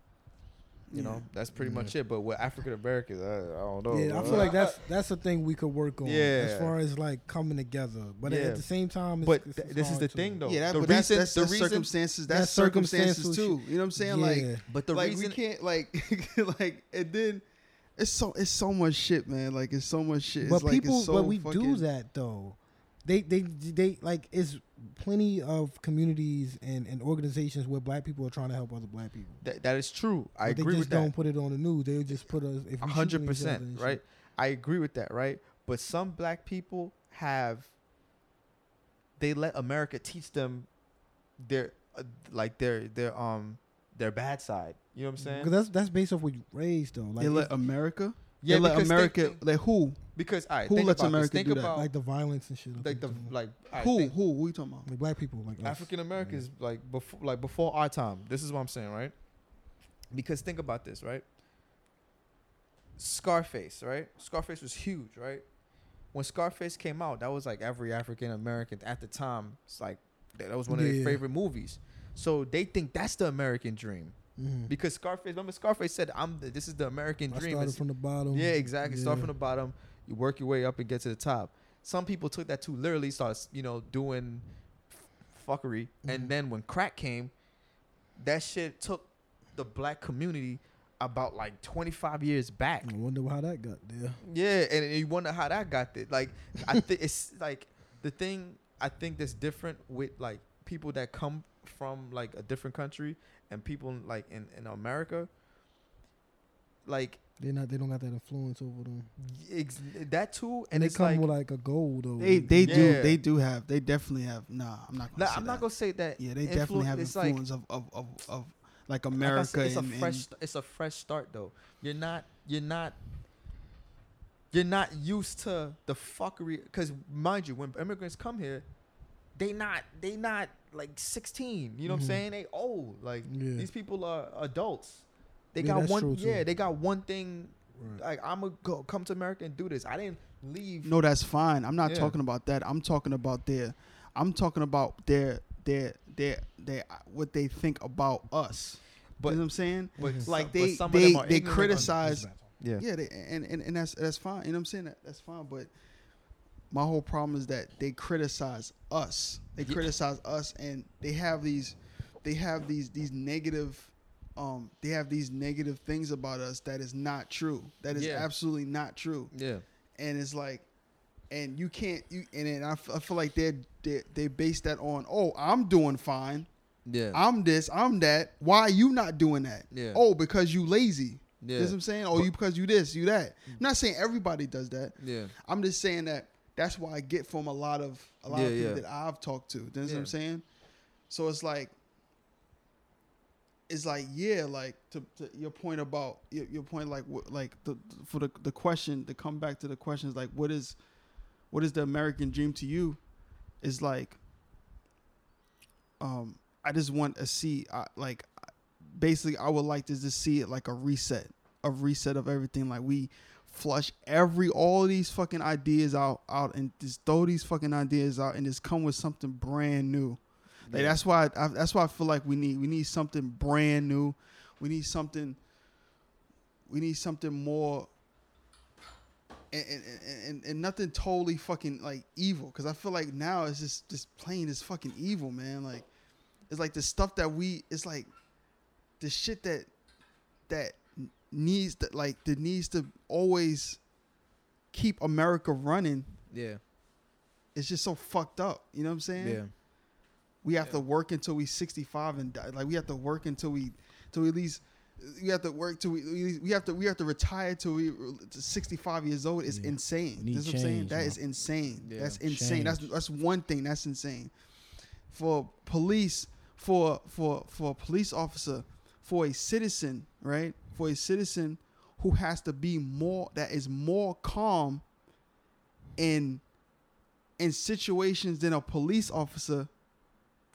Speaker 1: You know, that's pretty much it. But with African Americans, I, I don't know.
Speaker 4: Yeah, I
Speaker 1: bro.
Speaker 4: feel like
Speaker 3: Uh,
Speaker 4: that's that's the thing we could work on.
Speaker 1: Yeah.
Speaker 4: As far as like coming together, but
Speaker 1: Yeah.
Speaker 4: at the same time, it's,
Speaker 1: But
Speaker 4: it's
Speaker 1: th-
Speaker 4: it's
Speaker 1: this is
Speaker 4: hard
Speaker 1: the
Speaker 4: too.
Speaker 1: thing, though.
Speaker 3: yeah, that,
Speaker 1: the
Speaker 3: but
Speaker 1: reason,
Speaker 3: that's, that's,
Speaker 1: the
Speaker 3: that's
Speaker 1: reason,
Speaker 3: circumstances.
Speaker 4: that's
Speaker 3: That's, circumstances
Speaker 4: circumstantial
Speaker 3: too. You know what I'm saying? Like,
Speaker 4: Yeah.
Speaker 1: but the
Speaker 3: like
Speaker 1: reason,
Speaker 3: we can't like <laughs> like and then it's so it's so much shit, man. Like it's so much shit. It's
Speaker 4: but
Speaker 3: like, it's
Speaker 4: people,
Speaker 3: so
Speaker 4: but we do
Speaker 3: fucking-
Speaker 4: that though. They, they, they like it's plenty of communities and, and organizations where black people are trying to help other black people.
Speaker 1: that- that is true. I
Speaker 4: But
Speaker 1: agree
Speaker 4: they just
Speaker 1: with
Speaker 4: don't
Speaker 1: that.
Speaker 4: put it on the news. They just put us if
Speaker 1: A
Speaker 4: we
Speaker 1: hundred
Speaker 4: shooting each other
Speaker 1: percent,
Speaker 4: and
Speaker 1: right? I agree with that, right? But some black people have they let America teach them their uh, like their their um their bad side. You know what I'm
Speaker 4: shit.
Speaker 1: saying?
Speaker 4: 'Cause that's that's based off what you raised though. Like
Speaker 3: they let
Speaker 4: it's-
Speaker 3: America.
Speaker 1: Yeah,
Speaker 3: they let
Speaker 1: because
Speaker 3: America.
Speaker 1: think-
Speaker 3: like who?
Speaker 1: Because all right,
Speaker 3: Who
Speaker 1: think
Speaker 3: lets
Speaker 1: about
Speaker 3: America
Speaker 1: this. Think
Speaker 3: do that?
Speaker 1: about
Speaker 4: like the violence and shit. I
Speaker 1: uh, like
Speaker 4: think,
Speaker 1: the
Speaker 4: too.
Speaker 1: like alright,
Speaker 3: who?
Speaker 1: think
Speaker 3: Who? Who you talking about?
Speaker 4: like black people like us.
Speaker 1: African Americans
Speaker 4: Mm-hmm.
Speaker 1: like before like before our time. This is what I'm saying, right? Because think about this, right? Scarface, right? Scarface was huge, right? When Scarface came out, that was like every African American at the time. It's like that that was one of their
Speaker 4: Yeah.
Speaker 1: favorite movies. So they think that's the American dream
Speaker 4: Mhm.
Speaker 1: because Scarface. Remember, Scarface said, "I'm the, this is the American
Speaker 4: I
Speaker 1: dream."
Speaker 4: started
Speaker 1: It's-
Speaker 4: from the bottom.
Speaker 1: Yeah, exactly. Start
Speaker 4: Yeah.
Speaker 1: from the bottom, you work your way up and get to the top. Some people took that too literally, starts you know doing f- fuckery,
Speaker 4: Mhm.
Speaker 1: and then when crack came, that shit took the black community about like 25 years back.
Speaker 2: Mm.
Speaker 4: I wonder how that got there.
Speaker 1: Yeah, and you wonder how that got there. Like, I think it's like the thing I think that's different with like people that come from like a different country and people like in, in America. Like
Speaker 4: They not they don't got that influence over them.
Speaker 1: ex- that too,
Speaker 4: And
Speaker 1: and
Speaker 4: they
Speaker 1: it's
Speaker 4: come
Speaker 1: like
Speaker 4: with like a goal though.
Speaker 3: They they
Speaker 1: Yeah.
Speaker 3: do they do have they definitely have. Nah, I'm not gonna.
Speaker 1: Nah,
Speaker 3: say
Speaker 1: I'm
Speaker 3: that.
Speaker 1: not gonna say that.
Speaker 3: Yeah, they
Speaker 1: influ-
Speaker 3: definitely have
Speaker 1: it's
Speaker 3: influence of, of, of, of like
Speaker 1: Like, like I
Speaker 3: America.
Speaker 1: said, it's a
Speaker 3: and- and-
Speaker 1: fresh. st- It's a fresh start though. You're not. You're not. You're not used to the fuckery. Cause mind you, when immigrants come here, they not. They not like 16. You know what I'm
Speaker 4: Mhm.
Speaker 1: saying? They old. Like
Speaker 4: Yeah.
Speaker 1: these people are adults. They
Speaker 4: Yeah,
Speaker 1: got
Speaker 4: that's
Speaker 1: one.
Speaker 4: true, too.
Speaker 1: Yeah, they got one thing.
Speaker 4: Right.
Speaker 1: Like I'm gonna go come to America and do this. I didn't leave.
Speaker 3: no, that's fine. I'm not
Speaker 1: Yeah.
Speaker 3: talking about that. I'm talking about their. I'm talking about their their their their what they think about us.
Speaker 1: But-
Speaker 3: you know what I'm saying?
Speaker 4: <laughs>
Speaker 1: But
Speaker 4: Mhm.
Speaker 1: some-
Speaker 3: Like
Speaker 1: but
Speaker 3: they
Speaker 1: some of
Speaker 3: they
Speaker 1: them are
Speaker 3: they
Speaker 1: ignorant on-
Speaker 3: criticize.
Speaker 1: Yeah.
Speaker 3: Yeah, they, and, and and that's that's fine. You know what I'm saying? That, that's fine. But my whole problem is that they criticize us. They
Speaker 1: Yeah.
Speaker 3: criticize us, and they have these, they have these these negative, um, they have these negative things about us that is not true. That is
Speaker 1: Yeah.
Speaker 3: absolutely not true.
Speaker 1: Yeah.
Speaker 3: And it's like, and you can't you and then I, f- I feel like they're, they they base that on oh I'm doing fine.
Speaker 1: Yeah.
Speaker 3: I'm this, I'm that. Why you not doing that?
Speaker 1: Yeah.
Speaker 3: Oh, because you lazy.
Speaker 1: yeah. Mm.
Speaker 3: You know what I'm saying? Oh, you because you this, you that. I'm not saying everybody does that.
Speaker 1: yeah.
Speaker 3: I'm just saying that that's what I get from a lot of a lot of
Speaker 1: Yeah,
Speaker 3: people
Speaker 1: yeah.
Speaker 3: that I've talked to. You know what
Speaker 1: Yeah.
Speaker 3: I'm saying? So it's like it's like yeah, like to, to your point about your, your point like what like the for the the question to come back to the questions like what is what is the American dream to you? Is like um I just want to see I, like basically I would like to just see it like a reset, a reset of everything. Like we flush every all these fucking ideas out out and just throw these fucking ideas out and just come with something brand new. Like that's why I, that's why I feel like we need we need something brand new. We need something. We need something more. And, and, and- and, and nothing totally fucking like evil because I feel like now it's just just plain is fucking evil man like it's like the stuff that we it's like the shit that that needs that like that needs to always keep America running
Speaker 1: Yeah.
Speaker 3: is just so fucked up. You know what I'm saying?
Speaker 1: Yeah.
Speaker 3: We have to work until we 65 and die. Like we have to work until we till we at least we have to work till we we have to we have to retire till we to 65 years old. It's
Speaker 4: Yeah.
Speaker 3: insane.
Speaker 4: We need
Speaker 3: That's what I'm saying.
Speaker 4: change,
Speaker 3: That
Speaker 4: man.
Speaker 3: is insane.
Speaker 1: Yeah.
Speaker 3: That's insane. That's that's one thing. That's insane. For police, for for for a police officer, for a citizen, right? For a citizen who has to be more that is more calm in in situations than a police officer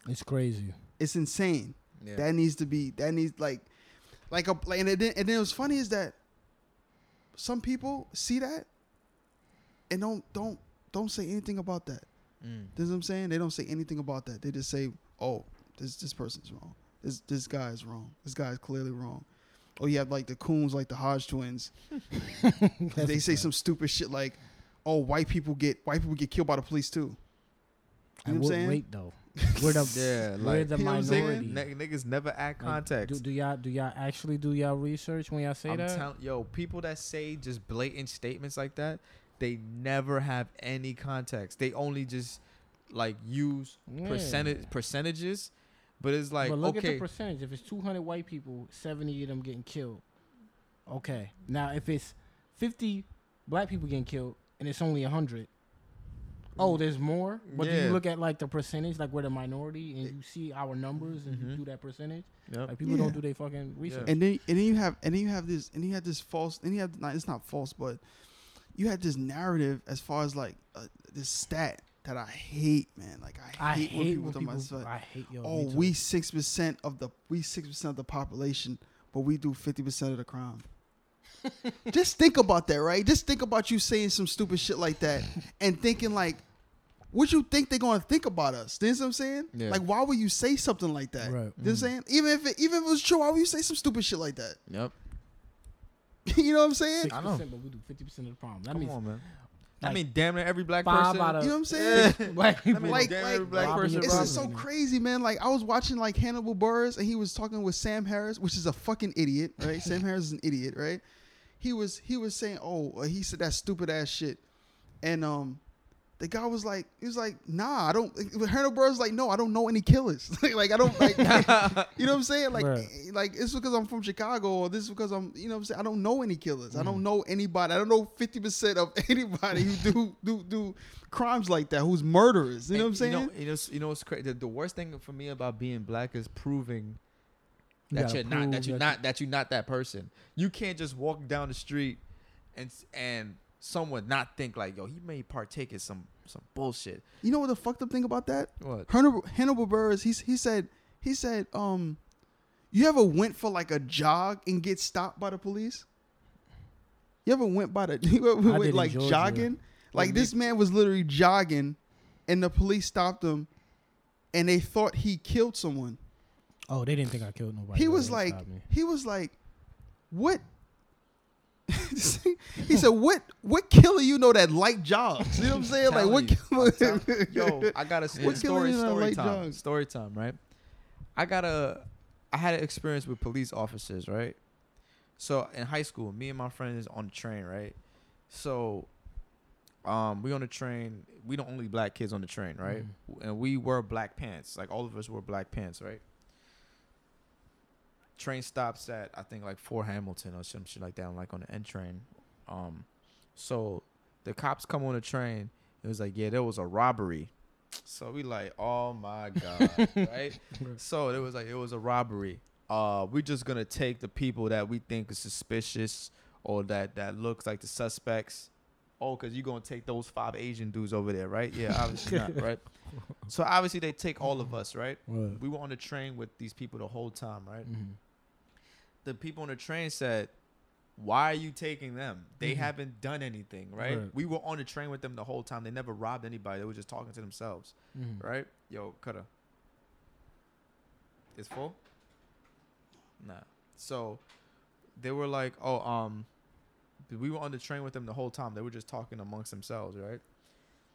Speaker 4: It's crazy.
Speaker 3: it's insane.
Speaker 1: Yeah.
Speaker 3: That needs to be. That needs like, like a like. And then and then what's funny is that some people see that and don't don't don't say anything about that.
Speaker 1: Mm.
Speaker 3: This is what I'm saying. They don't say anything about that. They just say, "Oh, this this person's wrong. This this guy is wrong. This guy is clearly wrong." Or you have like the coons, like the Hodge twins. they say some stupid shit like, "Oh, white people get white people get killed by the police too."
Speaker 4: At
Speaker 3: You know what I'm
Speaker 4: what
Speaker 3: saying?
Speaker 4: rate though? We're the
Speaker 3: <laughs>
Speaker 1: Yeah,
Speaker 4: we're
Speaker 1: like-
Speaker 4: the
Speaker 3: You know what I'm saying?
Speaker 4: minority.
Speaker 1: N- niggas never act
Speaker 4: Like,
Speaker 1: contact.
Speaker 4: Do, do y'all do y'all actually do y'all research when y'all say
Speaker 1: I'm
Speaker 4: that?
Speaker 1: telling yo, people that say just blatant statements like that, they never have any context. They only just like use
Speaker 4: Yeah.
Speaker 1: percentage percentages, but it's like
Speaker 4: but look at
Speaker 1: okay,
Speaker 4: the percentage. If it's 200 white people, 70 of them getting killed. Okay. Now, if it's 50 black people getting killed and it's only 100, oh, there's more. But do
Speaker 1: Yeah.
Speaker 4: you look at like the percentage, like we're the minority, and you see our numbers and
Speaker 1: Mhm.
Speaker 4: you do that percentage?
Speaker 1: Yep.
Speaker 4: Like people don't
Speaker 3: Yeah.
Speaker 4: do their fucking research.
Speaker 3: and then and then you have and then you have this and then you have this false and you have not it's not false but you had this narrative as far as like uh, this stat that I hate man like I
Speaker 4: I
Speaker 3: hate, when people, talk about
Speaker 4: people.
Speaker 3: this, like,
Speaker 4: I hate yo.
Speaker 3: oh
Speaker 4: me too.
Speaker 3: we six percent of the we six percent of the population but we do fifty percent of the crime. Just think about that, right? Just think about you saying some stupid shit like that and thinking like, what you think they're gonna think about us? You know what I'm saying?
Speaker 1: Yeah.
Speaker 3: Like, why would you say something like that?
Speaker 4: Right.
Speaker 3: You know what I'm saying? Even if it, even if it was true, why would you say some stupid shit like that? <laughs>
Speaker 1: Yep.
Speaker 3: you know what I'm saying?
Speaker 4: 6%,
Speaker 1: I know.
Speaker 4: but we do 50% of the problem. That
Speaker 1: Come
Speaker 4: means
Speaker 1: on, man. I
Speaker 4: like,
Speaker 1: mean, damn near every black
Speaker 4: five
Speaker 1: person.
Speaker 4: out of-
Speaker 3: You know what I'm saying?
Speaker 2: <laughs>
Speaker 4: black people.
Speaker 1: I mean,
Speaker 3: Like-
Speaker 1: damn near
Speaker 3: like-
Speaker 1: every black
Speaker 4: like-
Speaker 1: person.
Speaker 4: It's
Speaker 3: It's
Speaker 1: robbed
Speaker 3: just
Speaker 4: Robin,
Speaker 3: so
Speaker 4: you know.
Speaker 3: crazy, man. Like I was watching like Hannibal Burris, and he was talking with Sam Harris, which is a fucking idiot, right? Sam Harris is an idiot, right? He was he was saying, oh, uh, he said that stupid ass shit, and um, the guy was like, he was like, nah, I don't. Hannibal Burris was like, no, I don't know any killers. <laughs> like I don't like, you know what I'm saying? Like
Speaker 4: Right.
Speaker 3: eh, like it's because I'm from Chicago, or this is because I'm, you know what I'm saying? I don't know any killers. I don't know anybody. I don't know 50 percent of <laughs> anybody who do do do crimes like that, who's murderers. You know what I'm
Speaker 1: And
Speaker 3: saying?
Speaker 1: You know, you know, it's- you know what's crazy. The, the worst thing for me about being black is proving
Speaker 4: You
Speaker 1: that
Speaker 4: gotta
Speaker 1: you're not that
Speaker 4: prove
Speaker 1: you're
Speaker 4: that
Speaker 1: not that you're not that person. You can't just walk down the street and s- and someone not think like, yo, he may partake in some some bullshit.
Speaker 3: You know what the fucked up thing about that?
Speaker 1: What?
Speaker 3: Hannibal, Hannibal Burris, he, he said, he said, um, you ever went for like a jog and get stopped by the police? You ever went by the, <laughs> you ever
Speaker 4: I did
Speaker 3: went
Speaker 4: in
Speaker 3: like
Speaker 4: Georgia.
Speaker 3: jogging? Like
Speaker 1: When
Speaker 3: this
Speaker 1: they-
Speaker 3: man was literally jogging and the police stopped him and they thought he killed someone.
Speaker 4: Oh, they didn't think I killed nobody.
Speaker 3: He
Speaker 4: though.
Speaker 3: was
Speaker 4: They
Speaker 3: like,
Speaker 4: stopped me.
Speaker 3: he was like, what? <laughs> he said, what, what killer you know that like jogs? You know what I'm
Speaker 1: <laughs>
Speaker 3: saying? like what
Speaker 1: Telling you.
Speaker 3: killer?
Speaker 1: I'm tell-
Speaker 3: <laughs>
Speaker 1: Yo, I got a
Speaker 3: What killer
Speaker 1: story. Story,
Speaker 3: is that late
Speaker 1: time.
Speaker 3: jog?
Speaker 1: Story time, right? I got a. I had an experience with police officers, right? So in high school, me and my friends on the train, right? So, um, we on the train. We the only black kids on the train, right? And we wore black pants. Like all of us wore black pants, right? train stops at I think like Fort Hamilton or some shit like that, like on the N train. Um, so the cops come on the train. It was like, yeah, there was a robbery. So we like, oh my god, right? So it was like it was a robbery. Uh, we're just gonna take the people that we think is suspicious or that that looks like the suspects. Oh, cause you gonna take those five Asian dudes over there, right? Yeah, obviously not, right? So obviously they take all of us, right?
Speaker 2: Right.
Speaker 1: We were on the train with these people the whole time, right?
Speaker 2: Mhm.
Speaker 1: the people on the train said, "Why are you taking them? They haven't done anything, right?
Speaker 2: Right.
Speaker 1: We were on the train with them the whole time. They never robbed anybody. They were just talking to themselves,
Speaker 2: Mhm.
Speaker 1: right? Yo, cutter, it's full. Nah. So they were like, "Oh, um, we were on the train with them the whole time. They were just talking amongst themselves, right?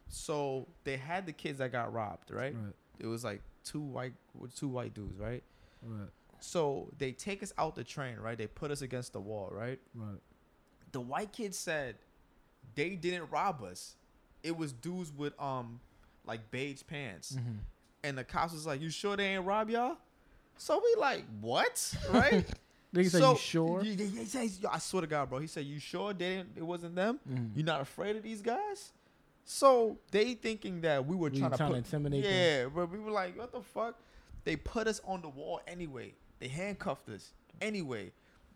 Speaker 1: So they had the kids that got robbed, right?
Speaker 5: Right.
Speaker 1: It was like two white, two white dudes, right?
Speaker 5: Right.
Speaker 1: So they take us out the train, right? They put us against the wall, right?
Speaker 5: Right.
Speaker 1: The white kid said they didn't rob us. It was dudes with um like beige pants.
Speaker 2: Mm-hmm.
Speaker 1: And the cops was like, You sure they ain't rob y'all? So we like,
Speaker 2: <laughs>
Speaker 1: What? Right?
Speaker 2: Nigga said,
Speaker 1: So-
Speaker 2: you sure?
Speaker 1: Yeah, yeah, yeah, he says- yo, I swear to God, bro. He said, You sure they didn't it wasn't them?
Speaker 2: Mhm.
Speaker 1: You're not afraid of these guys? So they thinking that we were
Speaker 2: We
Speaker 1: trying, to,
Speaker 2: trying to
Speaker 1: put-
Speaker 2: intimidate them.
Speaker 1: Yeah, but we were like, what the fuck? They put us on the wall anyway. They handcuffed us anyway.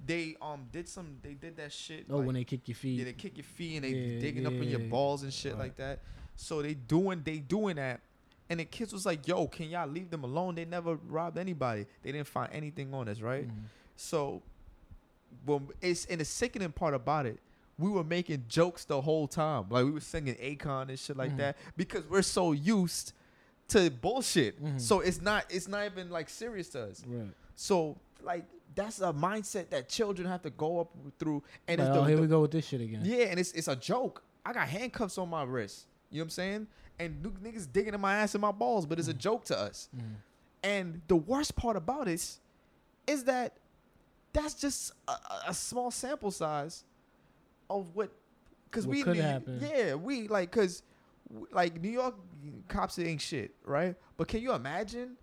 Speaker 1: They um did some. They did that shit.
Speaker 2: Oh,
Speaker 1: like,
Speaker 2: when they kick your feet.
Speaker 1: yeah, they kick your feet and they
Speaker 2: Yeah,
Speaker 1: digging up in your
Speaker 2: yeah.
Speaker 1: balls and shit
Speaker 2: Right.
Speaker 1: like that. So they doing they doing that. And the kids was like, "Yo, can y'all leave them alone? They never robbed anybody. They didn't find anything on us, right?"
Speaker 2: Mhm.
Speaker 1: So, when it's and the sickening part about it, we were making jokes the whole time, like we were singing Akon and shit like
Speaker 2: Mhm.
Speaker 1: that, because we're so used to bullshit.
Speaker 2: Mhm.
Speaker 1: So it's not it's not even like serious to us.
Speaker 5: Right.
Speaker 1: So like that's a mindset that children have to go up through, and
Speaker 2: Like,
Speaker 1: it's the,
Speaker 2: oh, here
Speaker 1: the-
Speaker 2: we go with this shit again.
Speaker 1: yeah, and it's it's a joke. I got handcuffs on my wrist. You know what I'm saying? And nu- niggas digging in my ass and my balls, but it's a
Speaker 2: Mm.
Speaker 1: joke to us.
Speaker 2: Mhm.
Speaker 1: And the worst part about this is that that's just a, a- a small sample size of what because
Speaker 2: What
Speaker 1: we
Speaker 2: could
Speaker 1: knew-
Speaker 2: happen.
Speaker 1: yeah we like because like New York cops ain't shit right but can you imagine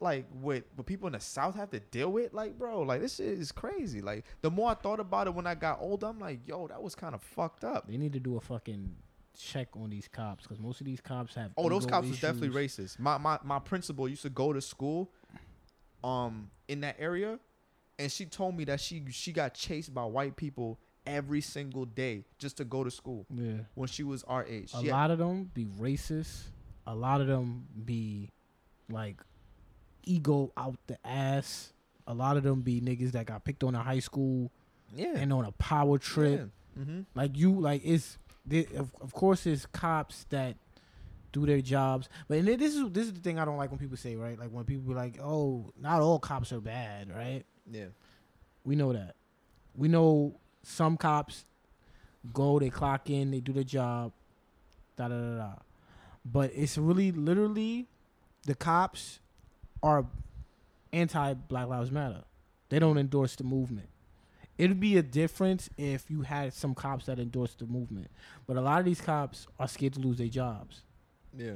Speaker 1: like what what people in the South have to deal with like bro like this shit is crazy like the more I thought about it when I got older I'm like yo that was kind of fucked up
Speaker 2: They need to do a fucking check on these cops because most of these cops have.
Speaker 1: oh those
Speaker 2: ego
Speaker 1: cops was definitely
Speaker 2: issues.
Speaker 1: racist my my my principal used to go to school um in that area and she told me that she she got chased by white people every single day just to go to school
Speaker 2: Yeah.
Speaker 1: when she was our age.
Speaker 2: A
Speaker 1: She had-
Speaker 2: lot of them be racist. A lot of them be like ego out the ass. A lot of them be niggas that got picked on in high school
Speaker 1: yeah.
Speaker 2: and on a power trip.
Speaker 1: Mm-hmm.
Speaker 2: Like you, like it's there, of, of course it's cops that do their jobs. But and then this is this is the thing I don't like when people say right, like when people be like, oh, not all cops are bad, right?
Speaker 1: Yeah.
Speaker 2: We know that. We know some cops go, they clock in, they do their job, da da da da. But it's really literally the cops are anti Black Lives Matter. They don't endorse the movement. It'd be a difference if you had some cops that endorsed the movement. But a lot of these cops are scared to lose their jobs
Speaker 1: Yeah.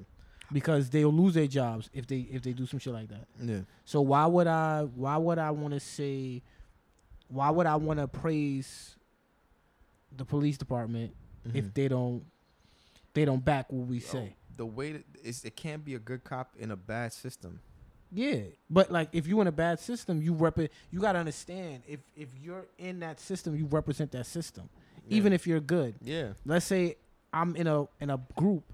Speaker 2: because they'll lose their jobs if they if they do some shit like that.
Speaker 1: Yeah.
Speaker 2: So why would I why would I want to say why would I want to praise the police department
Speaker 1: Mm-hmm.
Speaker 2: if they don't they don't back what we say?
Speaker 1: Oh, the way that it's, it can't be a good cop in a bad system.
Speaker 2: Yeah, but like if you in a bad system, you rep you got to understand if if you're in that system, you represent that system. Even if you're good.
Speaker 1: Yeah.
Speaker 2: Let's say I'm in a in a group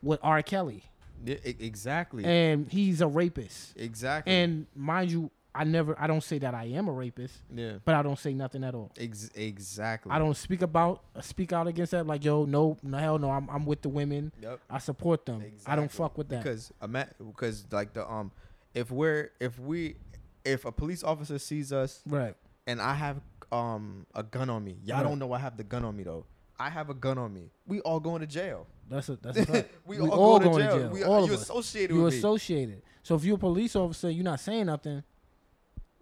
Speaker 2: with R. Kelly
Speaker 1: Yeah, e- exactly.
Speaker 2: and he's a rapist.
Speaker 1: exactly.
Speaker 2: And mind you, I never I don't say that I am a rapist,
Speaker 1: yeah.
Speaker 2: but I don't say nothing at all.
Speaker 1: Ex- exactly.
Speaker 2: I don't speak about uh, speak out against that. Like, yo, no, no, hell no. I'm I'm with the women.
Speaker 1: Yep.
Speaker 2: I support them. I don't
Speaker 1: Exactly.
Speaker 2: fuck with that.
Speaker 1: because ima- because like the um if we're if we if a police officer sees us
Speaker 2: right.
Speaker 1: and I have um a gun on me. Y'all all
Speaker 2: Right.
Speaker 1: don't know I have the gun on me though. I have a gun on me. We all going to jail.
Speaker 2: That's a
Speaker 1: <laughs>
Speaker 2: that's a fact.
Speaker 1: we,
Speaker 2: We
Speaker 1: all,
Speaker 2: all
Speaker 1: going,
Speaker 2: going
Speaker 1: to jail. We,
Speaker 2: all
Speaker 1: you
Speaker 2: of us.
Speaker 1: associated
Speaker 2: you
Speaker 1: with me.
Speaker 2: associated. So if you're a police officer, you're not saying nothing.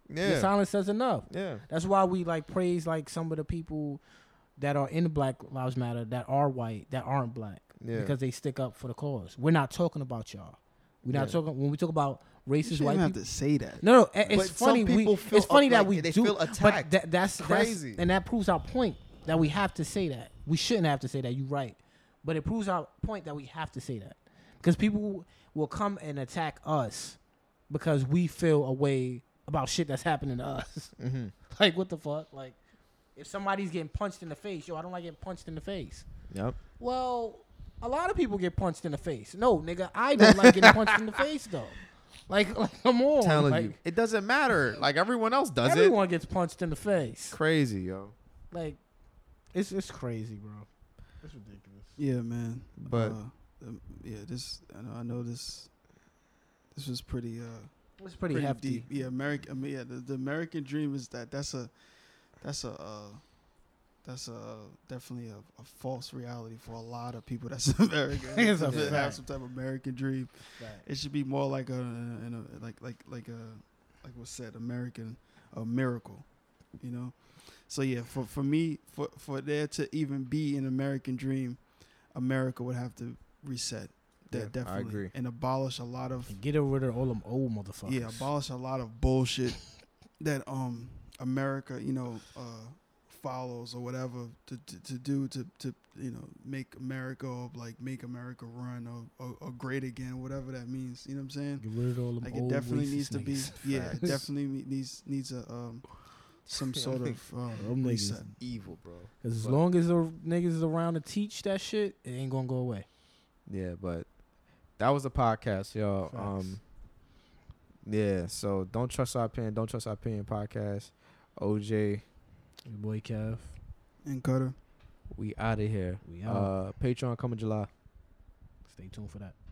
Speaker 2: Your
Speaker 1: yeah.
Speaker 2: silence says enough.
Speaker 1: Yeah.
Speaker 2: That's why we like praise like some of the people that are in the Black Lives Matter that are white that aren't black
Speaker 1: Yeah.
Speaker 2: because they stick up for the cause. We're not talking about y'all. We're not
Speaker 1: Yeah.
Speaker 2: talking when we talk about racist
Speaker 3: you
Speaker 2: white
Speaker 3: don't have
Speaker 2: people.
Speaker 3: to say that.
Speaker 2: No, no, it- it's
Speaker 1: But some
Speaker 2: funny. We,
Speaker 1: people feel
Speaker 2: it's funny
Speaker 1: up-
Speaker 2: that
Speaker 1: like,
Speaker 2: we
Speaker 1: they
Speaker 2: do,
Speaker 1: feel
Speaker 2: but
Speaker 1: attacked.
Speaker 2: that, that's
Speaker 1: Crazy.
Speaker 2: that's, and that proves our point that we have to say that. We shouldn't have to say that. You're right, but it proves our point that we have to say that because people will come and attack us because we feel a way about shit that's happening to us.
Speaker 1: Mm-hmm.
Speaker 2: <laughs> like what the fuck? Like if somebody's getting punched in the face, yo, I don't like getting punched in the face.
Speaker 1: Yep.
Speaker 2: Well, a lot of people get punched in the face. No, nigga, I don't like getting
Speaker 1: <laughs>
Speaker 2: punched in the face though. Like, <laughs> like come on,
Speaker 1: Telling
Speaker 2: like,
Speaker 1: you, it doesn't matter. Like everyone else does it.
Speaker 2: everyone gets punched in the face.
Speaker 1: Crazy, yo.
Speaker 2: Like, it's it's crazy, bro.
Speaker 4: That's ridiculous.
Speaker 3: Yeah, man.
Speaker 1: But-
Speaker 3: uh, um, yeah, this I know, I know this. This was pretty uh
Speaker 2: It's pretty, hefty.
Speaker 3: deep. Yeah, American. I mean, yeah, the, the American dream is that that's a that's a uh, that's a definitely a, a false reality for a lot of people. That's <laughs> American.
Speaker 2: It's a
Speaker 3: They have
Speaker 2: fact.
Speaker 3: some type of American dream.
Speaker 2: Fact.
Speaker 3: It should be more like a, an a like like like a like was said American a miracle, you know. So yeah, for for me for for there to even be an American dream, America would have to reset. That
Speaker 1: Yeah, I
Speaker 3: definitely
Speaker 1: agree.
Speaker 3: and abolish a lot of
Speaker 2: And Get rid of all them old motherfuckers.
Speaker 3: yeah, abolish a lot of bullshit that um America, you know, uh, follows or whatever to, to, to do to, to you know make America or like make America run or, or, or great again, whatever that means. You know what I'm saying?
Speaker 2: Get rid of all them
Speaker 3: Like it
Speaker 2: old
Speaker 3: definitely
Speaker 2: racist
Speaker 3: needs to be
Speaker 2: niggas.
Speaker 3: yeah, it
Speaker 2: Facts.
Speaker 3: definitely me- needs needs a
Speaker 2: <laughs>
Speaker 3: um some sort of
Speaker 2: Them
Speaker 3: um,
Speaker 2: niggas.
Speaker 3: reset.
Speaker 1: Evil, bro.
Speaker 2: As
Speaker 1: But-
Speaker 2: long as the niggas is around to teach that shit, it ain't gonna go away.
Speaker 1: Yeah, but that was the podcast, y'all.
Speaker 2: Facts.
Speaker 1: Um, yeah. So don't trust our opinion. Don't trust our opinion podcast. OJ,
Speaker 2: Your boy Kev,
Speaker 3: And Cutter.
Speaker 1: we out of here.
Speaker 2: we out.
Speaker 1: Uh, Patreon coming July.
Speaker 2: Stay tuned for that.